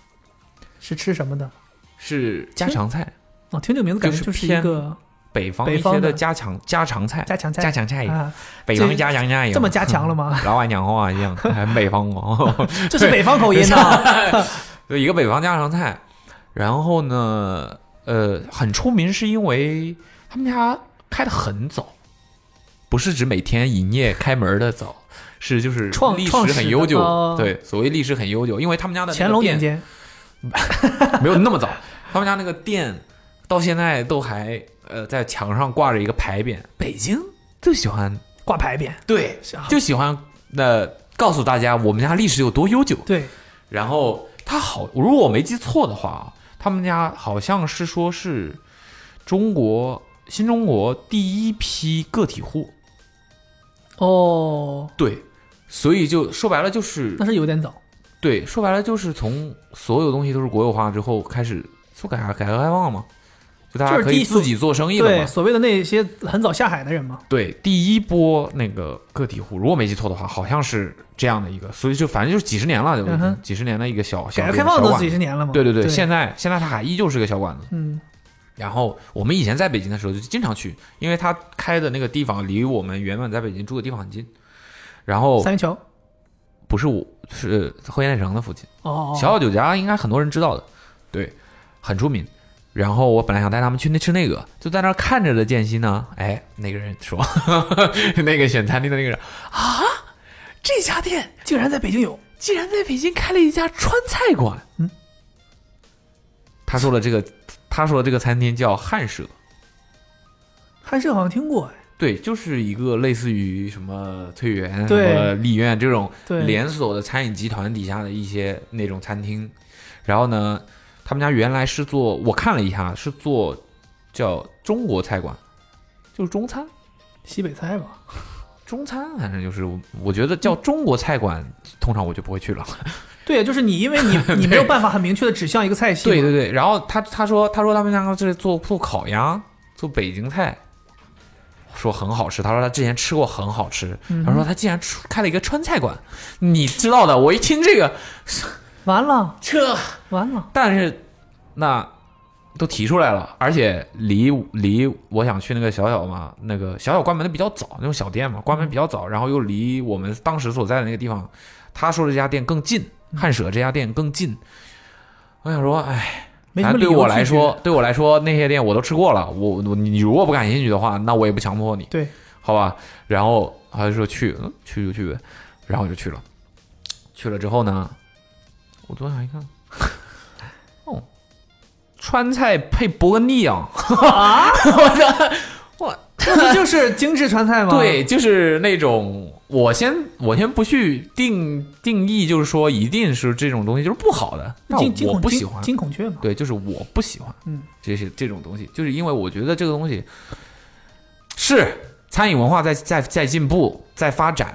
Speaker 3: 是吃什么的？
Speaker 4: 是家常菜，
Speaker 3: 哦，听这个名字感觉
Speaker 4: 就是
Speaker 3: 就是
Speaker 4: 偏哎
Speaker 3: 一个
Speaker 4: 北方
Speaker 3: 北
Speaker 4: 一
Speaker 3: 方
Speaker 4: 些的
Speaker 3: 的
Speaker 4: 家常家常菜，
Speaker 3: 加强菜
Speaker 4: 家常菜，
Speaker 3: 啊，
Speaker 4: 北
Speaker 3: 这
Speaker 4: 方家常菜一样，
Speaker 3: 这么加强了吗？
Speaker 4: 老板娘话一样，还北方话。
Speaker 3: 这是北方口音呐。
Speaker 4: 就一个北方家常菜。然后呢，呃，很出名是因为他们家开的很早，不是指每天营业开门的早，是就是
Speaker 3: 创
Speaker 4: 历史
Speaker 3: 创始
Speaker 4: 很悠久。
Speaker 3: 的哦
Speaker 4: 对，所谓历史很悠久，因为他们家的那个
Speaker 3: 乾隆年
Speaker 4: 店
Speaker 3: 间，
Speaker 4: 没有那么早，他们家那个店到现在都还呃在墙上挂着一个牌匾，北京就喜欢
Speaker 3: 挂牌匾，
Speaker 4: 对，
Speaker 3: 是啊
Speaker 4: 就喜欢呃告诉大家我们家历史有多悠久。
Speaker 3: 对，
Speaker 4: 然后他好，如果我没记错的话啊，他们家好像是说是中国新中国第一批个体户，
Speaker 3: 哦，
Speaker 4: 对，所以就说白了就是
Speaker 3: 那是有点早，
Speaker 4: 对，说白了就是从所有东西都是国有化之后开始做改革改革开放嘛，就大
Speaker 3: 就
Speaker 4: 家
Speaker 3: 是
Speaker 4: 可
Speaker 3: 第
Speaker 4: 以
Speaker 3: 一
Speaker 4: 自己做生意了
Speaker 3: 对，
Speaker 4: 嘛。
Speaker 3: 所谓的那些很早下海的人嘛，
Speaker 4: 对，第一波那个个体户，如果没记错的话，好像是这样的一个，所以就反正就是几十年了，
Speaker 3: 嗯哼
Speaker 4: 几十年的一个小小
Speaker 3: 改革开
Speaker 4: 店
Speaker 3: 放
Speaker 4: 小
Speaker 3: 都
Speaker 4: 馆
Speaker 3: 几
Speaker 4: 子
Speaker 3: 十年了嘛，
Speaker 4: 对对对，
Speaker 3: 对，
Speaker 4: 现在现在它还依旧是个小馆子。
Speaker 3: 嗯，
Speaker 4: 然后我们以前在北京的时候就经常去，因为他开的那个地方离我们原本在北京住的地方很近。然后
Speaker 3: 三元桥，
Speaker 4: 不是我，是后现代城的附近，
Speaker 3: 哦，
Speaker 4: 小小酒家应该很多人知道的，对，很出名。然后我本来想带他们去那吃那个，就在那儿看着的间隙呢，哎，那个人说， [LAUGHS] 那个选餐厅的那个人啊，这家店
Speaker 3: 竟然在北京有，
Speaker 4: 竟然在北京开了一家川菜馆。
Speaker 3: 嗯，
Speaker 4: 他说了这个，他说了这个餐厅叫汉舍。
Speaker 3: 汉舍好像听过，哎
Speaker 4: 对，就是一个类似于什么翠园、什
Speaker 3: 对
Speaker 4: 么丽苑这种
Speaker 3: 对，
Speaker 4: 连锁的餐饮集团底下的一些那种餐厅。然后呢，他们家原来是做，我看了一下，是做叫中国菜馆，就是中餐，
Speaker 3: 西北菜吧，
Speaker 4: 中餐，反正就是我我觉得叫
Speaker 3: 嗯
Speaker 4: 中国菜馆，通常我就不会去了。
Speaker 3: 对，啊就是你，因为
Speaker 4: [LAUGHS]
Speaker 3: 你你没有办法很明确的指向一个菜系嘛，
Speaker 4: 对对对，然后他他说他说他们家是做做烤鸭，做北京菜，说很好吃。他说他之前吃过，很好吃。
Speaker 3: 嗯哼
Speaker 4: 他说他竟然出开了一个川菜馆，你知道的。我一听这个，
Speaker 3: 完了
Speaker 4: 这
Speaker 3: 完了，
Speaker 4: 但是那都提出来了，而且离离我想去那个小小嘛，那个小小关门的比较早，那种小店嘛，关门比较早，然后又离我们当时所在的那个地方，他说的这家店更近，汉舍这家店更近。我想说，哎。
Speaker 3: 没什
Speaker 4: 反
Speaker 3: 么
Speaker 4: 正
Speaker 3: 理
Speaker 4: 对
Speaker 3: 由
Speaker 4: 我
Speaker 3: 拒
Speaker 4: 来
Speaker 3: 绝
Speaker 4: 说，，对我来说那些店我都吃过了。我我你如果不感兴趣的话，那我也不强迫你，
Speaker 3: 对，
Speaker 4: 好吧？然后他就说去，嗯去就去呗。然后我就去了。去了之后呢，我坐下一看，哦， [LAUGHS] 川菜配勃艮第啊！我的我
Speaker 3: 这不就是精致川菜吗？
Speaker 4: 对，，就是那种我先我先不去定定义，就是说一定是这种东西就是不好的，但
Speaker 3: 金金
Speaker 4: 我
Speaker 3: 孔
Speaker 4: 不
Speaker 3: 金
Speaker 4: 喜欢。
Speaker 3: 金孔雀嘛。
Speaker 4: 对，就是我不喜欢，
Speaker 3: 嗯，
Speaker 4: 这些这种东西，就是因为我觉得这个东西是餐饮文化在在在进步，在发展，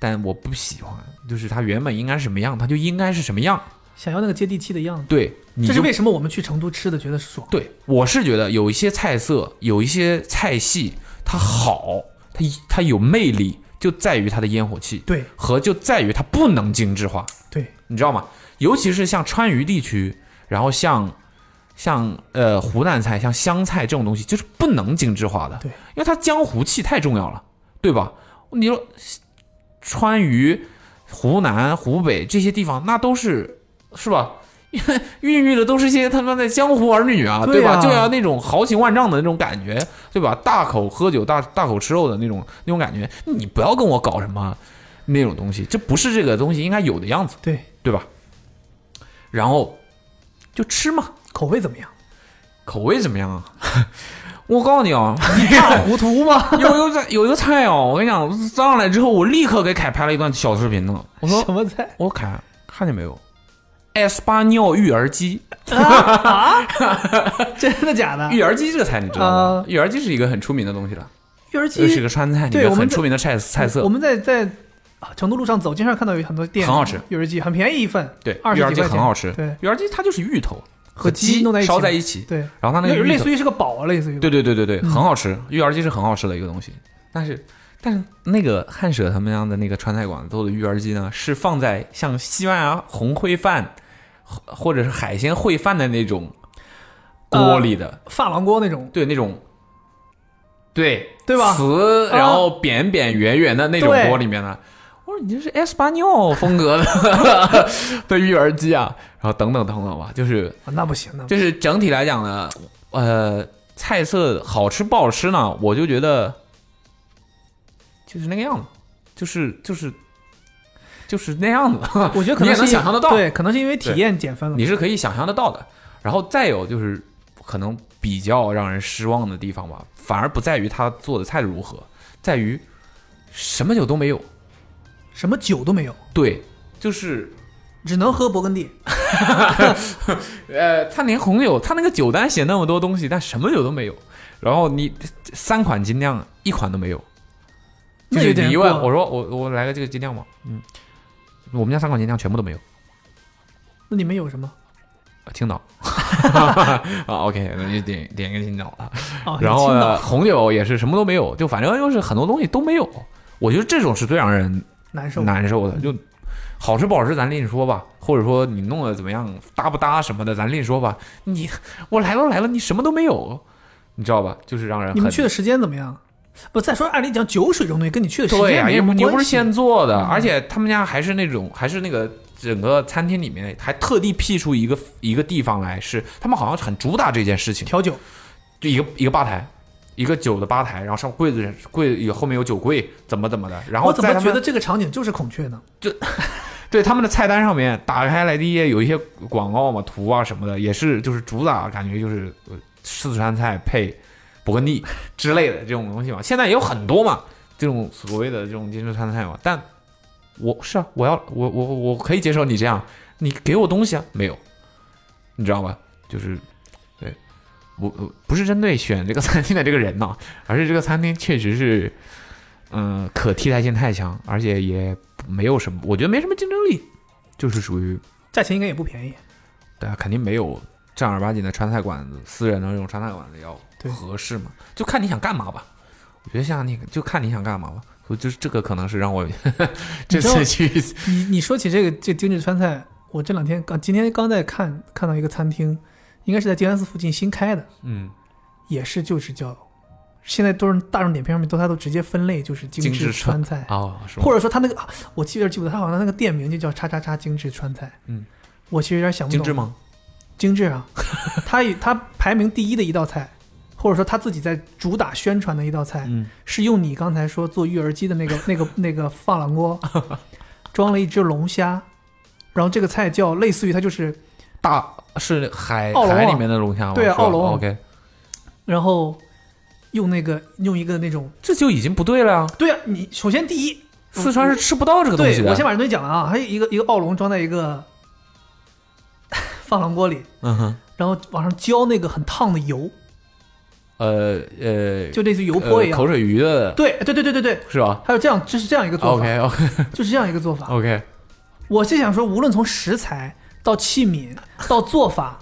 Speaker 4: 但我不喜欢，就是它原本应该是什么样，它就应该是什么样。
Speaker 3: 想要那个接地气的样子。
Speaker 4: 对，你
Speaker 3: 这
Speaker 4: 就是
Speaker 3: 为什么我们去成都吃的觉得爽？
Speaker 4: 对，我是觉得有一些菜色，有一些菜系，它好，它它有魅力，就在于它的烟火气，
Speaker 3: 对
Speaker 4: 和就在于它不能精致化，
Speaker 3: 对，
Speaker 4: 你知道吗？尤其是像川渝地区，然后像像呃湖南菜、像湘菜这种东西，就是不能精致化的，
Speaker 3: 对，
Speaker 4: 因为它江湖气太重要了，对吧？你说川渝、湖南、湖北这些地方，那都是是吧？孕育的都是些他妈的江湖儿女啊，
Speaker 3: 对啊
Speaker 4: 吧？就要那种豪情万丈的那种感觉，对吧？大口喝酒、大大口吃肉的那种那种感觉，你不要跟我搞什么那种东西，这不是这个东西应该有的样子，
Speaker 3: 对，
Speaker 4: 对吧？然后就吃嘛，
Speaker 3: 口味怎么样？
Speaker 4: 口味怎么
Speaker 3: [LAUGHS]
Speaker 4: 样啊？我告诉你啊，
Speaker 3: 大糊涂吗？
Speaker 4: 有有菜有一个菜哦，我跟你讲，上来之后我立刻给凯拍了一段小视频呢。我说
Speaker 3: 什么
Speaker 4: [LAUGHS]
Speaker 3: 菜？
Speaker 4: 我凯看见没有，艾斯巴尼奥育儿鸡。
Speaker 3: 啊
Speaker 4: 啊
Speaker 3: [LAUGHS] 真的假的？
Speaker 4: 育儿鸡这个菜你知道吗
Speaker 3: 啊？
Speaker 4: 育儿鸡是一个很出名的东西了，呃
Speaker 3: 育儿
Speaker 4: 这是
Speaker 3: 鸡
Speaker 4: 个，川菜里
Speaker 3: 对我
Speaker 4: 面
Speaker 3: 们
Speaker 4: 很
Speaker 3: 在
Speaker 4: 出名的菜菜色
Speaker 3: 我。们在在啊成都路上走，经常看到有很多店
Speaker 4: 很好吃
Speaker 3: 育儿鸡，很便宜一份，
Speaker 4: 对，
Speaker 3: 二
Speaker 4: 育
Speaker 3: 十
Speaker 4: 儿
Speaker 3: 几
Speaker 4: 鸡
Speaker 3: 块钱
Speaker 4: 很好吃。
Speaker 3: 对
Speaker 4: 育儿鸡它就是芋头
Speaker 3: 和鸡弄在一起
Speaker 4: 烧在
Speaker 3: 嘛
Speaker 4: 一起，
Speaker 3: 对，
Speaker 4: 然后它那
Speaker 3: 那
Speaker 4: 个
Speaker 3: 类
Speaker 4: 芋头
Speaker 3: 似，于是个堡啊，类似于
Speaker 4: 对对对对对，
Speaker 3: 嗯
Speaker 4: 很好吃。育儿鸡是很好吃的一个东西，但是但是那个汉舍他们家的那个川菜馆做的育儿鸡呢，是放在像西班牙红烩饭或或者是海鲜烩饭的那种锅
Speaker 3: 呃
Speaker 4: 里的，
Speaker 3: 珐琅锅那种，
Speaker 4: 对那种，对
Speaker 3: 对吧
Speaker 4: 瓷，
Speaker 3: 啊
Speaker 4: 然后扁扁圆圆的那种
Speaker 3: 对
Speaker 4: 锅里面的。我说你这是埃斯巴尼奥风格
Speaker 3: [LAUGHS]
Speaker 4: 的的育儿鸡啊，然后等等等等吧，就是
Speaker 3: 啊那不行，那不行
Speaker 4: 就是整体来讲呢，呃，菜色好吃不好吃呢，我就觉得就是那个样子，就是就是就是那样子。 [LAUGHS]
Speaker 3: 我觉得可
Speaker 4: 你
Speaker 3: 能
Speaker 4: 也
Speaker 3: 是
Speaker 4: 能
Speaker 3: 因
Speaker 4: 想象得到
Speaker 3: 对，可能是因为体
Speaker 4: 对
Speaker 3: 验减分了。
Speaker 4: 你是可以想象得到的。然后再有就是可能比较让人失望的地方吧，反而不在于他做的菜如何，在于什么酒都没有。
Speaker 3: 什么酒都没有，
Speaker 4: 对，就是
Speaker 3: 只能喝勃艮第。
Speaker 4: 呃，他连红酒，他那个酒单写那么多东西，但什么酒都没有。然后你三款精酿一款都没有，就
Speaker 3: 那
Speaker 4: 是
Speaker 3: 有点
Speaker 4: 你一
Speaker 3: 过
Speaker 4: 问
Speaker 3: 了
Speaker 4: 我说我我来个这个精酿吧，嗯，我们家三款精酿全部都没有。
Speaker 3: 那里面有什么？
Speaker 4: 青岛 [LAUGHS] 啊，OK，那就点点一个青岛了。
Speaker 3: 哦，
Speaker 4: 然后
Speaker 3: 青
Speaker 4: 呢，
Speaker 3: 岛
Speaker 4: 红酒也是什么都没有，就反正就是很多东西都没有。我觉得这种是最让人
Speaker 3: 难受。嗯
Speaker 4: 难受的，就好吃不好吃咱另说吧，或者说你弄得怎么样搭不搭什么的咱另说吧。你我来都来了，你什么都没有，你知道吧？就是让人很
Speaker 3: 你们去的时间怎么样？不，再说按理讲，酒水这种东西跟你去的时
Speaker 4: 对
Speaker 3: 间
Speaker 4: 呀、
Speaker 3: 没
Speaker 4: 又
Speaker 3: 什么
Speaker 4: 不你又不是
Speaker 3: 关系嗯
Speaker 4: 现做的，而且他们家还是那种还是那个整个餐厅里面还特地辟出一个一个地方来，是他们好像很主打这件事情。
Speaker 3: 调酒，
Speaker 4: 就一个一个吧台，一个酒的吧台，然后上柜子柜有后面有酒柜，怎么怎么的，然后
Speaker 3: 我怎么
Speaker 4: 在他们
Speaker 3: 觉得这个场景就是孔雀呢？
Speaker 4: 对他们的菜单上面打开来第一页有一些广告嘛图啊什么的，也是就是主打感觉就是呃四川菜配勃艮第 [LAUGHS] 之类的这种东西嘛，现在也有很多嘛这种所谓的这种精致川菜嘛，但我是啊，我要我我我可以接受你这样，你给我东西啊没有，你知道吧？就是对我我不是针对选这个餐厅的这个人呐、而是这个餐厅确实是。嗯，可替代性太强，而且也没有什么，我觉得没什么竞争力，就是属于
Speaker 3: 价钱应该也不便宜。
Speaker 4: 对啊，肯定没有正儿八经的川菜馆子、私人的那种川菜馆子要
Speaker 3: 对
Speaker 4: 合适嘛，就看你想干嘛吧。我觉得像你就看你想干嘛吧，我就是这个可能是让我 [LAUGHS] 这次去
Speaker 3: 你你说起这个这精致川菜，我这两天刚今天刚在看看到一个餐厅，应该是在静安寺附近新开的，
Speaker 4: 嗯
Speaker 3: 也是就是叫，现在都是大众点评上面都它都直接分类就是精
Speaker 4: 精致
Speaker 3: 致川菜，
Speaker 4: 哦是
Speaker 3: 哎
Speaker 4: 吗
Speaker 3: 或？者说它那个啊我其实有点记不得，它好像那个店名就叫叉叉叉精致川菜。
Speaker 4: 嗯，
Speaker 3: 我其实有点想不
Speaker 4: 精
Speaker 3: 懂
Speaker 4: 致？吗？
Speaker 3: 精致啊， [LAUGHS] 它与它排名第一的一道菜，或者说它自己在主打宣传的一道菜，
Speaker 4: 嗯，
Speaker 3: 是用你刚才说做育儿鸡的那个 [LAUGHS] 那个那个珐琅
Speaker 4: [LAUGHS]
Speaker 3: 锅，装了一只龙虾，然后这个菜叫类似于它就是，
Speaker 4: 大是海
Speaker 3: 奥龙啊
Speaker 4: 海里面的龙虾吗？
Speaker 3: 对啊
Speaker 4: 是吧
Speaker 3: 奥龙
Speaker 4: ，OK，
Speaker 3: 然后用那个用一个那种，
Speaker 4: 这就已经不对了呀。
Speaker 3: 对啊，你首先第一，
Speaker 4: 四川是吃不到这个
Speaker 3: 嗯
Speaker 4: 东
Speaker 3: 对
Speaker 4: 西的。
Speaker 3: 我先把这东西讲了啊，还有一个一个奥龙装在一个 [LAUGHS] 珐琅锅里，
Speaker 4: 嗯哼，
Speaker 3: 然后往上浇那个很烫的油，
Speaker 4: 呃呃，
Speaker 3: 就类似于油
Speaker 4: 油
Speaker 3: 泼一样。
Speaker 4: 口水鱼的，
Speaker 3: 对对对对对对，
Speaker 4: 是吧
Speaker 3: 还有这样，这是这样一个做法
Speaker 4: ？OK OK
Speaker 3: 就是这样一个做法。
Speaker 4: OK，
Speaker 3: 我是想说，无论从食材到器皿到做法，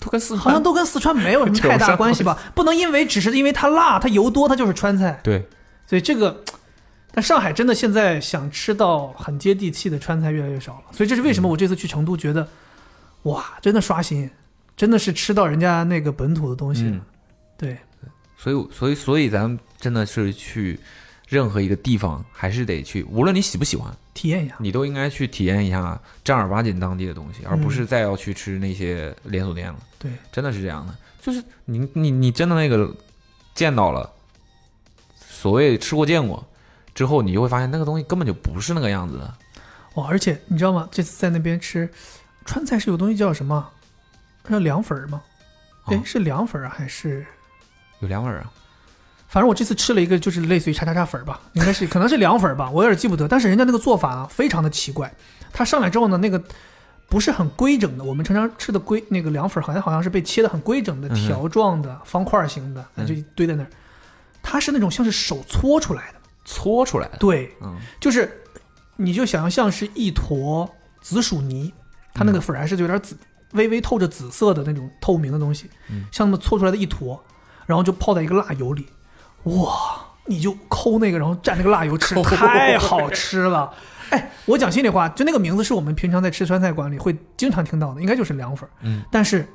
Speaker 4: 都跟四
Speaker 3: 好像都跟四川没有什么太大关系吧？不能因为只是因为它辣，它油多，它就是川菜。
Speaker 4: 对，
Speaker 3: 所以这个，但上海真的现在想吃到很接地气的川菜越来越少了。所以这是为什么我这次去成都觉得，哇，真的刷新，真的是吃到人家那个本土的东西了。
Speaker 4: 嗯
Speaker 3: 对，
Speaker 4: 所以所以所以咱们真的是去任何一个地方，还是得去，无论你喜不喜欢，
Speaker 3: 体验一下。
Speaker 4: 你都应该去体验一下正儿八经当地的东西，而不
Speaker 3: 嗯
Speaker 4: 是再要去吃那些连锁店了。
Speaker 3: 对，
Speaker 4: 真的是这样的，就是你你你真的那个见到了，所谓吃过见过之后，你就会发现那个东西根本就不是那个样子的。
Speaker 3: 哇，哦而且你知道吗？这次在那边吃川菜是有东西叫什么？叫凉粉儿吗？哎、
Speaker 4: 哦
Speaker 3: 是凉粉儿啊，还是？
Speaker 4: 有凉味儿啊，
Speaker 3: 反正我这次吃了一个，就是类似于叉叉叉粉儿吧，应该是可能是凉粉儿吧，我有点记不得。但是人家那个做法啊，非常的奇怪。它上来之后呢，那个不是很规整的。我们常常吃的规那个凉粉儿，好像好像是被切的很规整的
Speaker 4: 嗯哼嗯
Speaker 3: 条状的、方块型的，那就堆在那儿。它是那种像是手搓出来的，
Speaker 4: 搓出来的。
Speaker 3: 对，
Speaker 4: 嗯，
Speaker 3: 就是你就想象是一坨紫薯泥，它
Speaker 4: 嗯
Speaker 3: 那个粉儿还是有点紫，微微透着紫色的那种透明的东西，
Speaker 4: 嗯
Speaker 3: 像那么搓出来的一坨，然后就泡在一个辣油里，哇，你就抠那个，然后蘸那个辣油吃，
Speaker 4: [LAUGHS]
Speaker 3: 太好吃了。哎，我讲心里话，就那个名字是我们平常在吃川菜馆里会经常听到的，应该就是凉粉。
Speaker 4: 嗯，
Speaker 3: 但是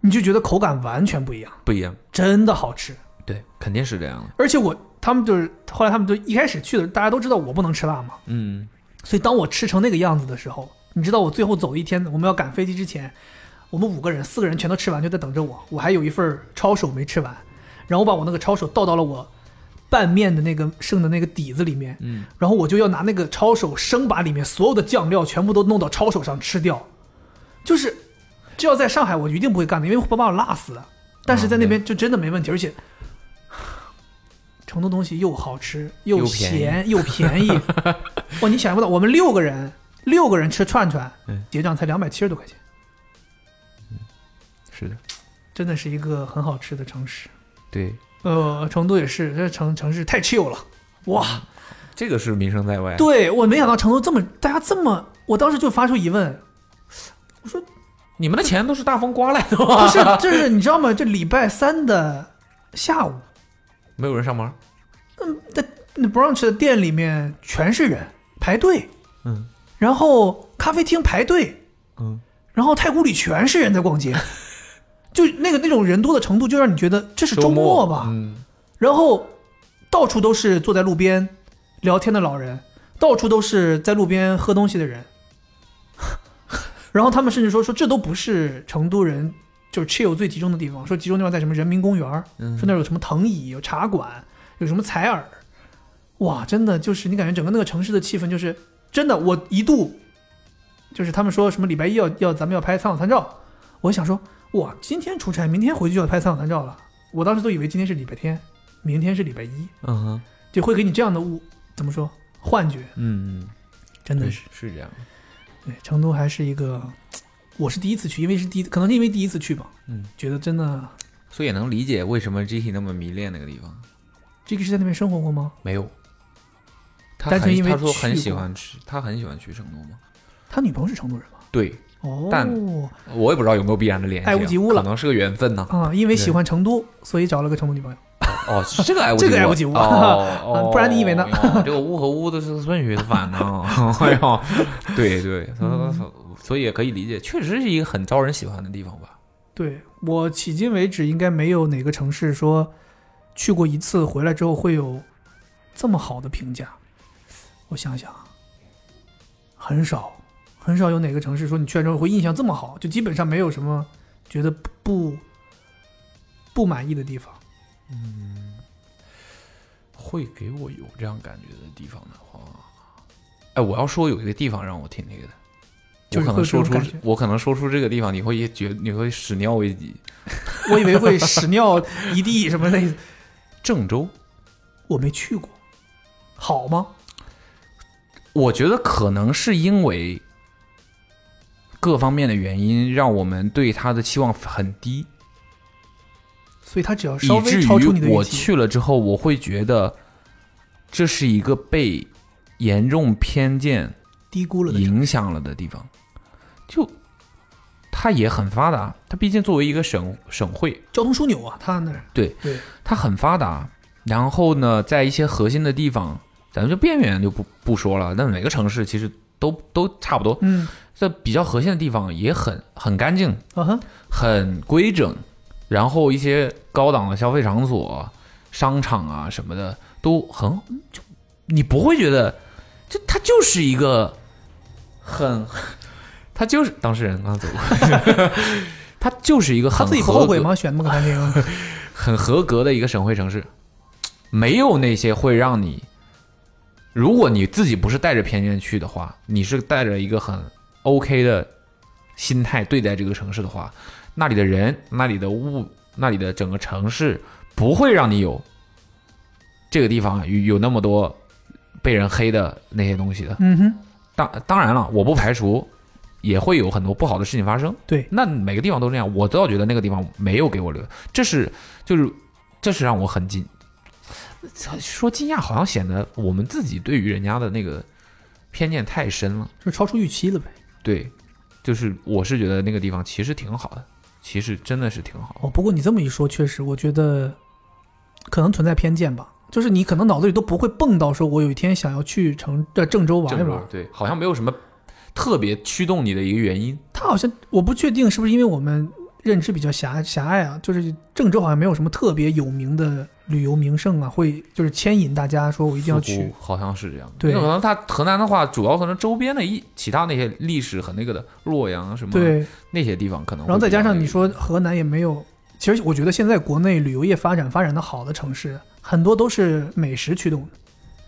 Speaker 3: 你就觉得口感完全不一样，
Speaker 4: 不一样，
Speaker 3: 真的好吃。
Speaker 4: 对，肯定是这样的。
Speaker 3: 而且我他们就是后来他们就一开始去的，大家都知道我不能吃辣嘛，
Speaker 4: 嗯，
Speaker 3: 所以当我吃成那个样子的时候，你知道我最后走一天，我们要赶飞机之前，我们五个人，四个人全都吃完，就在等着我，我还有一份抄手没吃完，然后我把我那个抄手倒到了我拌面的那个剩的那个底子里面，嗯，然后我就要拿那个抄手生把里面所有的酱料全部都弄到抄手上吃掉，就是这要在上海我一定不会干的，因为会把我辣死的，但是在那边就真的没问题，而且。成都东西又好吃又
Speaker 4: 又便宜
Speaker 3: 咸又
Speaker 4: [LAUGHS]
Speaker 3: 便宜，哇！你想象不到，我们六个人，六个人吃串串
Speaker 4: 嗯，
Speaker 3: 结账才两百七十多块钱，
Speaker 4: 是的，
Speaker 3: 真的是一个很好吃的城市。
Speaker 4: 对，
Speaker 3: 呃，成都也是，这城城市太 chill 了，哇！
Speaker 4: 这个是名声在外。啊
Speaker 3: 对我没想到成都这么，大家这么，我当时就发出疑问，
Speaker 4: 你们的钱都是大风刮来的
Speaker 3: 不
Speaker 4: 吗？ [LAUGHS]
Speaker 3: 是，这是你知道吗？这礼拜三的下午，
Speaker 4: 没有人上班。
Speaker 3: 那 brunch 的店里面全是人排队，
Speaker 4: 嗯
Speaker 3: 然后咖啡厅排队，
Speaker 4: 嗯，
Speaker 3: 然后太古里全是人在逛街， [LAUGHS] 就那个那种人多的程度，就让你觉得这是周末吧。
Speaker 4: 嗯，
Speaker 3: 然后到处都是坐在路边聊天的老人，到处都是在路边喝东西的人。 [LAUGHS] 然后他们甚至说说这都不是成都人就是 chill 最集中的地方，说集中地方在什么人民公园儿，
Speaker 4: 嗯
Speaker 3: 说那儿有什么藤椅、有茶馆、有什么采耳。哇，真的就是你感觉整个那个城市的气氛就是真的，我一度就是他们说什么礼拜一要要咱们要拍参考参照，我想说哇，今天出差，明天回去就要拍参考参照了。我当时都以为今天是礼拜天，明天是礼拜一，
Speaker 4: 嗯哼
Speaker 3: 就会给你这样的误怎么说幻觉，
Speaker 4: 嗯，
Speaker 3: 真的
Speaker 4: 对
Speaker 3: 是
Speaker 4: 是是这样的。
Speaker 3: 对成都还是一个，我是第一次去，因为是第一，可能是因为第一次去吧，
Speaker 4: 嗯，
Speaker 3: 觉得真的
Speaker 4: 所以也能理解为什么 j k 那么迷恋那个地方。
Speaker 3: 这个是在那边生活过吗？
Speaker 4: 没有，他
Speaker 3: 单纯
Speaker 4: 很
Speaker 3: 因为
Speaker 4: 他说很
Speaker 3: 去
Speaker 4: 喜
Speaker 3: 过
Speaker 4: 欢吃，他很喜欢去成都吗？
Speaker 3: 他女朋友是成都人吗？
Speaker 4: 对，
Speaker 3: 哦，
Speaker 4: 但我也不知道有没有必然的联系啊，
Speaker 3: 爱屋及乌了
Speaker 4: 可能是个缘分
Speaker 3: [LAUGHS]
Speaker 4: 呢。
Speaker 3: 啊，因为喜欢成都，所以找了个成都女朋友。
Speaker 4: 哦，是这个爱屋
Speaker 3: 这个爱屋及
Speaker 4: 及
Speaker 3: 乌
Speaker 4: 乌哦，
Speaker 3: [LAUGHS]
Speaker 4: 哦
Speaker 3: 不然你以为呢
Speaker 4: 哎呦这个乌和乌的是顺序是反的
Speaker 3: [LAUGHS]
Speaker 4: 啊。哎呦，对对，所以也可以理解，确实是一个很招人喜欢的地方吧。
Speaker 3: 对我迄今为止应该没有哪个城市说去过一次回来之后会有这么好的评价。我想想啊，很少很少有哪个城市说你去了之后会印象这么好，就基本上没有什么觉得不不不满意的地方。
Speaker 4: 会给我有这样感觉的地方的话，哎，我要说有一个地方让我挺那个的，
Speaker 3: 就是
Speaker 4: 我可
Speaker 3: 会有
Speaker 4: 能说
Speaker 3: 这种
Speaker 4: 出
Speaker 3: 感觉
Speaker 4: 我可能说出这个地方，你会觉你会始料未及。
Speaker 3: 我以为会屎尿一地什么类的，
Speaker 4: 郑州，
Speaker 3: 我没去过，好吗？
Speaker 4: 我觉得可能是因为各方面的原因，让我们对它的期望很低，
Speaker 3: 所以他只要稍
Speaker 4: 以
Speaker 3: 微
Speaker 4: 至
Speaker 3: 超出你的
Speaker 4: 于
Speaker 3: 预
Speaker 4: 我
Speaker 3: 期，
Speaker 4: 去了之后，我会觉得这是一个被严重偏见
Speaker 3: 低估了的
Speaker 4: 影响了的地方，就它也很发达，它毕竟作为一个省省会，
Speaker 3: 交通枢纽啊，他那儿
Speaker 4: 对
Speaker 3: 对，
Speaker 4: 它很发达。然后呢，在一些核心的地方，咱们就边缘就不不说了，但每个城市其实都都差不多，
Speaker 3: 嗯
Speaker 4: 在比较核心的地方也很很干净，
Speaker 3: 啊哈，
Speaker 4: 很规整，然后一些高档的消费场所、商场啊什么的都很，就你不会觉得，这它就是一个 [LAUGHS] 很，它就是当事人刚走过， [LAUGHS] 它就是一个
Speaker 3: 他
Speaker 4: 很
Speaker 3: 自己不
Speaker 4: 合
Speaker 3: 后悔
Speaker 4: 格
Speaker 3: 吗？选那么个餐厅，
Speaker 4: 很合格的一个省会城市，没有那些会让你，如果你自己不是带着偏见去的话，你是带着一个很 OK 的心态对待这个城市的话，那里的人、那里的物、那里的整个城市不会让你有这个地方有有那么多被人黑的那些东西的。
Speaker 3: 嗯哼，
Speaker 4: 当当然了，我不排除也会有很多不好的事情发生。
Speaker 3: 对
Speaker 4: 那每个地方都这样，我倒觉得那个地方没有给我留，这是就是这是让我很惊，说惊讶好像显得我们自己对于人家的那个偏见太深了。
Speaker 3: 就超出预期了呗。
Speaker 4: 对，就是我是觉得那个地方其实挺好的，其实真的是挺好
Speaker 3: 哦，不过你这么一说，确实，我觉得可能存在偏见吧，就是你可能脑子里都不会蹦到说，我有一天想要去成呃郑州玩一
Speaker 4: 郑
Speaker 3: 玩
Speaker 4: 州。对，好像没有什么特别驱动你的一个原因。
Speaker 3: 他好像我不确定是不是因为我们认知比较狭狭隘啊，就是郑州好像没有什么特别有名的旅游名胜啊，会就是牵引大家说我一定要
Speaker 4: 似乎
Speaker 3: 去。
Speaker 4: 好像是这样。
Speaker 3: 对
Speaker 4: 有可能它河南的话，主要可能周边的一其他那些历史和那个的洛阳啊什么
Speaker 3: 对，
Speaker 4: 那些地方可能会比较那个。
Speaker 3: 然后再加上你说河南也没有，其实我觉得现在国内旅游业发展发展的好的城市，很多都是美食驱动的，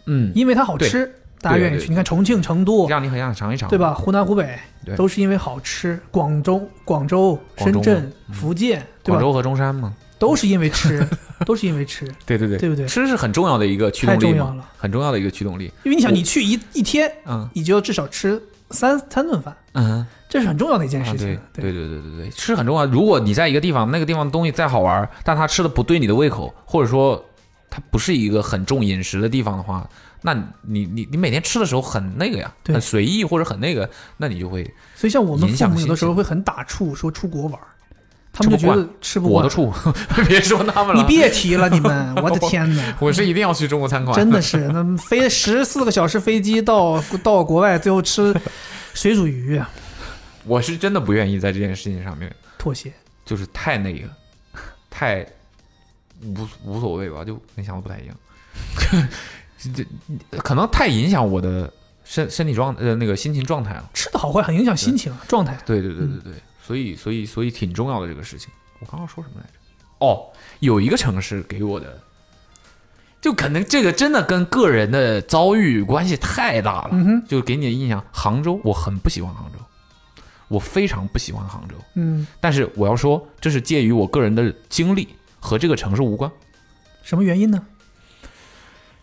Speaker 4: 嗯，
Speaker 3: 因为它好吃，大家愿意
Speaker 4: 对对
Speaker 3: 去。
Speaker 4: 对
Speaker 3: 你看重庆、成都，
Speaker 4: 让你很想尝一尝，
Speaker 3: 对？吧？湖南、湖北
Speaker 4: 对
Speaker 3: 都是因为好吃。广州、广州、
Speaker 4: 广
Speaker 3: 深
Speaker 4: 州嗯
Speaker 3: 圳、福建，对
Speaker 4: 广
Speaker 3: 吧？
Speaker 4: 州和中山嘛，
Speaker 3: 都是因为
Speaker 4: [LAUGHS]
Speaker 3: 吃，都是因为吃，
Speaker 4: 对对对
Speaker 3: 对不对？
Speaker 4: 吃是很重要的一个驱动
Speaker 3: 太
Speaker 4: 力，
Speaker 3: 重要了，
Speaker 4: 很重要的一个驱动力。
Speaker 3: 因为你想，
Speaker 4: 我
Speaker 3: 你去一一天，
Speaker 4: 嗯
Speaker 3: 你就要至少吃三三顿饭，
Speaker 4: 嗯，啊
Speaker 3: 这是很重要的一件事
Speaker 4: 对
Speaker 3: 情
Speaker 4: 对。啊对对对对，吃很重要。如果你在一个地方，那个地方东西再好玩，但它吃的不对你的胃口，或者说它不是一个很重饮食的地方的话，那你你你每天吃的时候很那个呀，
Speaker 3: 对
Speaker 4: 很随意或者很那个，那你就会
Speaker 3: 所以像我们
Speaker 4: 影
Speaker 3: 父
Speaker 4: 响
Speaker 3: 母有
Speaker 4: 心
Speaker 3: 的时候
Speaker 4: 情
Speaker 3: 会很打怵，说出国玩儿，他们就
Speaker 4: 吃
Speaker 3: 觉
Speaker 4: 不
Speaker 3: 得吃不
Speaker 4: 我
Speaker 3: 惯
Speaker 4: 的。怵， [LAUGHS] 别说他们了。
Speaker 3: 你别提了，你们，我的天哪！
Speaker 4: [LAUGHS] 我是一定要去中国餐馆，
Speaker 3: 真的是，那飞十四个小时飞机到到国外，最后
Speaker 4: [LAUGHS]
Speaker 3: 吃水煮鱼，
Speaker 4: 我是真的不愿意在这件事情上面，
Speaker 3: 妥协。
Speaker 4: 就是太那个，太无无所谓吧，就跟想的不太一样， [LAUGHS] 这可能太影响我的身身体状呃那个心情状态了。
Speaker 3: 吃的好坏很影响心情啊
Speaker 4: 嗯
Speaker 3: 状态。
Speaker 4: 对对
Speaker 3: 嗯
Speaker 4: 对对对，所以所以所以挺重要的这个事情。我刚刚说什么来着？哦，有一个城市给我的，就可能这个真的跟个人的遭遇关系太大了。
Speaker 3: 嗯哼，
Speaker 4: 就给你的印象，杭州，我很不喜欢杭州，我非常不喜欢杭州。
Speaker 3: 嗯，
Speaker 4: 但是我要说，这是介于我个人的经历和这个城市无关，
Speaker 3: 什么原因呢？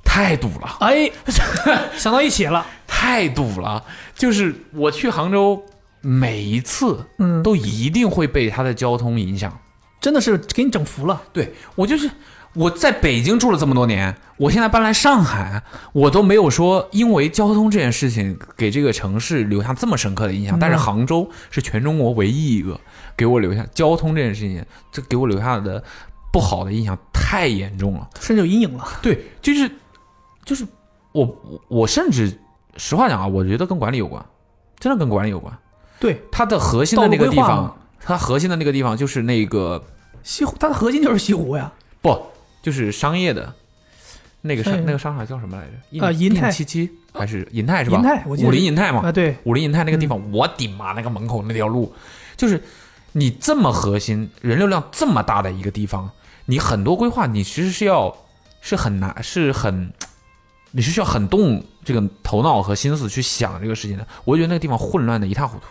Speaker 4: 太堵了，
Speaker 3: 哎， [LAUGHS] 想到一起了。
Speaker 4: 太堵了。就是我去杭州，每一次
Speaker 3: 嗯，都
Speaker 4: 都一定会被它的交通影响。
Speaker 3: 真的是给你整服了。
Speaker 4: 对我就是我在北京住了这么多年，我现在搬来上海，我都没有说因为交通这件事情给这个城市留下这么深刻的印象。
Speaker 3: 嗯
Speaker 4: 但是杭州是全中国唯一一个给我留下交通这件事情，这给我留下的不好的印象太严重了。
Speaker 3: 甚至有阴影了。
Speaker 4: 对，就是就是我我我甚至实话讲啊，我觉得跟管理有关，真的跟管理有关。
Speaker 3: 对，
Speaker 4: 它的核心的那个地
Speaker 3: 道路规划嘛
Speaker 4: 方，它核心的那个地方就是那个
Speaker 3: 西湖，它的核心就是西湖呀。
Speaker 4: 不，就是商业的，那个
Speaker 3: 商业
Speaker 4: 商那个商场叫什么来着？一
Speaker 3: 呃银泰
Speaker 4: 七七还是银泰是吧？
Speaker 3: 银泰我记得
Speaker 4: 武林银泰嘛
Speaker 3: 啊，，对，
Speaker 4: 武林银泰那个地方，我顶妈那个门口那条路，就是你这么核心，人流量这么大的一个地方，你很多规划你其实是要是很难是很。你是需要很动这个头脑和心思去想这个事情的。我觉得那个地方混乱的一塌糊涂，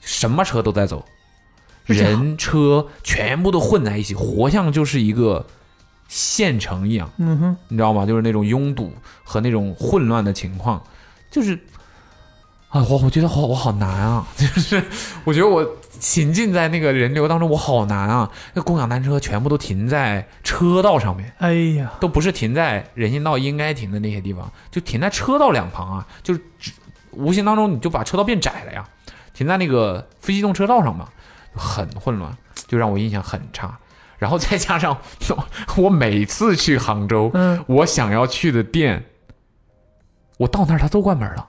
Speaker 4: 什么车都在走，人车全部都混在一起，活像就是一个县城一样，
Speaker 3: 嗯哼，
Speaker 4: 你知道吗？就是那种拥堵和那种混乱的情况，就是啊，我我觉得好我好难啊， [LAUGHS] 就是我觉得我沉浸在那个人流当中，我好难啊。那共享单车全部都停在车道上面，
Speaker 3: 哎呀，
Speaker 4: 都不是停在人行道应该停的那些地方，就停在车道两旁啊，就是只无形当中你就把车道变窄了呀，停在那个非机动车道上嘛，很混乱，就让我印象很差。然后再加上 [LAUGHS] 我每次去杭州，
Speaker 3: 嗯，
Speaker 4: 我想要去的店，我到那儿它都关门了。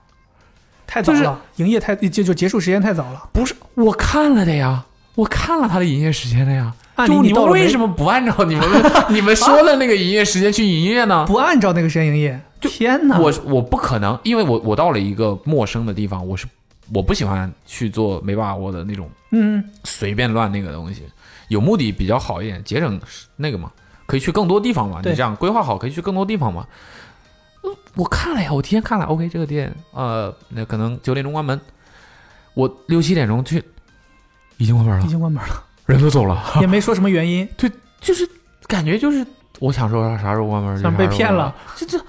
Speaker 3: 太早了，
Speaker 4: 就是
Speaker 3: 营业太就就结束时间太早了。
Speaker 4: 不是我看了的呀，我看了他的营业时间的呀。
Speaker 3: 按理
Speaker 4: 就
Speaker 3: 啊你
Speaker 4: 你
Speaker 3: 到
Speaker 4: 们
Speaker 3: 了没
Speaker 4: 为什么不按照你们的 [LAUGHS] 你们说的那个营业时间去营业呢？
Speaker 3: 不按照那个时间营业，天哪！
Speaker 4: 啊我我不可能，因为我我到了一个陌生的地方，我是我不喜欢去做没把握的那种
Speaker 3: 嗯，
Speaker 4: 随便乱那个东西，有目的比较好一点，节省那个嘛，可以去更多地方嘛。
Speaker 3: 对
Speaker 4: 你这样规划好，可以去更多地方嘛。嗯我看了呀，我提前看了，OK，这个店呃，那可能九点钟关门，我六七点钟去，已经关门
Speaker 3: 已
Speaker 4: 了，
Speaker 3: 经关门
Speaker 4: [LAUGHS]
Speaker 3: 了，
Speaker 4: 人都走了。
Speaker 3: 也没说什么原因。
Speaker 4: 就是感觉就是我想说啥啥时候关门，
Speaker 3: 像被骗了
Speaker 4: 啥时候关门。这这，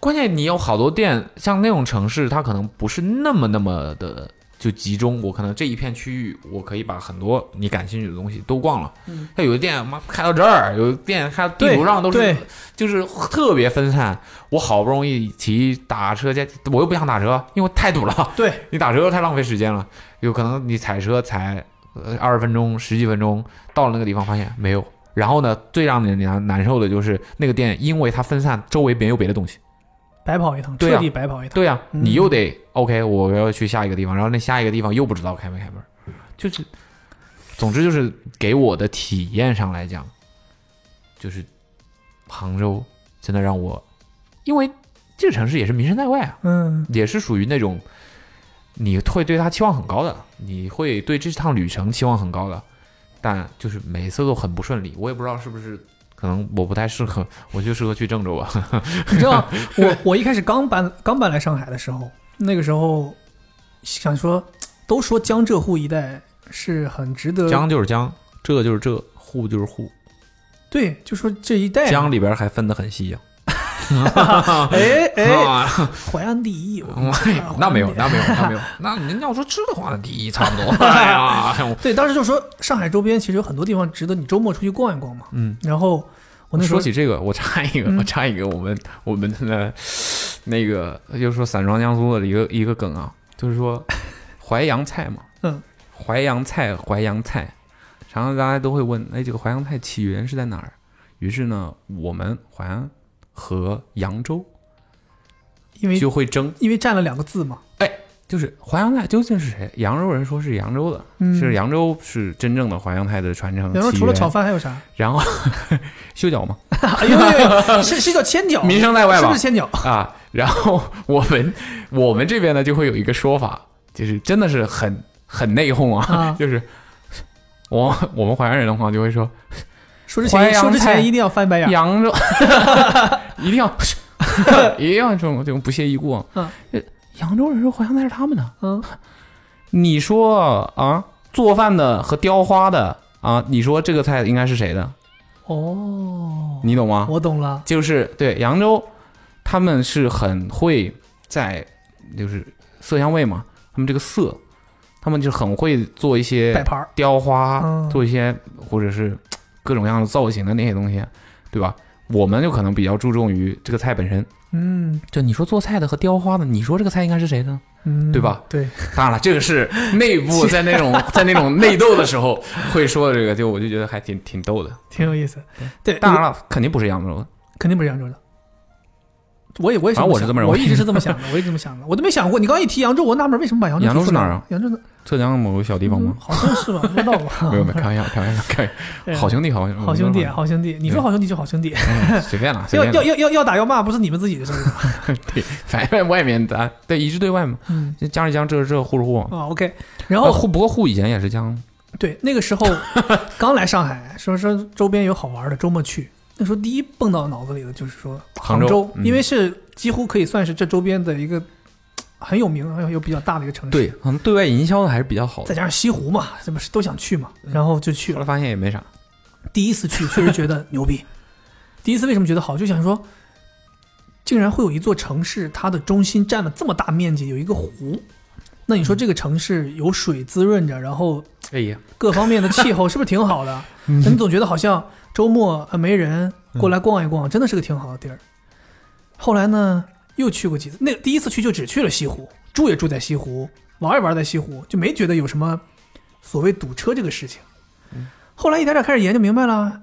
Speaker 4: 关键你有好多店，像那种城市，它可能不是那么那么的就集中。我可能这一片区域，我可以把很多你感兴趣的东西都逛了。
Speaker 3: 嗯，
Speaker 4: 它有的店妈开到这儿，有的店开到地图上都是
Speaker 3: 对，
Speaker 4: 就是特别分散。我好不容易骑打车加，我又不想打车，因为太堵了。
Speaker 3: 对，
Speaker 4: [LAUGHS] 你打车太浪费时间了，有可能你踩车踩呃二十分钟、十几分钟，到了那个地方发现没有。然后呢，最让你难难受的就是那个店，因为它分散，周围没有别的东西。
Speaker 3: 白跑一趟，
Speaker 4: 对啊
Speaker 3: 彻底白跑一趟。
Speaker 4: 对呀、
Speaker 3: 嗯
Speaker 4: 你又得、OK，我要去下一个地方，然后那下一个地方又不知道开没开门，就是，总之就是给我的体验上来讲，就是杭州真的让我，因为这个城市也是名声在外啊，
Speaker 3: 嗯，
Speaker 4: 也是属于那种你会对他期望很高的，你会对这趟旅程期望很高的，但就是每一次都很不顺利。我也不知道是不是，可能我不太适合，我就适合去郑州吧。
Speaker 3: [LAUGHS] 你知道，我我一开始刚搬刚搬来上海的时候，那个时候想说，都说江浙沪一带是很值得，
Speaker 4: 江就是江，浙就是浙，沪就是沪，
Speaker 3: 对，就说这一带，
Speaker 4: 江里边还分得很细啊呀、
Speaker 3: 哎
Speaker 4: [LAUGHS]
Speaker 3: 哎，啊
Speaker 4: 啊。
Speaker 3: 淮安第一，我跟你 [LAUGHS] 说
Speaker 4: 哎，那没有，
Speaker 3: 淮安第一
Speaker 4: 那没有，那没
Speaker 3: [LAUGHS]
Speaker 4: 有。那您要说吃的话，第一差不多。哎呀，
Speaker 3: 对，当时就说上海周边其实有很多地方值得你周末出去逛一逛嘛。
Speaker 4: 嗯，
Speaker 3: 然后我那时候
Speaker 4: 说起这个，我插一个，
Speaker 3: 嗯
Speaker 4: 我插一个，我们我们的那个就是说散装江苏的一个一个梗啊，就
Speaker 3: [LAUGHS]
Speaker 4: 是说淮扬菜嘛，
Speaker 3: 嗯，
Speaker 4: 淮扬菜，淮扬菜，常常大家都会问，哎，这个淮扬菜起源是在哪儿？于是呢，我们淮安和扬州
Speaker 3: 因为
Speaker 4: 就会争，
Speaker 3: 因为占了两个字嘛，
Speaker 4: 就是淮扬菜究竟是谁？扬州人说是扬州的，
Speaker 3: 嗯
Speaker 4: 是扬州是真正的淮扬菜的传承
Speaker 3: 然后
Speaker 4: 嗯起
Speaker 3: 除了
Speaker 4: 源
Speaker 3: 炒饭还有啥？
Speaker 4: 然后修脚嘛，
Speaker 3: 哎呦呦呦，是是叫千角，
Speaker 4: [LAUGHS] 名声在外
Speaker 3: 是
Speaker 4: 吧
Speaker 3: 不是千角？
Speaker 4: 啊，然后我们我们这边呢就会有一个说法，就是真的是很很内讧啊，
Speaker 3: 啊
Speaker 4: [LAUGHS] 就是我我们淮安人的话就会说
Speaker 3: 说之
Speaker 4: 淮
Speaker 3: 前
Speaker 4: 扬
Speaker 3: 说之
Speaker 4: 菜
Speaker 3: 前一定要翻白眼儿，[LAUGHS]
Speaker 4: 扬州，一定要一定要这种这种不屑一顾啊。
Speaker 3: 嗯
Speaker 4: 呃扬州人说淮扬菜是他们的，
Speaker 3: 嗯，
Speaker 4: 你说啊，做饭的和雕花的啊，你说这个菜应该是谁的？
Speaker 3: 哦，
Speaker 4: 你懂吗？
Speaker 3: 我懂了，
Speaker 4: 就是对扬州，他们是很会在就是色香味嘛，他们这个色，他们就很会做一
Speaker 3: 摆
Speaker 4: 些
Speaker 3: 盘儿，
Speaker 4: 雕花，
Speaker 3: 嗯
Speaker 4: 做一些或者是各种各样的造型的那些东西，对吧？我们就可能比较注重于这个菜本身。
Speaker 3: 嗯
Speaker 4: 就你说做菜的和雕花的，你说这个菜应该是谁的呢？
Speaker 3: 嗯，
Speaker 4: 对吧？
Speaker 3: 对，
Speaker 4: 当然了，这个 [LAUGHS] 是内部在那种在那种内斗的时候会说的这个，就我就觉得还挺挺逗的。
Speaker 3: 挺有意思。对，
Speaker 4: 当然了，肯定不是扬州的，
Speaker 3: 肯定不是扬州的。我也我也是
Speaker 4: 反正我是
Speaker 3: 这
Speaker 4: 这么
Speaker 3: 么想，
Speaker 4: 认为
Speaker 3: 我一直是这么想的，我一直这么想的，我都没想过。你刚刚一提扬州，我纳闷为什么把扬州
Speaker 4: 扬州
Speaker 3: 提
Speaker 4: 是
Speaker 3: 出来
Speaker 4: 哪儿啊？
Speaker 3: 扬州的嗯
Speaker 4: 浙江某个小地方吗？
Speaker 3: 好像是吧，不知道吧？
Speaker 4: [LAUGHS] 没有没有，开玩笑，开玩笑，开玩
Speaker 3: [LAUGHS] 对
Speaker 4: 笑好兄弟，嗯好兄弟，啊
Speaker 3: 好兄弟，啊好兄弟，你说好兄弟就好兄弟，
Speaker 4: 嗯随 [LAUGHS] 便了，随
Speaker 3: 要
Speaker 4: 便
Speaker 3: 要
Speaker 4: 了，
Speaker 3: 要要要打要骂，不是你们自己的事儿。
Speaker 4: 对， [LAUGHS] 反正外面的对一致对外嘛，
Speaker 3: 嗯，
Speaker 4: 就江是江，浙是浙，沪是沪。
Speaker 3: 啊，OK。然
Speaker 4: 然
Speaker 3: 后
Speaker 4: 沪不过沪以前也是江，
Speaker 3: 对，那个时
Speaker 4: [LAUGHS]
Speaker 3: 候刚来上海，说说周边有好玩的，周末去。那时候第一蹦到脑子里的就是说
Speaker 4: 杭州
Speaker 3: 州，
Speaker 4: 嗯
Speaker 3: 因为是几乎可以算是这周边的一个很有名，又又比较大的一个城市，，
Speaker 4: 对，好像对外营销的还是比较好
Speaker 3: 再
Speaker 4: 的。
Speaker 3: 加上西湖嘛，这不是都想去嘛，
Speaker 4: 嗯
Speaker 3: 然后就去
Speaker 4: 后
Speaker 3: 了。
Speaker 4: 来发现也没啥，
Speaker 3: 第一次去确实觉
Speaker 4: [LAUGHS]
Speaker 3: 得牛逼，第一次为什么觉得好，就想说，竟然会有一座城市，它的中心占了这么大面积，有一个湖。那你说
Speaker 4: 嗯
Speaker 3: 这个城市有水滋润着，然后
Speaker 4: 哎呀，
Speaker 3: 各方面的气候是不是挺好
Speaker 4: [LAUGHS]
Speaker 3: 的？
Speaker 4: 嗯
Speaker 3: 那你总觉得好像周末呃没人过来逛一逛，真的是个挺好的地
Speaker 4: 嗯
Speaker 3: 儿。后来呢，又去过几次，那第一次去就只去了西湖，住也住在西湖，玩也玩在西湖，就没觉得有什么所谓堵车这个事情。
Speaker 4: 嗯
Speaker 3: 后来一点点开始研究明白了，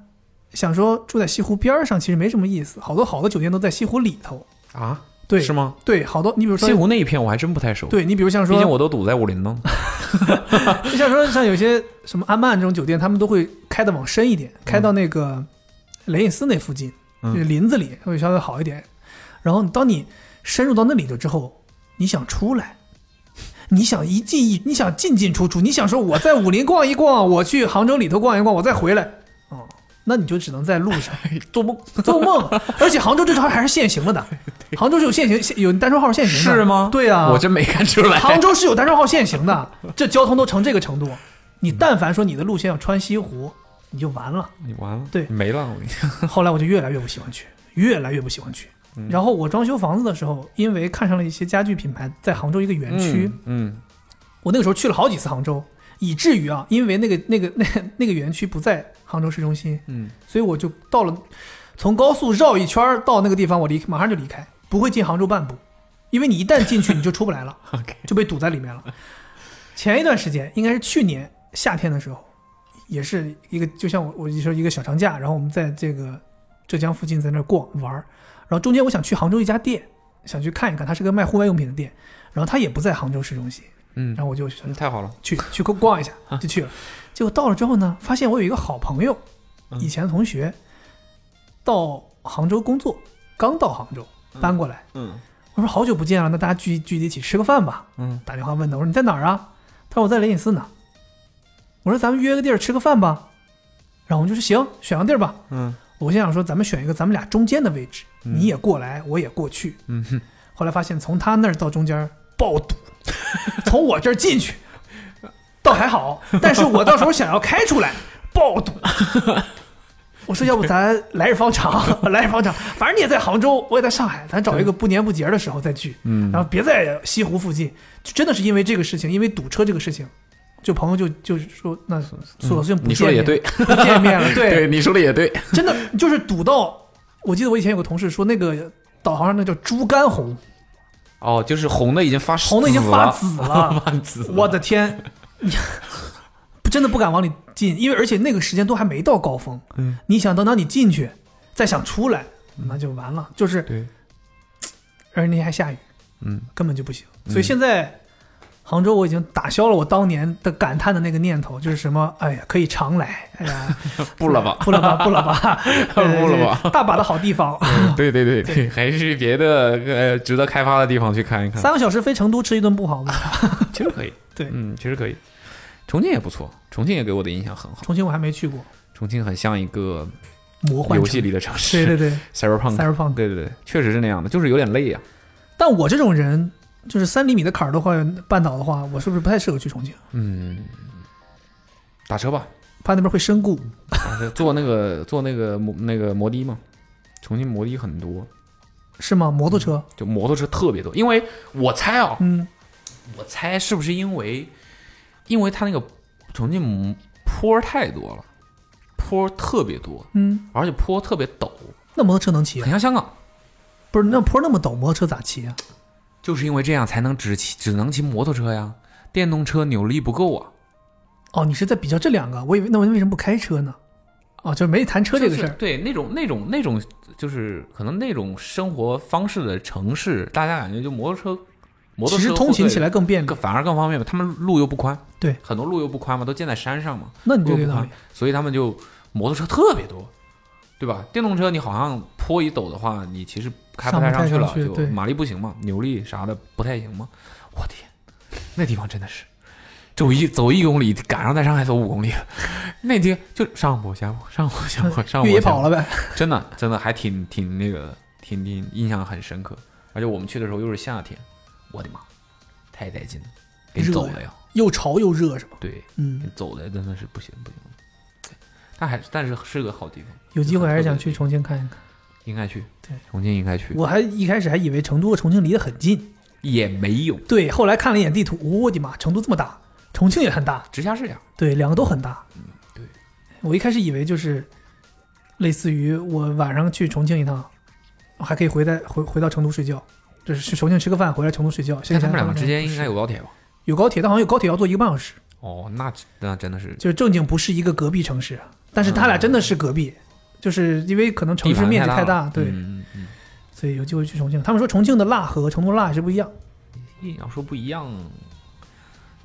Speaker 3: 想说住在西湖边儿上其实没什么意思，好多好多酒店都在西湖里头。
Speaker 4: 啊，
Speaker 3: 对，
Speaker 4: 是？吗？
Speaker 3: 对，好多你比如说
Speaker 4: 西，湖那一片我还真不太熟，，
Speaker 3: 对你比如像
Speaker 4: 毕
Speaker 3: 说，
Speaker 4: 竟我都堵在武林
Speaker 3: [LAUGHS]
Speaker 4: 呢。
Speaker 3: 就像说像有些什么安曼这种酒店，他们都会开的往深一点，开到那个雷隐寺那附近，
Speaker 4: 嗯
Speaker 3: 就是林子里会稍微好一点。然后当你深入到那里头之后，你想出来，你想一进一，你想进进出出，你想说我在武林逛一逛，我去杭州里头逛一逛，我再回来，哦，那你就只能在路
Speaker 4: [LAUGHS]
Speaker 3: 上做梦做梦。而且杭州这招还是限行了
Speaker 4: [LAUGHS]
Speaker 3: 的，杭州是有限行限有单双号限行的，
Speaker 4: 是 [LAUGHS] 吗
Speaker 3: 对啊，
Speaker 4: 我真没看出 [LAUGHS] 来。
Speaker 3: 杭州是有单双号限行的，这交通都成这个程度，你但凡说你的路线要穿西湖，你就完了。
Speaker 4: 你完了，
Speaker 3: 对
Speaker 4: 没了，我跟你讲。
Speaker 3: 后来我就越来越不喜欢去，越来越不喜欢去。然后我装修房子的时候，因为看上了一些家具品牌在杭州一个园区，
Speaker 4: 嗯，
Speaker 3: 我那个时候去了好几次杭州，以至于啊，因为那个那个那个那个园区不在杭州市中心，
Speaker 4: 嗯
Speaker 3: 所以我就到了，从高速绕一圈儿到那个地方，我离马上就离开，不会进杭州半步，因为你一旦进去你就出不来了
Speaker 4: [LAUGHS] OK
Speaker 3: 就被堵在里面了。前一段时间应该是去年夏天的时候，也是一个就像我我就说一个小长假，然后我们在这个浙江附近在那儿逛玩儿，然后中间我想去杭州一家店，想去看一看，它是个卖户外用品的店，然后它也不在杭州市中心，
Speaker 4: 嗯
Speaker 3: 然后我就想
Speaker 4: 嗯，太好了，
Speaker 3: 去去逛逛一下，
Speaker 4: 啊
Speaker 3: 就去了。结果到了之后呢，发现我有一个好朋友，
Speaker 4: 嗯
Speaker 3: 以前的同学，到杭州工作，刚到杭州搬过来。
Speaker 4: 嗯
Speaker 3: 我说好久不见了，那大家聚聚一起吃个饭吧。
Speaker 4: 嗯
Speaker 3: 打电话问他，我说你在哪儿啊？他说我在雷隐寺呢。我说咱们约个地儿吃个饭吧。然后我们就说行，选个地儿吧。
Speaker 4: 嗯
Speaker 3: 我心想说咱们选一个咱们俩中间的位置，
Speaker 4: 嗯
Speaker 3: 你也过来，我也过去。
Speaker 4: 嗯哼，
Speaker 3: 后来发现从他那儿到中间爆堵，从我这儿进去倒还好，但是我到时候想要开出来爆堵。我说，要不咱来日方长，来日方长，反正你也在杭州，我也在上海，咱找一个不年不节的时候再聚，
Speaker 4: 嗯
Speaker 3: 然后别在西湖附近。就真的是因为这个事情，因为堵车这个事情，就朋友就就是说，那索性不
Speaker 4: 嗯你说
Speaker 3: 见面，
Speaker 4: 的也对，
Speaker 3: 不见面
Speaker 4: [LAUGHS]
Speaker 3: 了，对
Speaker 4: 对，你说的也对，
Speaker 3: 真的就是堵到，我记得我以前有个同事说，那个导航上那叫猪肝红，
Speaker 4: 哦，就是红的已经发
Speaker 3: 红的已经发
Speaker 4: 紫
Speaker 3: 紫
Speaker 4: [LAUGHS]
Speaker 3: 了，
Speaker 4: 了，紫了
Speaker 3: 我的天， [LAUGHS] 你真的不敢往里进，因为而且那个时间都还没到高峰，
Speaker 4: 嗯，
Speaker 3: 你想等到你进去，再想出来，那就完了，就是，
Speaker 4: 对，
Speaker 3: 而且那天还下雨，
Speaker 4: 嗯，
Speaker 3: 根本就不行，所以现在。杭州，我已经打消了我当年的感叹的那个念头，就是什么，哎呀，可以常来，哎呀，
Speaker 4: [LAUGHS] 不了吧？
Speaker 3: 不了吧，不了
Speaker 4: [LAUGHS]
Speaker 3: 吧，
Speaker 4: 不了吧
Speaker 3: 呃大把的好地方，
Speaker 4: 对 [LAUGHS] 对对对，还是去别的呃值得开发的地方去看一看，
Speaker 3: 三个小时飞成都吃一顿不好吗？ [LAUGHS]
Speaker 4: 其实可以，
Speaker 3: 对
Speaker 4: 嗯，其实可以。重庆也不错，重庆也给我的印象很好。
Speaker 3: 重庆我还没去过，
Speaker 4: 重庆很像一个
Speaker 3: 魔幻
Speaker 4: 游
Speaker 3: 城
Speaker 4: 戏里的城市，
Speaker 3: 对对对
Speaker 4: Cyberpunk，
Speaker 3: ，Cyberpunk。
Speaker 4: 对对对，确实是那样的，就是有点累呀、啊
Speaker 3: 但我这种人，就是三厘米的坎儿的话，绊倒的话，我是不是不太适合去重庆？
Speaker 4: 嗯，打车吧，
Speaker 3: 怕那边会身故。
Speaker 4: 打车坐那个坐那个摩那个摩的嘛，重庆摩的很多，
Speaker 3: 是吗？摩托车，
Speaker 4: 就摩托车特别多。因为我猜啊，
Speaker 3: 嗯，
Speaker 4: 我猜是不是因为，因为它那个重庆摩坡太多了，坡特别多，
Speaker 3: 嗯，
Speaker 4: 而且坡特别陡，
Speaker 3: 那摩托车能骑啊？
Speaker 4: 很像香港。
Speaker 3: 不是，那坡那么陡，摩托车咋骑啊？
Speaker 4: 就是因为这样才能只骑，只能骑摩托车呀，电动车扭力不够啊。
Speaker 3: 哦，你是在比较这两个，我以为那我为什么不开车呢？哦，就是没谈车这个事儿。
Speaker 4: 就是对那种那种那种，就是可能那种生活方式的城市，大家感觉就摩托车，摩托
Speaker 3: 其
Speaker 4: 车
Speaker 3: 实通勤起来更便利
Speaker 4: 更。反而更方便嘛。他们路又不宽，
Speaker 3: 对，
Speaker 4: 很多路又不宽嘛，都建在山上嘛，
Speaker 3: 那你
Speaker 4: 路
Speaker 3: 这个嗯
Speaker 4: 又不
Speaker 3: 有道
Speaker 4: 宽
Speaker 3: 理，，
Speaker 4: 所以他们就摩托车特别多，对吧？电动车你好像坡一陡的话，你其实开不
Speaker 3: 上不
Speaker 4: 太
Speaker 3: 太
Speaker 4: 去了，
Speaker 3: 上去
Speaker 4: 就
Speaker 3: 对
Speaker 4: 马力不行嘛，扭力啥的不太行嘛。我天，那地方真的
Speaker 3: [LAUGHS]
Speaker 4: 是。走一走一公里，赶上在上海走五公里， [LAUGHS] 那天就上坡下坡，上坡下坡，上坡
Speaker 3: 越野
Speaker 4: 下坡
Speaker 3: 跑了呗。
Speaker 4: 真的真的还挺挺那个，挺挺印象很深刻。而且我们去的时候又是夏天，我的妈，太带劲了，给你走了呀。
Speaker 3: 又潮又热是吧？
Speaker 4: 对，
Speaker 3: 嗯，
Speaker 4: 走的真的是不行不行。但还但是是个好地方，
Speaker 3: 有机会还是想去重庆看一看。
Speaker 4: 应该去。
Speaker 3: 对，
Speaker 4: 重庆应该去。
Speaker 3: 我还一开始还以为成都和重庆离得很近，
Speaker 4: 也没有
Speaker 3: 对，后来看了一眼地图，我的妈，成都这么大，重庆也很大，
Speaker 4: 直辖市呀，
Speaker 3: 对，两个都很大。嗯，
Speaker 4: 对。
Speaker 3: 我一开始以为就是类似于我晚上去重庆一趟，还可以回来回回到成都睡觉，就是去重庆吃个饭，回来成都睡觉。
Speaker 4: 但他们两个
Speaker 3: 现在
Speaker 4: 之间应该有高铁吧？
Speaker 3: 有高铁，但好像有高铁要坐一个半小时，
Speaker 4: 哦，那那真的是
Speaker 3: 就是正经不是一个隔壁城市，啊但是他俩真的是隔壁，就是因为可能城
Speaker 4: 地
Speaker 3: 市
Speaker 4: 盘
Speaker 3: 面积
Speaker 4: 太
Speaker 3: 太大，
Speaker 4: 了
Speaker 3: 对，
Speaker 4: 嗯嗯
Speaker 3: 所以有机会去重庆。他们说重庆的辣和成都辣是不一样，
Speaker 4: 硬要说不一样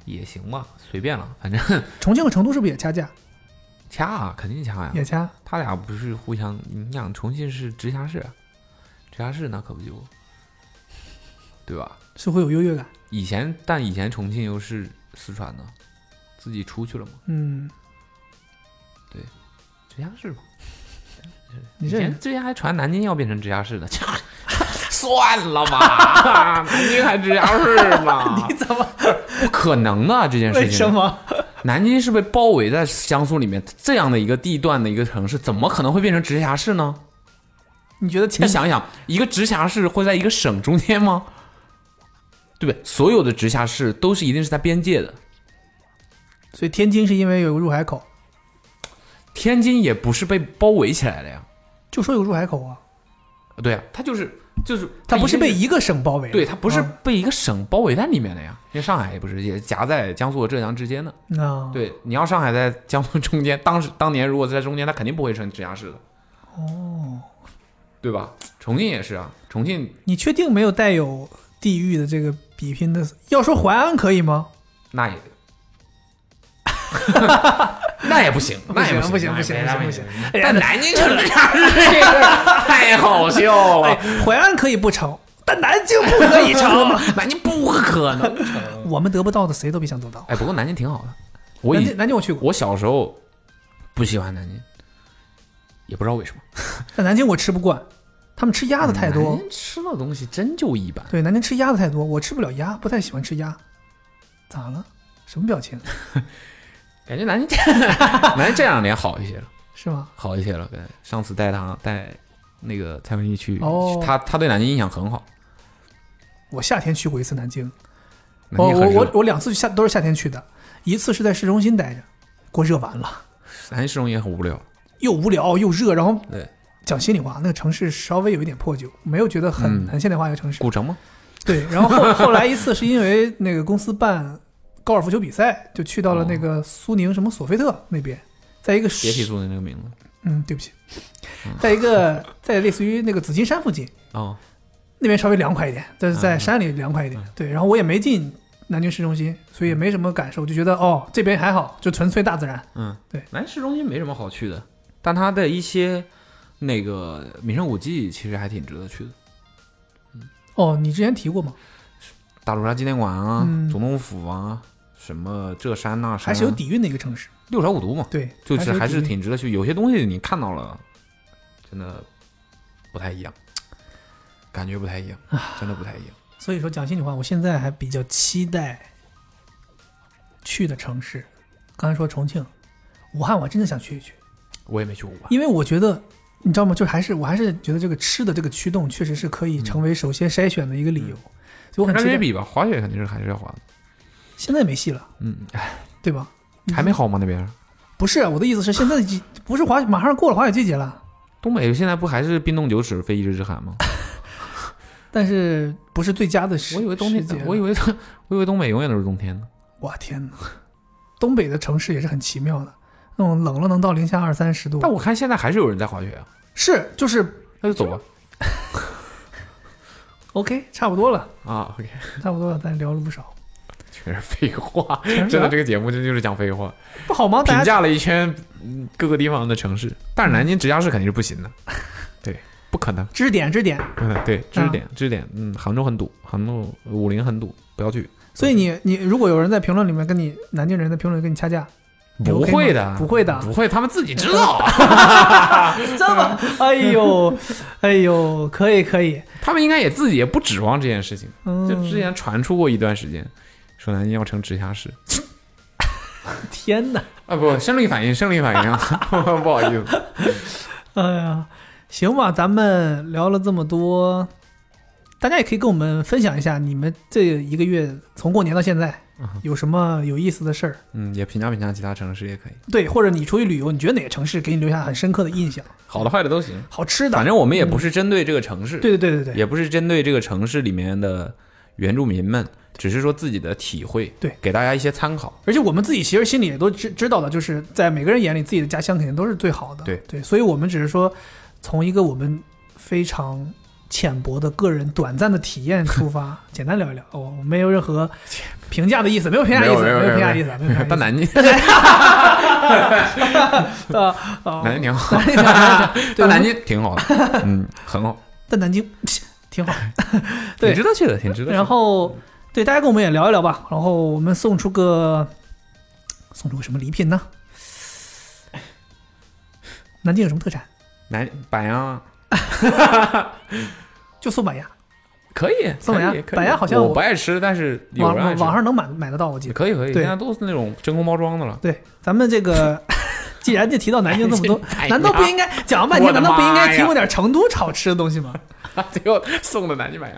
Speaker 4: 也行吧，随便了，反正 [LAUGHS]
Speaker 3: 重庆和成都是不是也掐架？
Speaker 4: 掐啊，肯定掐呀、
Speaker 3: 也掐，
Speaker 4: 他俩不是互相，你想重庆是直辖市，啊直辖市那可不就，对吧？
Speaker 3: 是会有优越感。
Speaker 4: 以前但以前重庆又是四川的，自己出去了嘛，
Speaker 3: 嗯，
Speaker 4: 直辖市嘛。
Speaker 3: 你
Speaker 4: 以
Speaker 3: 这人
Speaker 4: 前之前还传南京要变成直辖市呢， [LAUGHS] 算
Speaker 3: [LAUGHS]
Speaker 4: 了吧，南京还直辖市吗？
Speaker 3: 你怎么？
Speaker 4: 不可能啊，这件事情。
Speaker 3: 为什么？
Speaker 4: 南京是被包围在江苏里面这样的一个地段的一个城市，怎么可能会变成直辖
Speaker 3: [LAUGHS]
Speaker 4: 市呢？
Speaker 3: 你觉得
Speaker 4: 你
Speaker 3: 欠
Speaker 4: 想想，一个直辖市会在一个省中间吗？对不对？所有的直辖市都是一定是在边界的，
Speaker 3: 所以天津是因为有个入海口，
Speaker 4: 天津也不是被包围起来的呀。
Speaker 3: 就说有入海口啊，
Speaker 4: 对啊，它就是就是
Speaker 3: 它不是被
Speaker 4: 一定
Speaker 3: 一个省包围，
Speaker 4: 对它不是
Speaker 3: 啊
Speaker 4: 被一个省包围在里面的呀。因为上海也不是也夹在江苏和浙江之间的。
Speaker 3: 啊，
Speaker 4: 对，你要上海在江苏 [LAUGHS] 中间，当时当年如果在中间，它肯定不会成直辖市的，
Speaker 3: 哦，
Speaker 4: 对吧？重庆也是啊，重庆
Speaker 3: 你确定没有带有地域的这个比拼的？要说淮安可以吗？
Speaker 4: 那
Speaker 3: [LAUGHS]
Speaker 4: 也，那也不行，那也
Speaker 3: 不行
Speaker 4: 行，
Speaker 3: 不行
Speaker 4: 那也
Speaker 3: 不行不行
Speaker 4: 行。
Speaker 3: 哎呀
Speaker 4: 但南京就是这样，这个太好笑了。
Speaker 3: 哎，淮安可以不成，但南京不可以
Speaker 4: [LAUGHS]
Speaker 3: 成，
Speaker 4: 南京不可能。
Speaker 3: 我们得不到的谁都别想得到。
Speaker 4: 哎，不过南京挺好的。我
Speaker 3: 南京
Speaker 4: 以
Speaker 3: 南京我去过，
Speaker 4: 我小时候不喜欢南京，也不知道为什么。
Speaker 3: 但南京我吃不惯，他们吃鸭子太
Speaker 4: 南
Speaker 3: 多。
Speaker 4: 京吃的东西真就一般。
Speaker 3: 对，南京吃鸭子太多，我吃不了鸭，不太喜欢吃鸭。咋了？什么表情？
Speaker 4: 感
Speaker 3: [LAUGHS]
Speaker 4: 觉南京南京这两年好一些了。
Speaker 3: 是吗？
Speaker 4: 好一些了。对，上次带他带那个蔡文艺去，
Speaker 3: 哦
Speaker 4: 他他对南京印象很好。
Speaker 3: 我夏天去过一次南京，
Speaker 4: 南
Speaker 3: 我
Speaker 4: 京
Speaker 3: 哦我
Speaker 4: 很热，
Speaker 3: 我我两次去夏都是夏天去的，一次是在市中心待着，给我热完了，
Speaker 4: 南京市容也很无聊。
Speaker 3: 又无聊又热，然后
Speaker 4: 对，
Speaker 3: 讲心里话，那个城市稍微有一点破旧，没有觉得很、
Speaker 4: 嗯
Speaker 3: 很现代化一个城市。
Speaker 4: 古城吗？
Speaker 3: 对，然后后后来一次是因为那个公司办高尔夫球比赛，就去到了那个苏宁什么索菲特那边，在一个
Speaker 4: 哦别提苏宁这嗯个名字
Speaker 3: 嗯，对不起，在一个在类似于那个紫金山附近，
Speaker 4: 哦，
Speaker 3: 那边稍微凉快一点，但是在
Speaker 4: 嗯
Speaker 3: 山里凉快一点。对，然后我也没进南京市中心，所以也没什么感受，就觉得哦这边还好，就纯粹大自然。
Speaker 4: 嗯，
Speaker 3: 对，
Speaker 4: 南市中心没什么好去的，但它的一些那个名胜古迹其实还挺值得去的，
Speaker 3: 哦，你之前提过吗？
Speaker 4: 大屠杀纪念馆啊，
Speaker 3: 嗯
Speaker 4: 总统府啊，什么浙山呐、
Speaker 3: 还是有底蕴的一个城市，
Speaker 4: 六朝古都嘛，
Speaker 3: 对，
Speaker 4: 啊就是还
Speaker 3: 还
Speaker 4: 是
Speaker 3: 有底蕴
Speaker 4: 挺值得去。有些东西你看到了，真的不太一样，感觉不太一样，真的不太一样。
Speaker 3: 所以说讲心里话，我现在还比较期待去的城市，刚才说重庆、武汉，我还真的想去一去，
Speaker 4: 我也没去过武汉，
Speaker 3: 因为我觉得你知道吗？就还是我还是觉得这个吃的这个驱动，确实是可以成为首先筛选的一个理由。所以我很
Speaker 4: 嗯跟
Speaker 3: 期
Speaker 4: 别
Speaker 3: 待。
Speaker 4: 比吧，滑雪肯定是还是要滑的。
Speaker 3: 现在没戏了，
Speaker 4: 嗯，哎
Speaker 3: 对吧？
Speaker 4: 还
Speaker 3: 嗯
Speaker 4: 没好吗？那边
Speaker 3: 不是我的意思是，现在已经不是滑，马上过了滑雪季节了，
Speaker 4: 东北现在不还是冰冻九尺，非一日
Speaker 3: [LAUGHS]
Speaker 4: 之寒吗？
Speaker 3: 但是不是最佳的时？
Speaker 4: 我以为冬天
Speaker 3: 时啊节，
Speaker 4: 我以为我以为东北永远都是冬天呢。
Speaker 3: 哇天哪，东北的城市也是很奇妙的，那种冷了能到零下二三十度，
Speaker 4: 但我看现在还是有人在滑雪啊，
Speaker 3: 是就是
Speaker 4: 那就走吧。
Speaker 3: OK，差不多了。
Speaker 4: 啊，OK，
Speaker 3: 差不多了，咱聊了不少，
Speaker 4: 全是废话，
Speaker 3: 全是
Speaker 4: 真的这个节目真就是讲废话，
Speaker 3: 不好吗？
Speaker 4: 评
Speaker 3: 大家嗯
Speaker 4: 价了一圈嗯各个地方的城市，但是南京直辖市肯定是不
Speaker 3: [LAUGHS]
Speaker 4: 行的，对，不可能。
Speaker 3: 指点指点。
Speaker 4: 嗯，对，知识点，知识点，嗯，杭州很堵，杭州武陵很堵，不要去。 [LAUGHS]
Speaker 3: 所以你你如果有人在评论里面跟你南京人在评论跟你掐架，
Speaker 4: 不会的，
Speaker 3: 哎不会的
Speaker 4: 不会，他们自己
Speaker 3: [LAUGHS]
Speaker 4: 知道，
Speaker 3: 这么，哎呦，哎呦，可以可以，
Speaker 4: 他们应该也自己也不指望这件事情。
Speaker 3: 嗯
Speaker 4: 就之前传出过一段时间，说南京要成直辖市
Speaker 3: 天哪，
Speaker 4: 啊，不，生理反应，生理反应，啊 [LAUGHS] 不好意思，
Speaker 3: [LAUGHS] 哎呀，行吧，咱们聊了这么多，大家也可以跟我们分享一下你们这一个月从过年到现在有什么有意思的事儿，
Speaker 4: 嗯，也评价评价其他城市也可以，
Speaker 3: 对，或者你出去旅游，你觉得哪个城市给你留下很深刻的印象？
Speaker 4: 好的坏的都行。
Speaker 3: 好吃的，
Speaker 4: 反正我们也不是针对这个城市，
Speaker 3: 对对对对对，
Speaker 4: 也不是针对这个城市里面的原住民们，只是说自己的体会，
Speaker 3: 对，
Speaker 4: 给大家一些参考。
Speaker 3: 而且我们自己其实心里也都知知道的，就是在每个人眼里，自己的家乡肯定都是最好的。
Speaker 4: 对
Speaker 3: 对，所以我们只是说，从一个我们非常浅薄的个人短暂的体验出发， [LAUGHS] 简单聊一聊。哦，我没有任何评价的意思，没有评价意思，
Speaker 2: 没
Speaker 3: 没
Speaker 2: 有没有
Speaker 3: 评价意思，没有
Speaker 2: [LAUGHS]
Speaker 3: 评价意思。
Speaker 4: 到南京，
Speaker 3: [LAUGHS] 呃呃，
Speaker 4: 南京挺好，
Speaker 3: 南京，南京
Speaker 4: 到
Speaker 3: 对
Speaker 4: 南，京挺
Speaker 3: [LAUGHS]
Speaker 4: 好的，嗯，很好，
Speaker 3: 但南
Speaker 2: [LAUGHS]
Speaker 3: 京挺好。对
Speaker 4: 挺值得去的，挺值得去的。
Speaker 3: 然后对大家跟我们也聊一聊吧，然后我们送出个送出个什么礼品呢？南京有什么特产？
Speaker 4: 南板阳啊
Speaker 3: 就送板鸭。
Speaker 4: 可以，
Speaker 3: 怎么样
Speaker 4: 可以可以
Speaker 3: 板鸭好像我
Speaker 4: 我不爱吃，但是有
Speaker 2: 啊
Speaker 3: 网
Speaker 4: 人爱
Speaker 3: 网
Speaker 4: 吃
Speaker 3: 网上能买买得到，我记得。
Speaker 4: 可以可以，
Speaker 3: 对
Speaker 4: 现在都是那种真空包装
Speaker 3: [LAUGHS]
Speaker 4: 的了。，
Speaker 3: 对，咱们这个，既然就提到南京这么多
Speaker 4: 哎呀
Speaker 3: 难道不应该讲了半
Speaker 4: 我
Speaker 3: 天？
Speaker 4: 的
Speaker 3: 难道
Speaker 4: 妈呀
Speaker 3: 不应该提供点成都好吃的东西吗？
Speaker 4: 最后送的南京板鸭，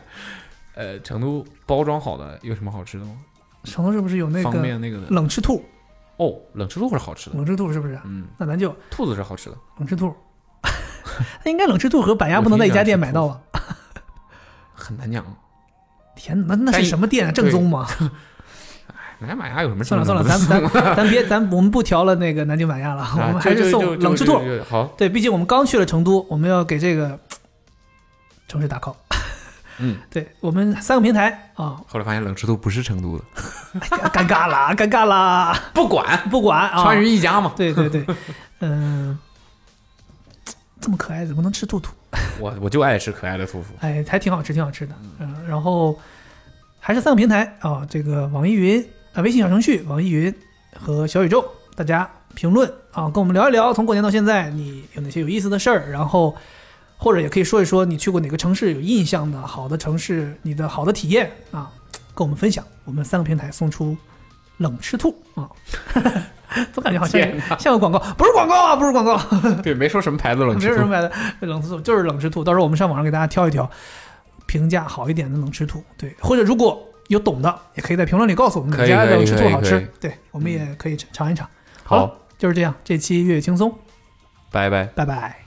Speaker 4: 呃，成都包装好的有什么好吃的吗？
Speaker 3: 成都是不是有那
Speaker 4: 方
Speaker 3: 个嗯
Speaker 4: 便那个的
Speaker 3: 冷吃兔？
Speaker 4: 哦，冷吃兔是好吃的，
Speaker 3: 冷吃兔是不是？
Speaker 4: 嗯，
Speaker 3: 那咱就
Speaker 4: 兔子是好吃的，
Speaker 3: 冷吃兔。 [LAUGHS] 那应该冷吃兔和板鸭不能在一家店买到吧？
Speaker 4: 很难讲。啊
Speaker 3: 天哪，那那
Speaker 4: 但
Speaker 3: 是什么店啊？正宗吗？
Speaker 4: 南京板鸭有什么
Speaker 3: 算了算了，
Speaker 4: 不
Speaker 3: 咱
Speaker 4: 能送
Speaker 3: 咱
Speaker 4: [LAUGHS]
Speaker 3: 咱别咱我们不调了那个南京板鸭了，
Speaker 4: 啊
Speaker 3: 我们还
Speaker 4: 就是就就
Speaker 3: 送冷吃
Speaker 4: 就
Speaker 3: 兔。
Speaker 4: 就就好，
Speaker 3: 对，毕竟我们刚去了成都，我们要给这个城市打 call。
Speaker 4: 嗯，
Speaker 3: [LAUGHS] 对我们三个平台啊，
Speaker 4: 后来发现冷吃兔不是成都的，
Speaker 3: [LAUGHS] 尴尬啦，尴尬啦，
Speaker 4: 不管
Speaker 3: 不管啊。
Speaker 4: 川渝一家嘛。
Speaker 3: 对对对，嗯、这么可爱怎么能吃兔兔？
Speaker 4: 我我就爱吃可爱的兔
Speaker 3: [LAUGHS]
Speaker 4: 兔，
Speaker 3: 哎，还挺好吃，挺好吃的。嗯、然后还是三个平台啊，这个网易云啊、微信小程序、网易云和小宇宙，大家评论啊，跟我们聊一聊，从过年到现在你有哪些有意思的事儿，然后。或者也可以说一说你去过哪个城市有印象的好的城市，你的好的体验啊，跟我们分享。我们三个平台送出冷吃兔啊， [LAUGHS] 总感觉好像
Speaker 4: 天哪
Speaker 3: 像个广告，不是广告啊，不是广告，
Speaker 4: 对，没说什么牌子冷
Speaker 3: 没
Speaker 4: 吃
Speaker 3: 有人
Speaker 4: 兔，
Speaker 3: 买的 [LAUGHS] 冷吃兔，就是冷吃兔。到时候我们上网上给大家挑一挑，评价好一点的冷吃兔。对，或者如果有懂的，也可以在评论里告诉我们
Speaker 4: 可
Speaker 3: 哪
Speaker 4: 以
Speaker 3: 家的
Speaker 4: 可以
Speaker 3: 冷吃
Speaker 4: 可
Speaker 3: 兔
Speaker 4: 以
Speaker 3: 好
Speaker 4: 可以嗯
Speaker 3: 吃。对，我们也可以尝一尝。
Speaker 4: 好
Speaker 3: 了，就是这样，这期越野轻松，
Speaker 4: 拜拜。
Speaker 3: 拜拜。